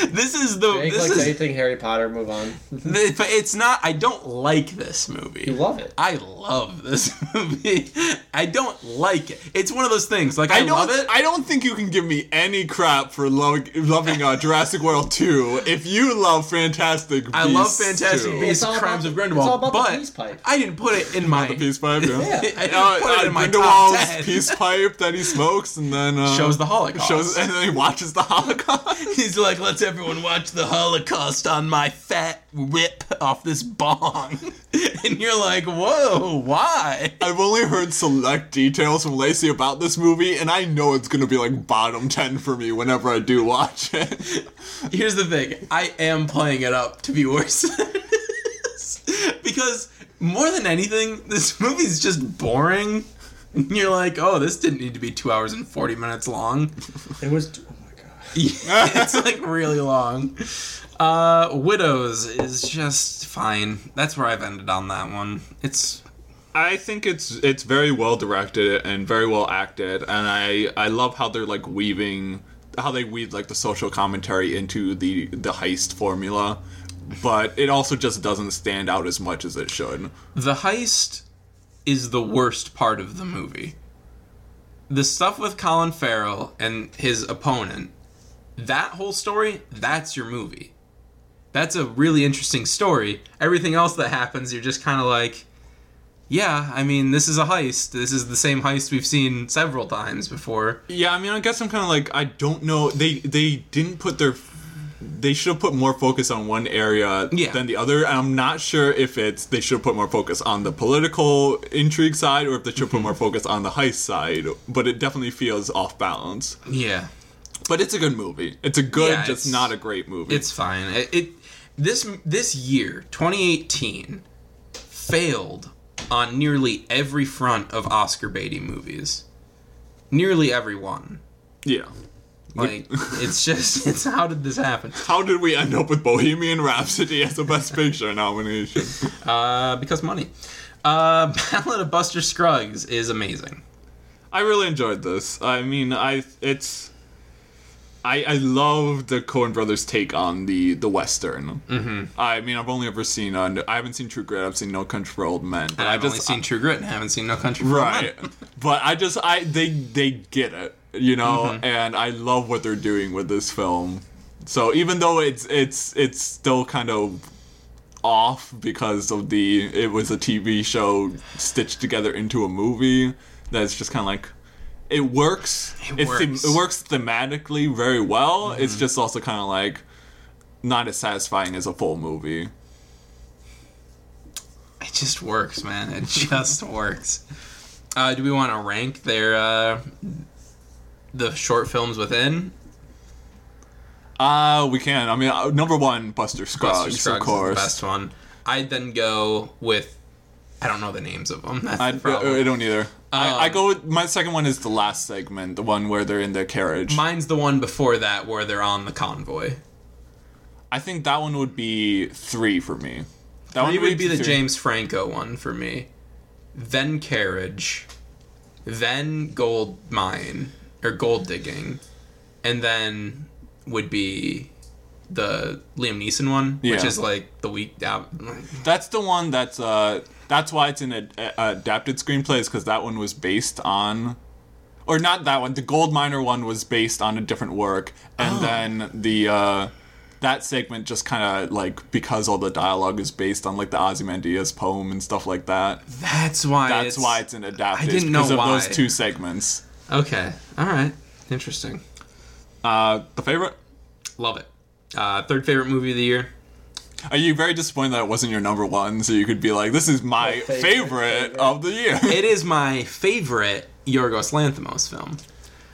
This is the. Jake This likes is, anything Harry Potter. Move on. the- but it's not. I don't like this movie. You love it. I love this movie. I don't like it. It's one of those things. Like I, I don't. love it. I don't think you can give me any crap for lo- loving uh, Jurassic World 2 if you love Fantastic Beasts. I love Fantastic 2. Beasts: It's all about Crimes the- of it's all Grindelwald, about the but peace pipe. I didn't put it in my. The peace pipe, yeah. I didn't Uh, put it uh, in my top Grindelwald's ten. peace pipe that he smokes and then uh, Shows the Holocaust. Shows and then he watches the Holocaust. He's like, let's everyone watch the Holocaust on my fat rip off this bong. and you're like, whoa, why? I've only heard select details from Lacey about this movie, and I know it's gonna be like bottom ten for me whenever I do watch it. Here's the thing I am playing it up to be worse than it is. Because more than anything, this movie's just boring. And you're like, oh, this didn't need to be two hours and 40 minutes long. It was. Oh my god. it's like really long. Uh, Widows is just fine. That's where I've ended on that one. It's I think it's it's very well directed and very well acted, and I I love how they're like weaving how they weave like the social commentary into the the heist formula, but it also just doesn't stand out as much as it should. The heist is the worst part of the movie. The stuff with Colin Farrell and his opponent, that whole story, that's your movie. That's a really interesting story. Everything else that happens, you're just kind of like, yeah, I mean, this is a heist. This is the same heist we've seen several times before. Yeah, I mean, I guess I'm kind of like I don't know. They they didn't put their they should have put more focus on one area Yeah. than the other. And I'm not sure if it's they should have put more focus on the political intrigue side or if they should put more focus on the heist side. But it definitely feels off balance. Yeah. But it's a good movie. It's a good, Yeah, just it's- not a great movie. It's fine. It, it this this year, 2018, failed on nearly every front of Oscar Beatty movies. Nearly every one. yeah. Like it's just it's how did this happen? How did we end up with Bohemian Rhapsody as a Best Picture nomination? Uh, because money. Uh, Ballad of Buster Scruggs is amazing. I really enjoyed this. I mean, I it's I I love the Coen Brothers take on the the western. Mm-hmm. I mean, I've only ever seen uh, I haven't seen True Grit. I've seen No Country for Old Men. But And I I've just only seen True Grit and haven't seen No Country for Old Men. right, but I just I they they get it, you know, Mm-hmm. and I love what they're doing with this film. So even though it's it's it's still kind of off because of the it was a TV show stitched together into a movie that's just kind of like it works. It It's them- works. Mm-hmm. it works thematically very well. It's just also kind of like not as satisfying as a full movie. It just works, man. It just works. Uh, do we want to rank their uh, the short films within? Uh, we can. I mean, uh, number one, Buster Scruggs, Buster Scruggs of is course. the best one. I'd then go with I don't know the names of them. That's I, the uh, problem. Um, I don't either. I, I go. With, my second one is the last segment, the one where they're in their carriage. Mine's the one before that where they're on the convoy. I think that one would be three for me. That Three would be the three. James Franco one for me. Then carriage, then gold mine or gold digging, and then would be the Liam Neeson one, which Yeah. is like the week down. That's the one that's uh that's why it's an ad- a- adapted screenplay is because that one was based on, or not that one. The Gold Miner one was based on a different work, Oh. and then the uh that segment just kind of like because all the dialogue is based on like the Ozymandias poem and stuff like that. That's why. That's it's, why it's an adapted didn't know because of why. those two segments. Okay. All right. Interesting. Uh, the favorite. Love it. Uh, third favorite movie of the year. Are you very disappointed that it wasn't your number one? So you could be like, "This is my favorite, favorite, of the year." It is my favorite Yorgos Lanthimos film.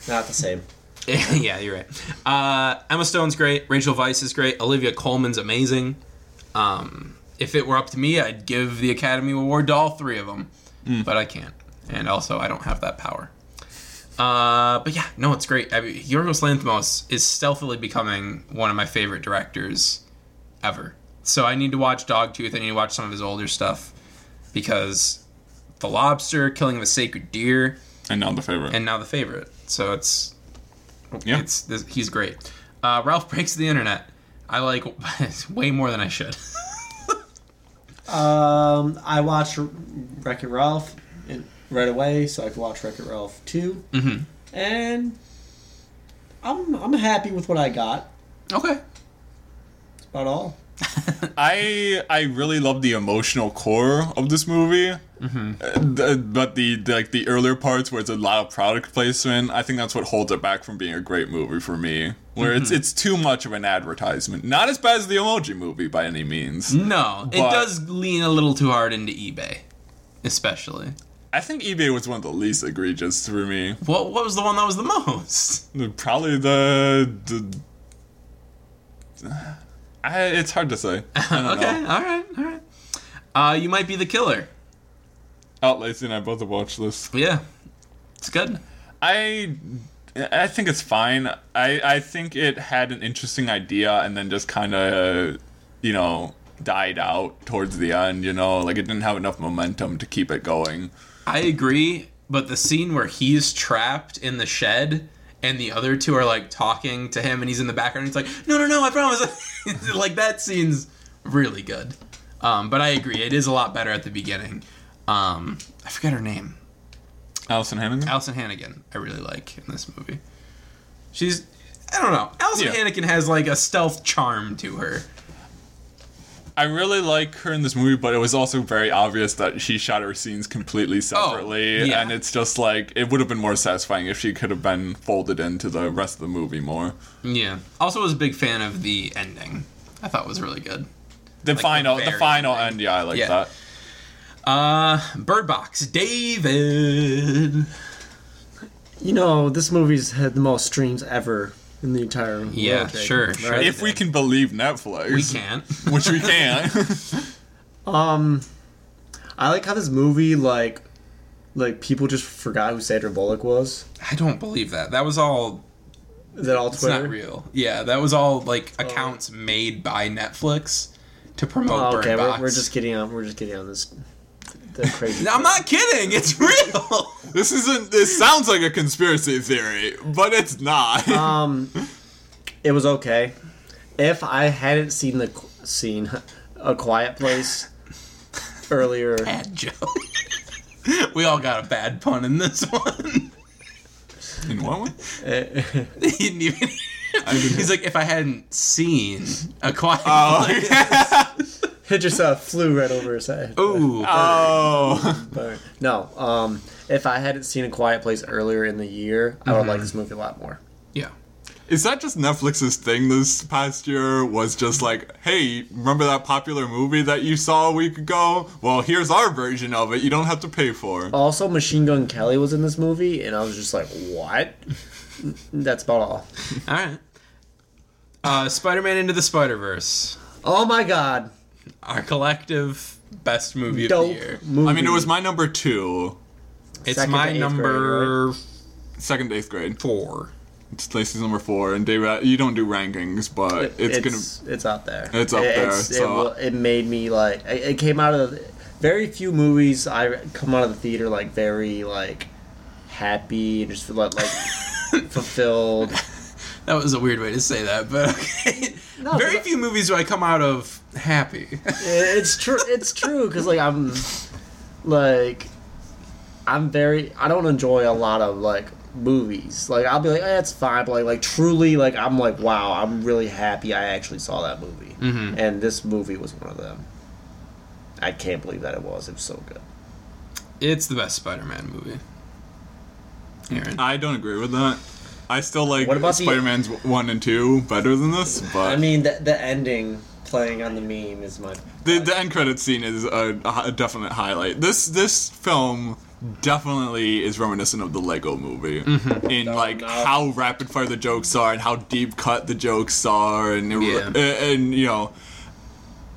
Not the same. yeah, you're right. Uh, Emma Stone's great. Rachel Weisz is great. Olivia Colman's amazing. Um, if it were up to me, I'd give the Academy Award to all three of them, but I can't, and also I don't have that power. Uh, but yeah, no, it's great. I mean, Yorgos Lanthimos is stealthily becoming one of my favorite directors ever. So I need to watch Dogtooth. I need to watch some of his older stuff because The Lobster, Killing of a Sacred Deer, And not the favorite. and now The Favorite. So it's yeah. it's this, he's great. Uh, Ralph breaks the internet. I like way more than I should. Um, I watched Wreck It Ralph in- right away, so I could watch Wreck It Ralph 2. Mhm. And I'm, I'm happy with what I got. okay. That's about all. I I really love the emotional core of this movie, mm-hmm. but the, the like the earlier parts where it's a lot of product placement, I think that's what holds it back from being a great movie for me. Where it's it's too much of an advertisement. Not as bad as the Emoji Movie by any means. No, it But- does lean a little too hard into eBay, especially. I think eBay was one of the least egregious for me. What what was the one that was the most? Probably the the. I, it's hard to say. I don't Okay, know. all right, all right. Uh, you might be the killer. Outlacy and I both have watched this. Yeah, it's good. I I think it's fine. I I think it had an interesting idea and then just kind of you know died out towards the end. You know, like it didn't have enough momentum to keep it going. I agree, but the scene where he's trapped in the shed and the other two are like talking to him and he's in the background he's like, "No, no, no, I promise." like that scene's really good. Um, but I agree, it is a lot better at the beginning. Um, I forget her name. Allison Hannigan. Allison Hannigan, I really like in this movie. She's I don't know. Allison Yeah. Hannigan has like a stealth charm to her. I really like her in this movie, but it was also very obvious that she shot her scenes completely separately, Oh, yeah. and it's just like it would have been more satisfying if she could have been folded into the rest of the movie more. Yeah. Also was a big fan of the ending. I thought was really good. The the final, the, very final end, yeah, I like Yeah. that. Uh Bird Box, David. You know, this movie's had the most streams ever in the entire Yeah, world. Jake. sure, Right? sure. If we can believe Netflix, We can't. which we can. Um, I like how this movie like, like people just forgot who Sandra Bullock was. I don't believe that. That was all. Is that all It's Twitter? Oh. not real. Yeah, that was all like accounts made by Netflix to promote Oh, okay, Bird we're, Box. we're just getting on. We're just getting on this. The crazy. No, I'm not kidding. It's real. This isn't. This sounds like a conspiracy theory, but it's not. Uh, Um, it was okay. If I hadn't seen the qu- seen a Quiet Place earlier, bad joke. we all got a bad pun in this one. In what way? he didn't even. He's like, if I hadn't seen a quiet. Oh. it just uh, flew right over his head. Ooh. Oh. But, no, um, if I hadn't seen a Quiet Place earlier in the year, I would like this movie a lot more. yeah. Is that just Netflix's thing this past year? Was just like, hey, remember that popular movie that you saw a week ago? Well, here's our version of it. You don't have to pay for. Also, Machine Gun Kelly was in this movie, and I was just like, what? That's about all. All right. Uh, Spider-Man into the Spider-Verse, Oh my god, our collective best movie of the dope year. movie. I mean, it was my number two, It's Second to my eighth number second to eighth grade. four. It's Lacey's number four, and David, you don't do rankings, but it's, it's, it's up there. It's up It- there, It, so- will- it made me like. It, it came out of the, very few movies. I come out of the theater like very like happy and just feel like, like fulfilled. That was a weird way to say that, but okay. No, Very but- few movies do I come out of happy. it's true. It's true because like I'm, like, I'm very. I don't enjoy a lot of like movies. Like I'll be like, eh, it's fine. But like, like truly, like I'm like, wow, I'm really happy I actually saw that movie. Mm-hmm. And this movie was one of them. I can't believe that it was. It was so good. it's the best Spider-Man movie. Aaron. I don't agree with that. I still like What about the- Spider-Man's one and two better than this, but I mean, the the ending playing on the meme is my. the, the end credit scene is a, a definite highlight. This this film definitely is reminiscent of the Lego Movie Mm-hmm. in like no. how rapid fire the jokes are and how deep cut the jokes are, and it, Yeah. and, and you know.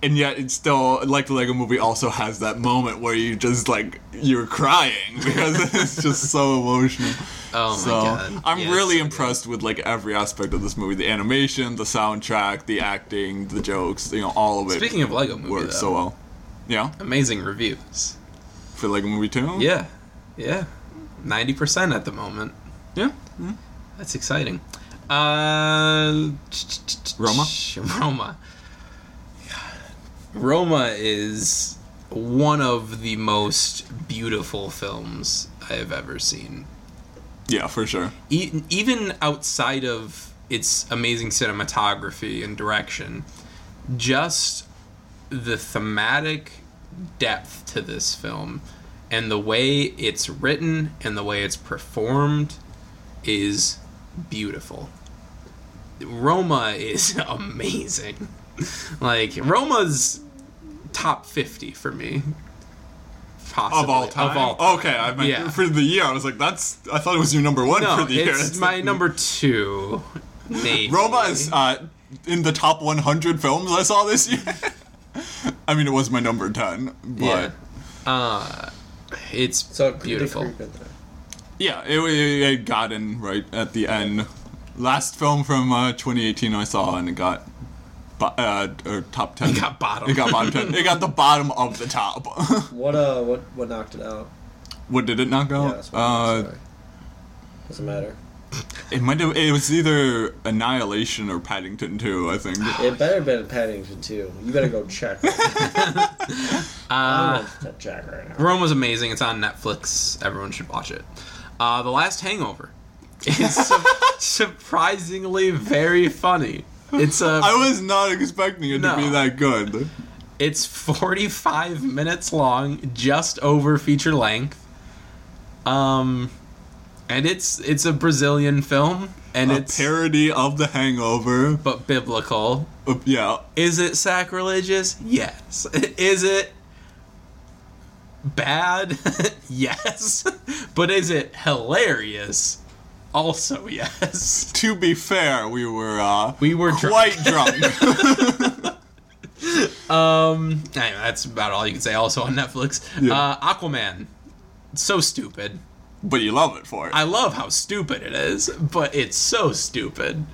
And yet, it's still like the Lego Movie also has that moment where you just like you're crying because it's just so emotional. Oh my so God. I'm Yeah, it's really so good. impressed with like every aspect of this movie: the animation, the soundtrack, the acting, the jokes, you know, all of it Speaking of Lego movie, worked though, so well. Yeah, amazing reviews. for Lego Movie Two. Yeah, yeah, ninety percent at the moment. yeah. That's exciting. Uh, Roma? Roma. Roma is one of the most beautiful films I have ever seen. Yeah, for sure. E- even outside of its amazing cinematography and direction, just the thematic depth to this film and the way it's written and the way it's performed is beautiful. Roma is amazing. Like Roma's top 50 for me. Possibly. Of all time. Of all Okay, I meant Yeah. for the year. I was like, that's. I thought it was your number one no, for the year. it's It's my like- number two. Maybe. Roma is uh, in the top 100 films I saw this year. I mean, it was my number 10, but Yeah. yeah, It's So beautiful. it, it, it got in right at the end. Last film from uh, 2018 I saw, and it got. bo- Uh, or top 10. It got bottom. It got bottom 10. It got the bottom of the top. What uh? What what knocked it out? what did it not go? Yeah, that's what uh, I'm sorry. Doesn't matter. It might have. It was either Annihilation or Paddington 2, I think. It better have been Paddington too. You better go check. I'm Uh, gonna have to check right now. Roma's amazing. It's on Netflix. Everyone should watch it. Uh, the Last Hangover is su- surprisingly very funny. It's a I was not expecting it No. to be that good. It's 45 minutes long, just over feature length. Um and it's it's a Brazilian film and A it's parody of The Hangover. but biblical. Uh, yeah. Is it sacrilegious? Yes. Is it bad? yes. But is it hilarious? Also, yes. To be fair, we were uh, We were drunk. quite drunk. Anyway, that's about all you can say. Also on Netflix, Yeah. uh, Aquaman. So stupid. but you love it for it. I love how stupid it is, but it's so stupid.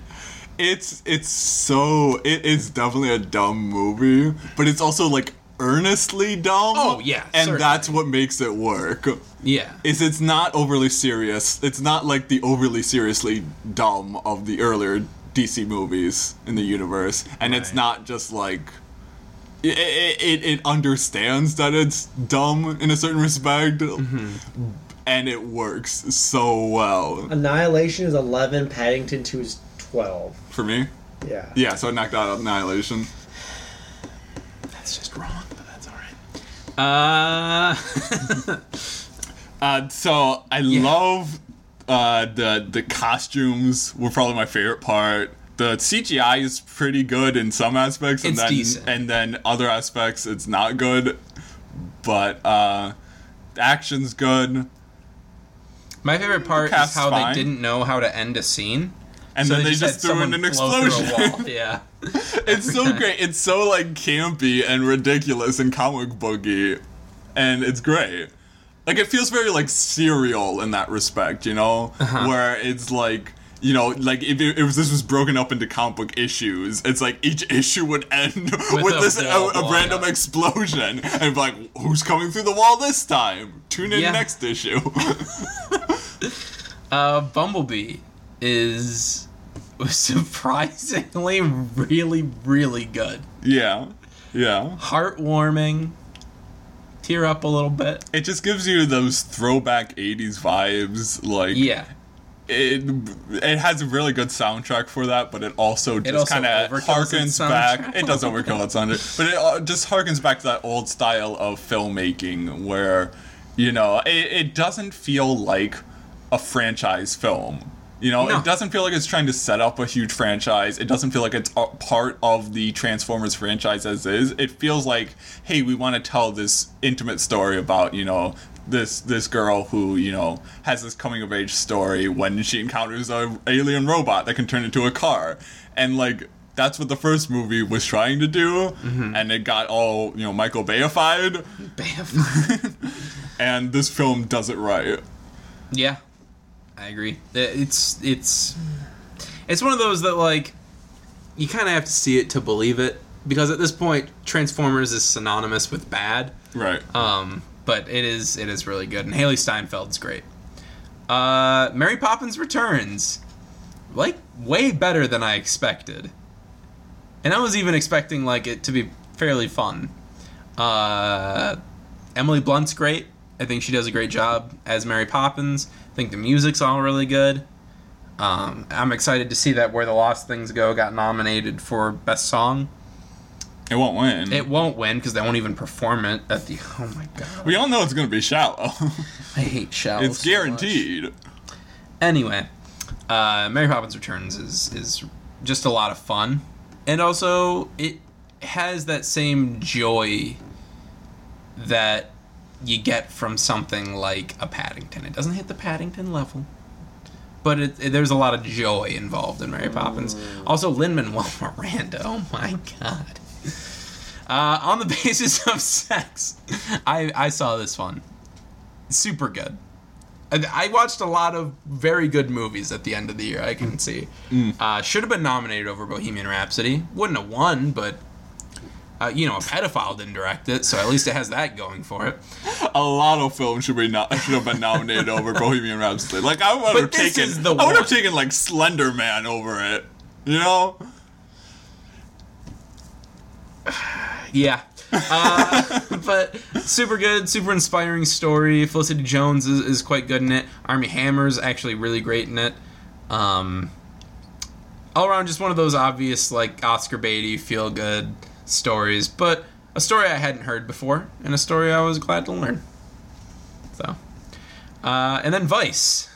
it's it's so it is definitely a dumb movie, but it's also like earnestly dumb. Oh, yeah, and certainly. that's what makes it work. Yeah. is it's not overly serious. It's not like the overly seriously dumb of the earlier DC movies in the universe, and it's Right. not just like it, it, it understands that it's dumb in a certain respect, and it works so well Annihilation is eleven. Paddington two is twelve. for me. Yeah. Yeah, so I knocked out Annihilation. That's just wrong, but that's alright. Uh. Uh, so I love uh, the the costumes were probably my favorite part. The CGI is pretty good in some aspects, and It's then decent. and then other aspects it's not good. But uh, the action's good, My favorite part is Cast's how fine. they didn't know how to end a scene. and So then they, had just, threw in someone an blow through a explosion. wall. Yeah. it's so great. It's so like campy and ridiculous and comic booky, and it's great. Like it feels very like serial in that respect, you know, Uh-huh. where it's like. You know, like if, it, if this was broken up into comic book issues, it's like each issue would end with, a this wall a, a blowing random up. explosion, and be like, who's coming through the wall this time? Tune in Yeah. next issue. Uh, Bumblebee is was surprisingly really, really good. Yeah. Yeah. Heartwarming. Tear up a little bit. It just gives you those throwback 80s vibes. Like, Yeah. it it has a really good soundtrack for that, but it also just also kind of overkills its harkens back. soundtrack. It does overkill its under, but it uh, just harkens back to that old style of filmmaking where, you know, it, it doesn't feel like a franchise film. You know, No. it doesn't feel like it's trying to set up a huge franchise. It doesn't feel like it's a part of the Transformers franchise as is. It feels like, hey, we want to tell this intimate story about, you know, this this girl who, you know, has this coming of age story when she encounters a alien robot that can turn into a car. And like that's what the first movie was trying to do, Mm-hmm. and it got all, you know, Michael Bayified, Bam. and this film does it right. Yeah, I agree. It- It's it's it's one of those that like you kind of have to see it to believe it because at this point Transformers is synonymous with bad. Right. Um, but it is it is really good, and Haley Steinfeld's great. Uh, Mary Poppins Returns, like way better than I expected, and I was even expecting like it to be fairly fun. Uh, Emily Blunt's great. I think she does a great job as Mary Poppins. I think the music's all really good. Um, I'm excited to see that Where the Lost Things Go got nominated for Best Song. it won't win. It won't win because they won't even perform it at the. Oh my god. we all know it's going to be shallow. Oh, I hate shells. it's guaranteed. Anyway, uh, Mary Poppins Returns is is just a lot of fun, and also it has that same joy that you get from something like a Paddington. It doesn't hit the Paddington level, but it, it- there's a lot of joy involved in Mary Poppins. Also, Lin Manuel Miranda. Oh my god. Uh, on the basis of sex, I I saw this one. Super good. And I watched a lot of very good movies at the end of the year. I can see. Uh, should have been nominated over Bohemian Rhapsody. Wouldn't have won, but uh, you know, a pedophile didn't direct it, so at least it has that going for it. a lot of films should be not should have been nominated over Bohemian Rhapsody. Like I would have But this taken, is the I one. would have taken like Slender Man over it. You know, Yeah. Uh, but super good, super inspiring story. Felicity Jones is, is quite good in it. Army Hammer's actually really great in it. Um, all around, just one of those obvious, like, Oscar Beatty feel good stories, but a story I hadn't heard before, and a story I was glad to learn. So. Uh, and then Vice.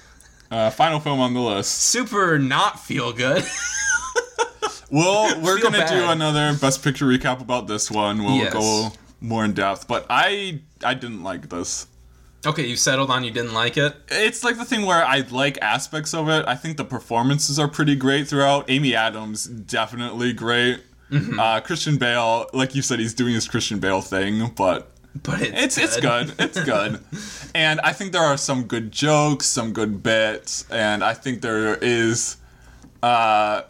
uh, final film on the list. Super not feel good. Well, we're Feel gonna do bad. another Best Picture recap about this one. We'll Yes. go more in depth, but I I didn't like this. okay, you settled on you didn't like it. It's like the thing where I like aspects of it. I think the performances are pretty great throughout. Amy Adams definitely great. Uh, Christian Bale, like you said, he's doing his Christian Bale thing, but But it's It's it's good. It's good. and I think there are some good jokes, some good bits, and I think there is uh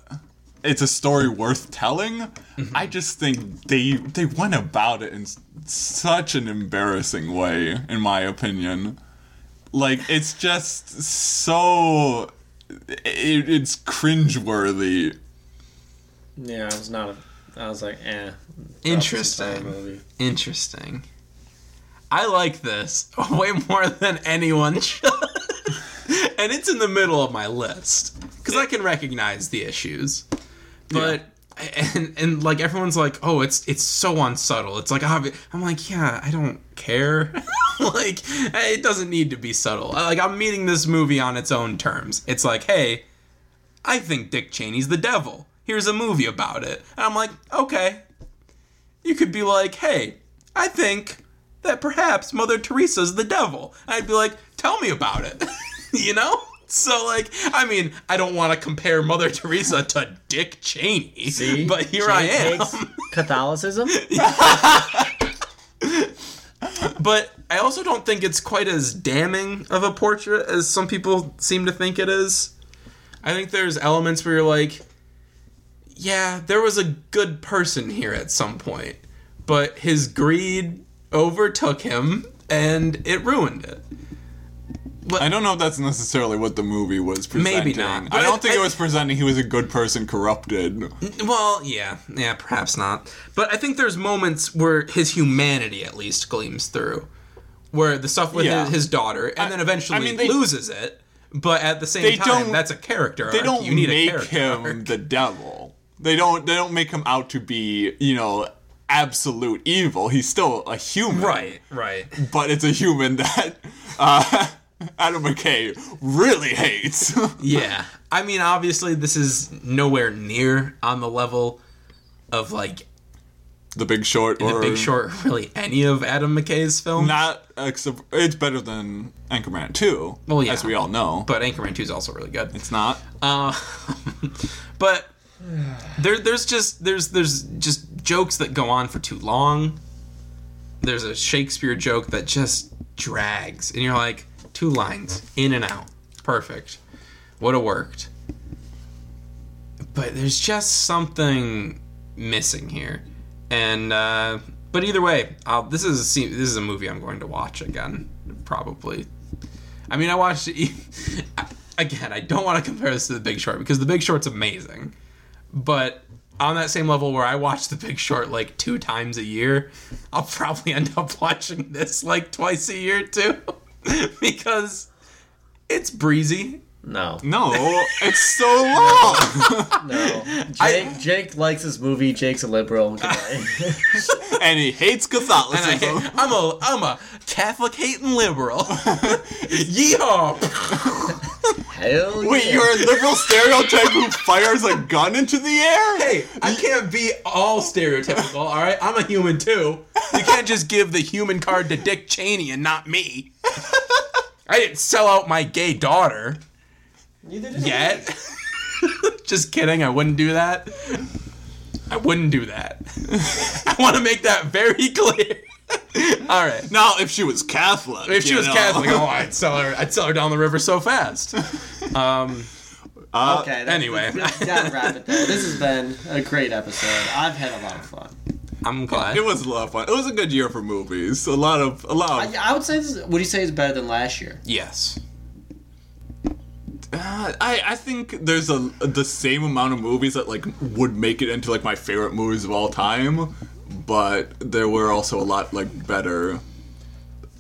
it's a story worth telling. Mm-hmm. I just think they they went about it in s- such an embarrassing way in my opinion. Like it's just so it, it's cringeworthy. Yeah, I was not. A, I was like, eh. Interesting. Interesting. I like this way more than anyone should. and it's in the middle of my list because I can recognize the issues. But and and like everyone's like, "Oh, it's it's so unsubtle." It's like, obvi- I'm like, "Yeah, I don't care." like eh, it doesn't need to be subtle. Like I'm meeting this movie on its own terms. It's like, "Hey, I think Dick Cheney's the devil. Here's a movie about it." And I'm like, "Okay, you could be like, hey, I think that perhaps Mother Teresa's the devil. I'd be like, tell me about it. you know? So, like, I mean, I don't want to compare Mother Teresa to Dick Cheney, See? but here Jay I am. takes Catholicism. But I also don't think it's quite as damning of a portrait as some people seem to think it is. I think there's elements where you're like, yeah, there was a good person here at some point, but his greed overtook him and it ruined it. But- I don't know if that's necessarily what the movie was presenting. Maybe not, I but don't think I- it was presenting he was a good person corrupted. Well, yeah, yeah, perhaps not. But I think there's moments where his humanity at least gleams through, where the stuff with Yeah. his, his daughter, and then eventually I mean, they- loses it. But at the same They time, don't- that's a character. They arc. don't you need a make character him arc. the devil. They don't they don't make him out to be, you know, absolute evil. He's still a human. Right, right. But it's a human that uh, Adam McKay really hates. Yeah. I mean, obviously, this is nowhere near on the level of like the Big Short or The Big Short, or really any of Adam McKay's films. Not except it's better than Anchorman 2, Well, yeah. as we all know. but Anchorman 2 is also really good. it's not. Uh, but there, there's just there's there's just jokes that go on for too long. There's a Shakespeare joke that just drags, and you're like, two lines in and out, perfect. Would have worked. But there's just something missing here, and uh, but either way, I'll, this is a se- this is a movie I'm going to watch again, probably I mean, I watched it. Again, I don't want to compare this to The Big Short because The Big Short's amazing. But on that same level where I watch The Big Short like two times a year, I'll probably end up watching this like twice a year too because it's breezy. No. No, it's so long. No. Jake, Jake likes this movie. Jake's a liberal. Goodbye. and he hates And I, Catholicism. I'm a I'm a Catholic hating liberal. Yeehaw! Hell yeah. Wait, you're a liberal stereotype who fires a gun into the air? Hey, I can't be all stereotypical, all right? I'm a human too. You can't just give the human card to Dick Cheney and not me. I didn't sell out my gay daughter Neither did yet. just kidding, I wouldn't do that. I wouldn't do that. I want to make that very clear. all right. Now, if she was Catholic, If she you was know. Catholic, oh, I'd sell her. I'd sell her down the river so fast. Um, Uh, Okay. That's, anyway. that's- we gotta wrap it there. This has been a great episode. I've had a lot of fun. I'm glad. it was a lot of fun. It was a good year for movies. A lot of, a lot I, of. I would say this. Would you say it's better than last year? Yes. Uh, I, I think there's a the same amount of movies that like would make it into like my favorite movies of all time, but there were also a lot like better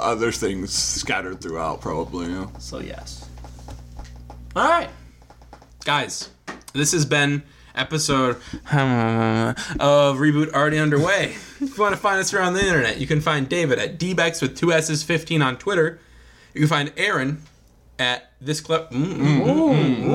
other things scattered throughout probably. So yes. All right, guys, this has been episode of Reboot Already Underway. if you want to find us around the internet, you can find David at dbex with two s's fifteen on Twitter. You can find Aaron at this clip.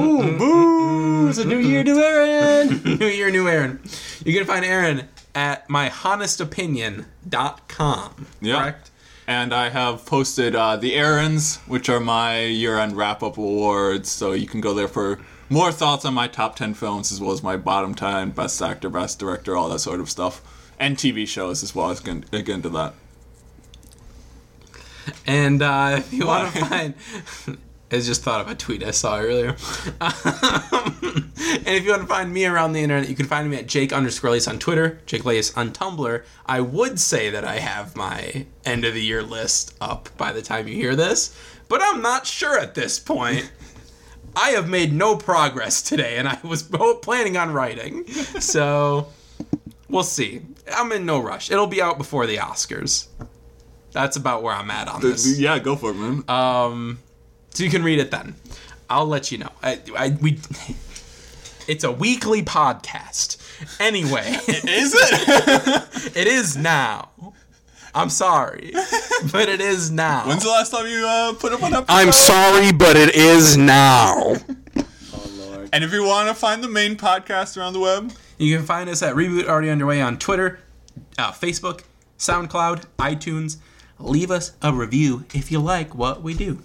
It's a new year, new Aaron. New year, new Aaron. You can find Aaron at myhonestopinion.com. Yeah. Correct. And I have posted uh, the errands, which are my year-end wrap-up awards. So you can go there for more thoughts on my top ten films, as well as my bottom ten, best actor, best director, all that sort of stuff, and TV shows as well. I was going to get into that. And uh, if you want to Why? find, I just thought of a tweet I saw earlier. Um, and if you want to find me around the internet, you can find me at Jake underscore Lace on Twitter, Jake Lace on Tumblr. I would say that I have my end of the year list up by the time you hear this, but I'm not sure at this point. I have made no progress today, and I was planning on writing, so we'll see. I'm in no rush. It'll be out before the Oscars. That's about where I'm at on this. Yeah, go for it, man. Uh, So you can read it then. I'll let you know. I, I, we, it's a weekly podcast. Anyway, Is it? it is now. I'm sorry, but it is now. When's the last time you uh, put up an episode? I'm sorry, but it is now. And if you want to find the main podcast around the web, You can find us at Reboot Already Underway on Twitter, uh, Facebook, SoundCloud, iTunes. Leave us a review if you like what we do.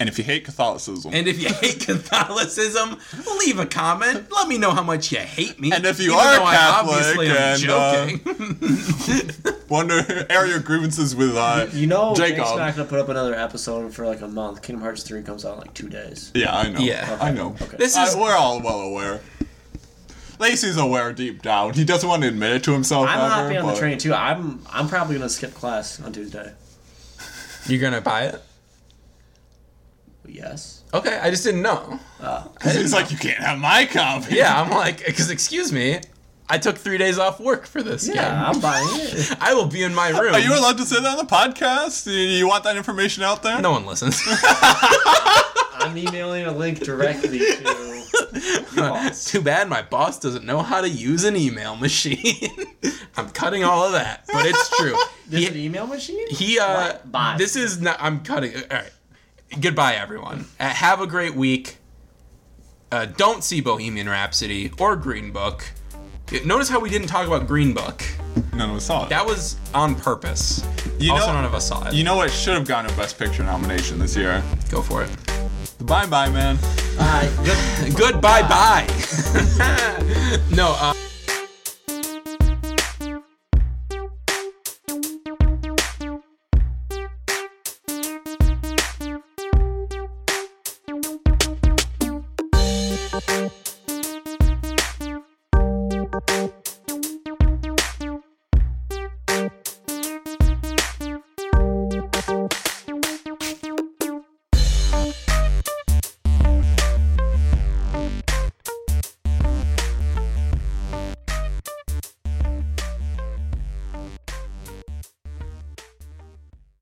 and if you hate Catholicism, And if you hate Catholicism, leave a comment. Let me know how much you hate me. And if you Even are though I Catholic obviously am and, uh, joking. wonder air your grievances with uh, You know, Jacob. Jake's not gonna put up another episode for like a month. Kingdom Hearts three comes out in like two days. Yeah, I know. Yeah. I know. This I- is- we're all well aware. Lacey's aware deep down. He doesn't want to admit it to himself. I'm ever, hopping on the but- train too. I'm I'm probably gonna skip class on Tuesday. You're gonna buy it? Yes. Okay, I just didn't know. It's like you can't have my copy. Yeah, I'm like, because excuse me, I took three days off work for this game. Yeah, I'm buying it. I will be in my room. Are you allowed to say that on the podcast? You- You want that information out there? no one listens. I'm emailing a link directly to. Too bad my boss doesn't know how to use an email machine. I'm cutting all of that, but it's true. There's He- an email machine? He uh What? Bye. this is not I'm cutting all right. Goodbye everyone. Uh, have a great week. Uh, don't see Bohemian Rhapsody or Green Book. Yeah, Notice how we didn't talk about Green Book. None of us saw it. That was on purpose. You also know- none of us saw it. you know what should have gotten a Best Picture nomination this year? Go for it. The Bye Bye Man. Uh, Goodbye bye. no, uh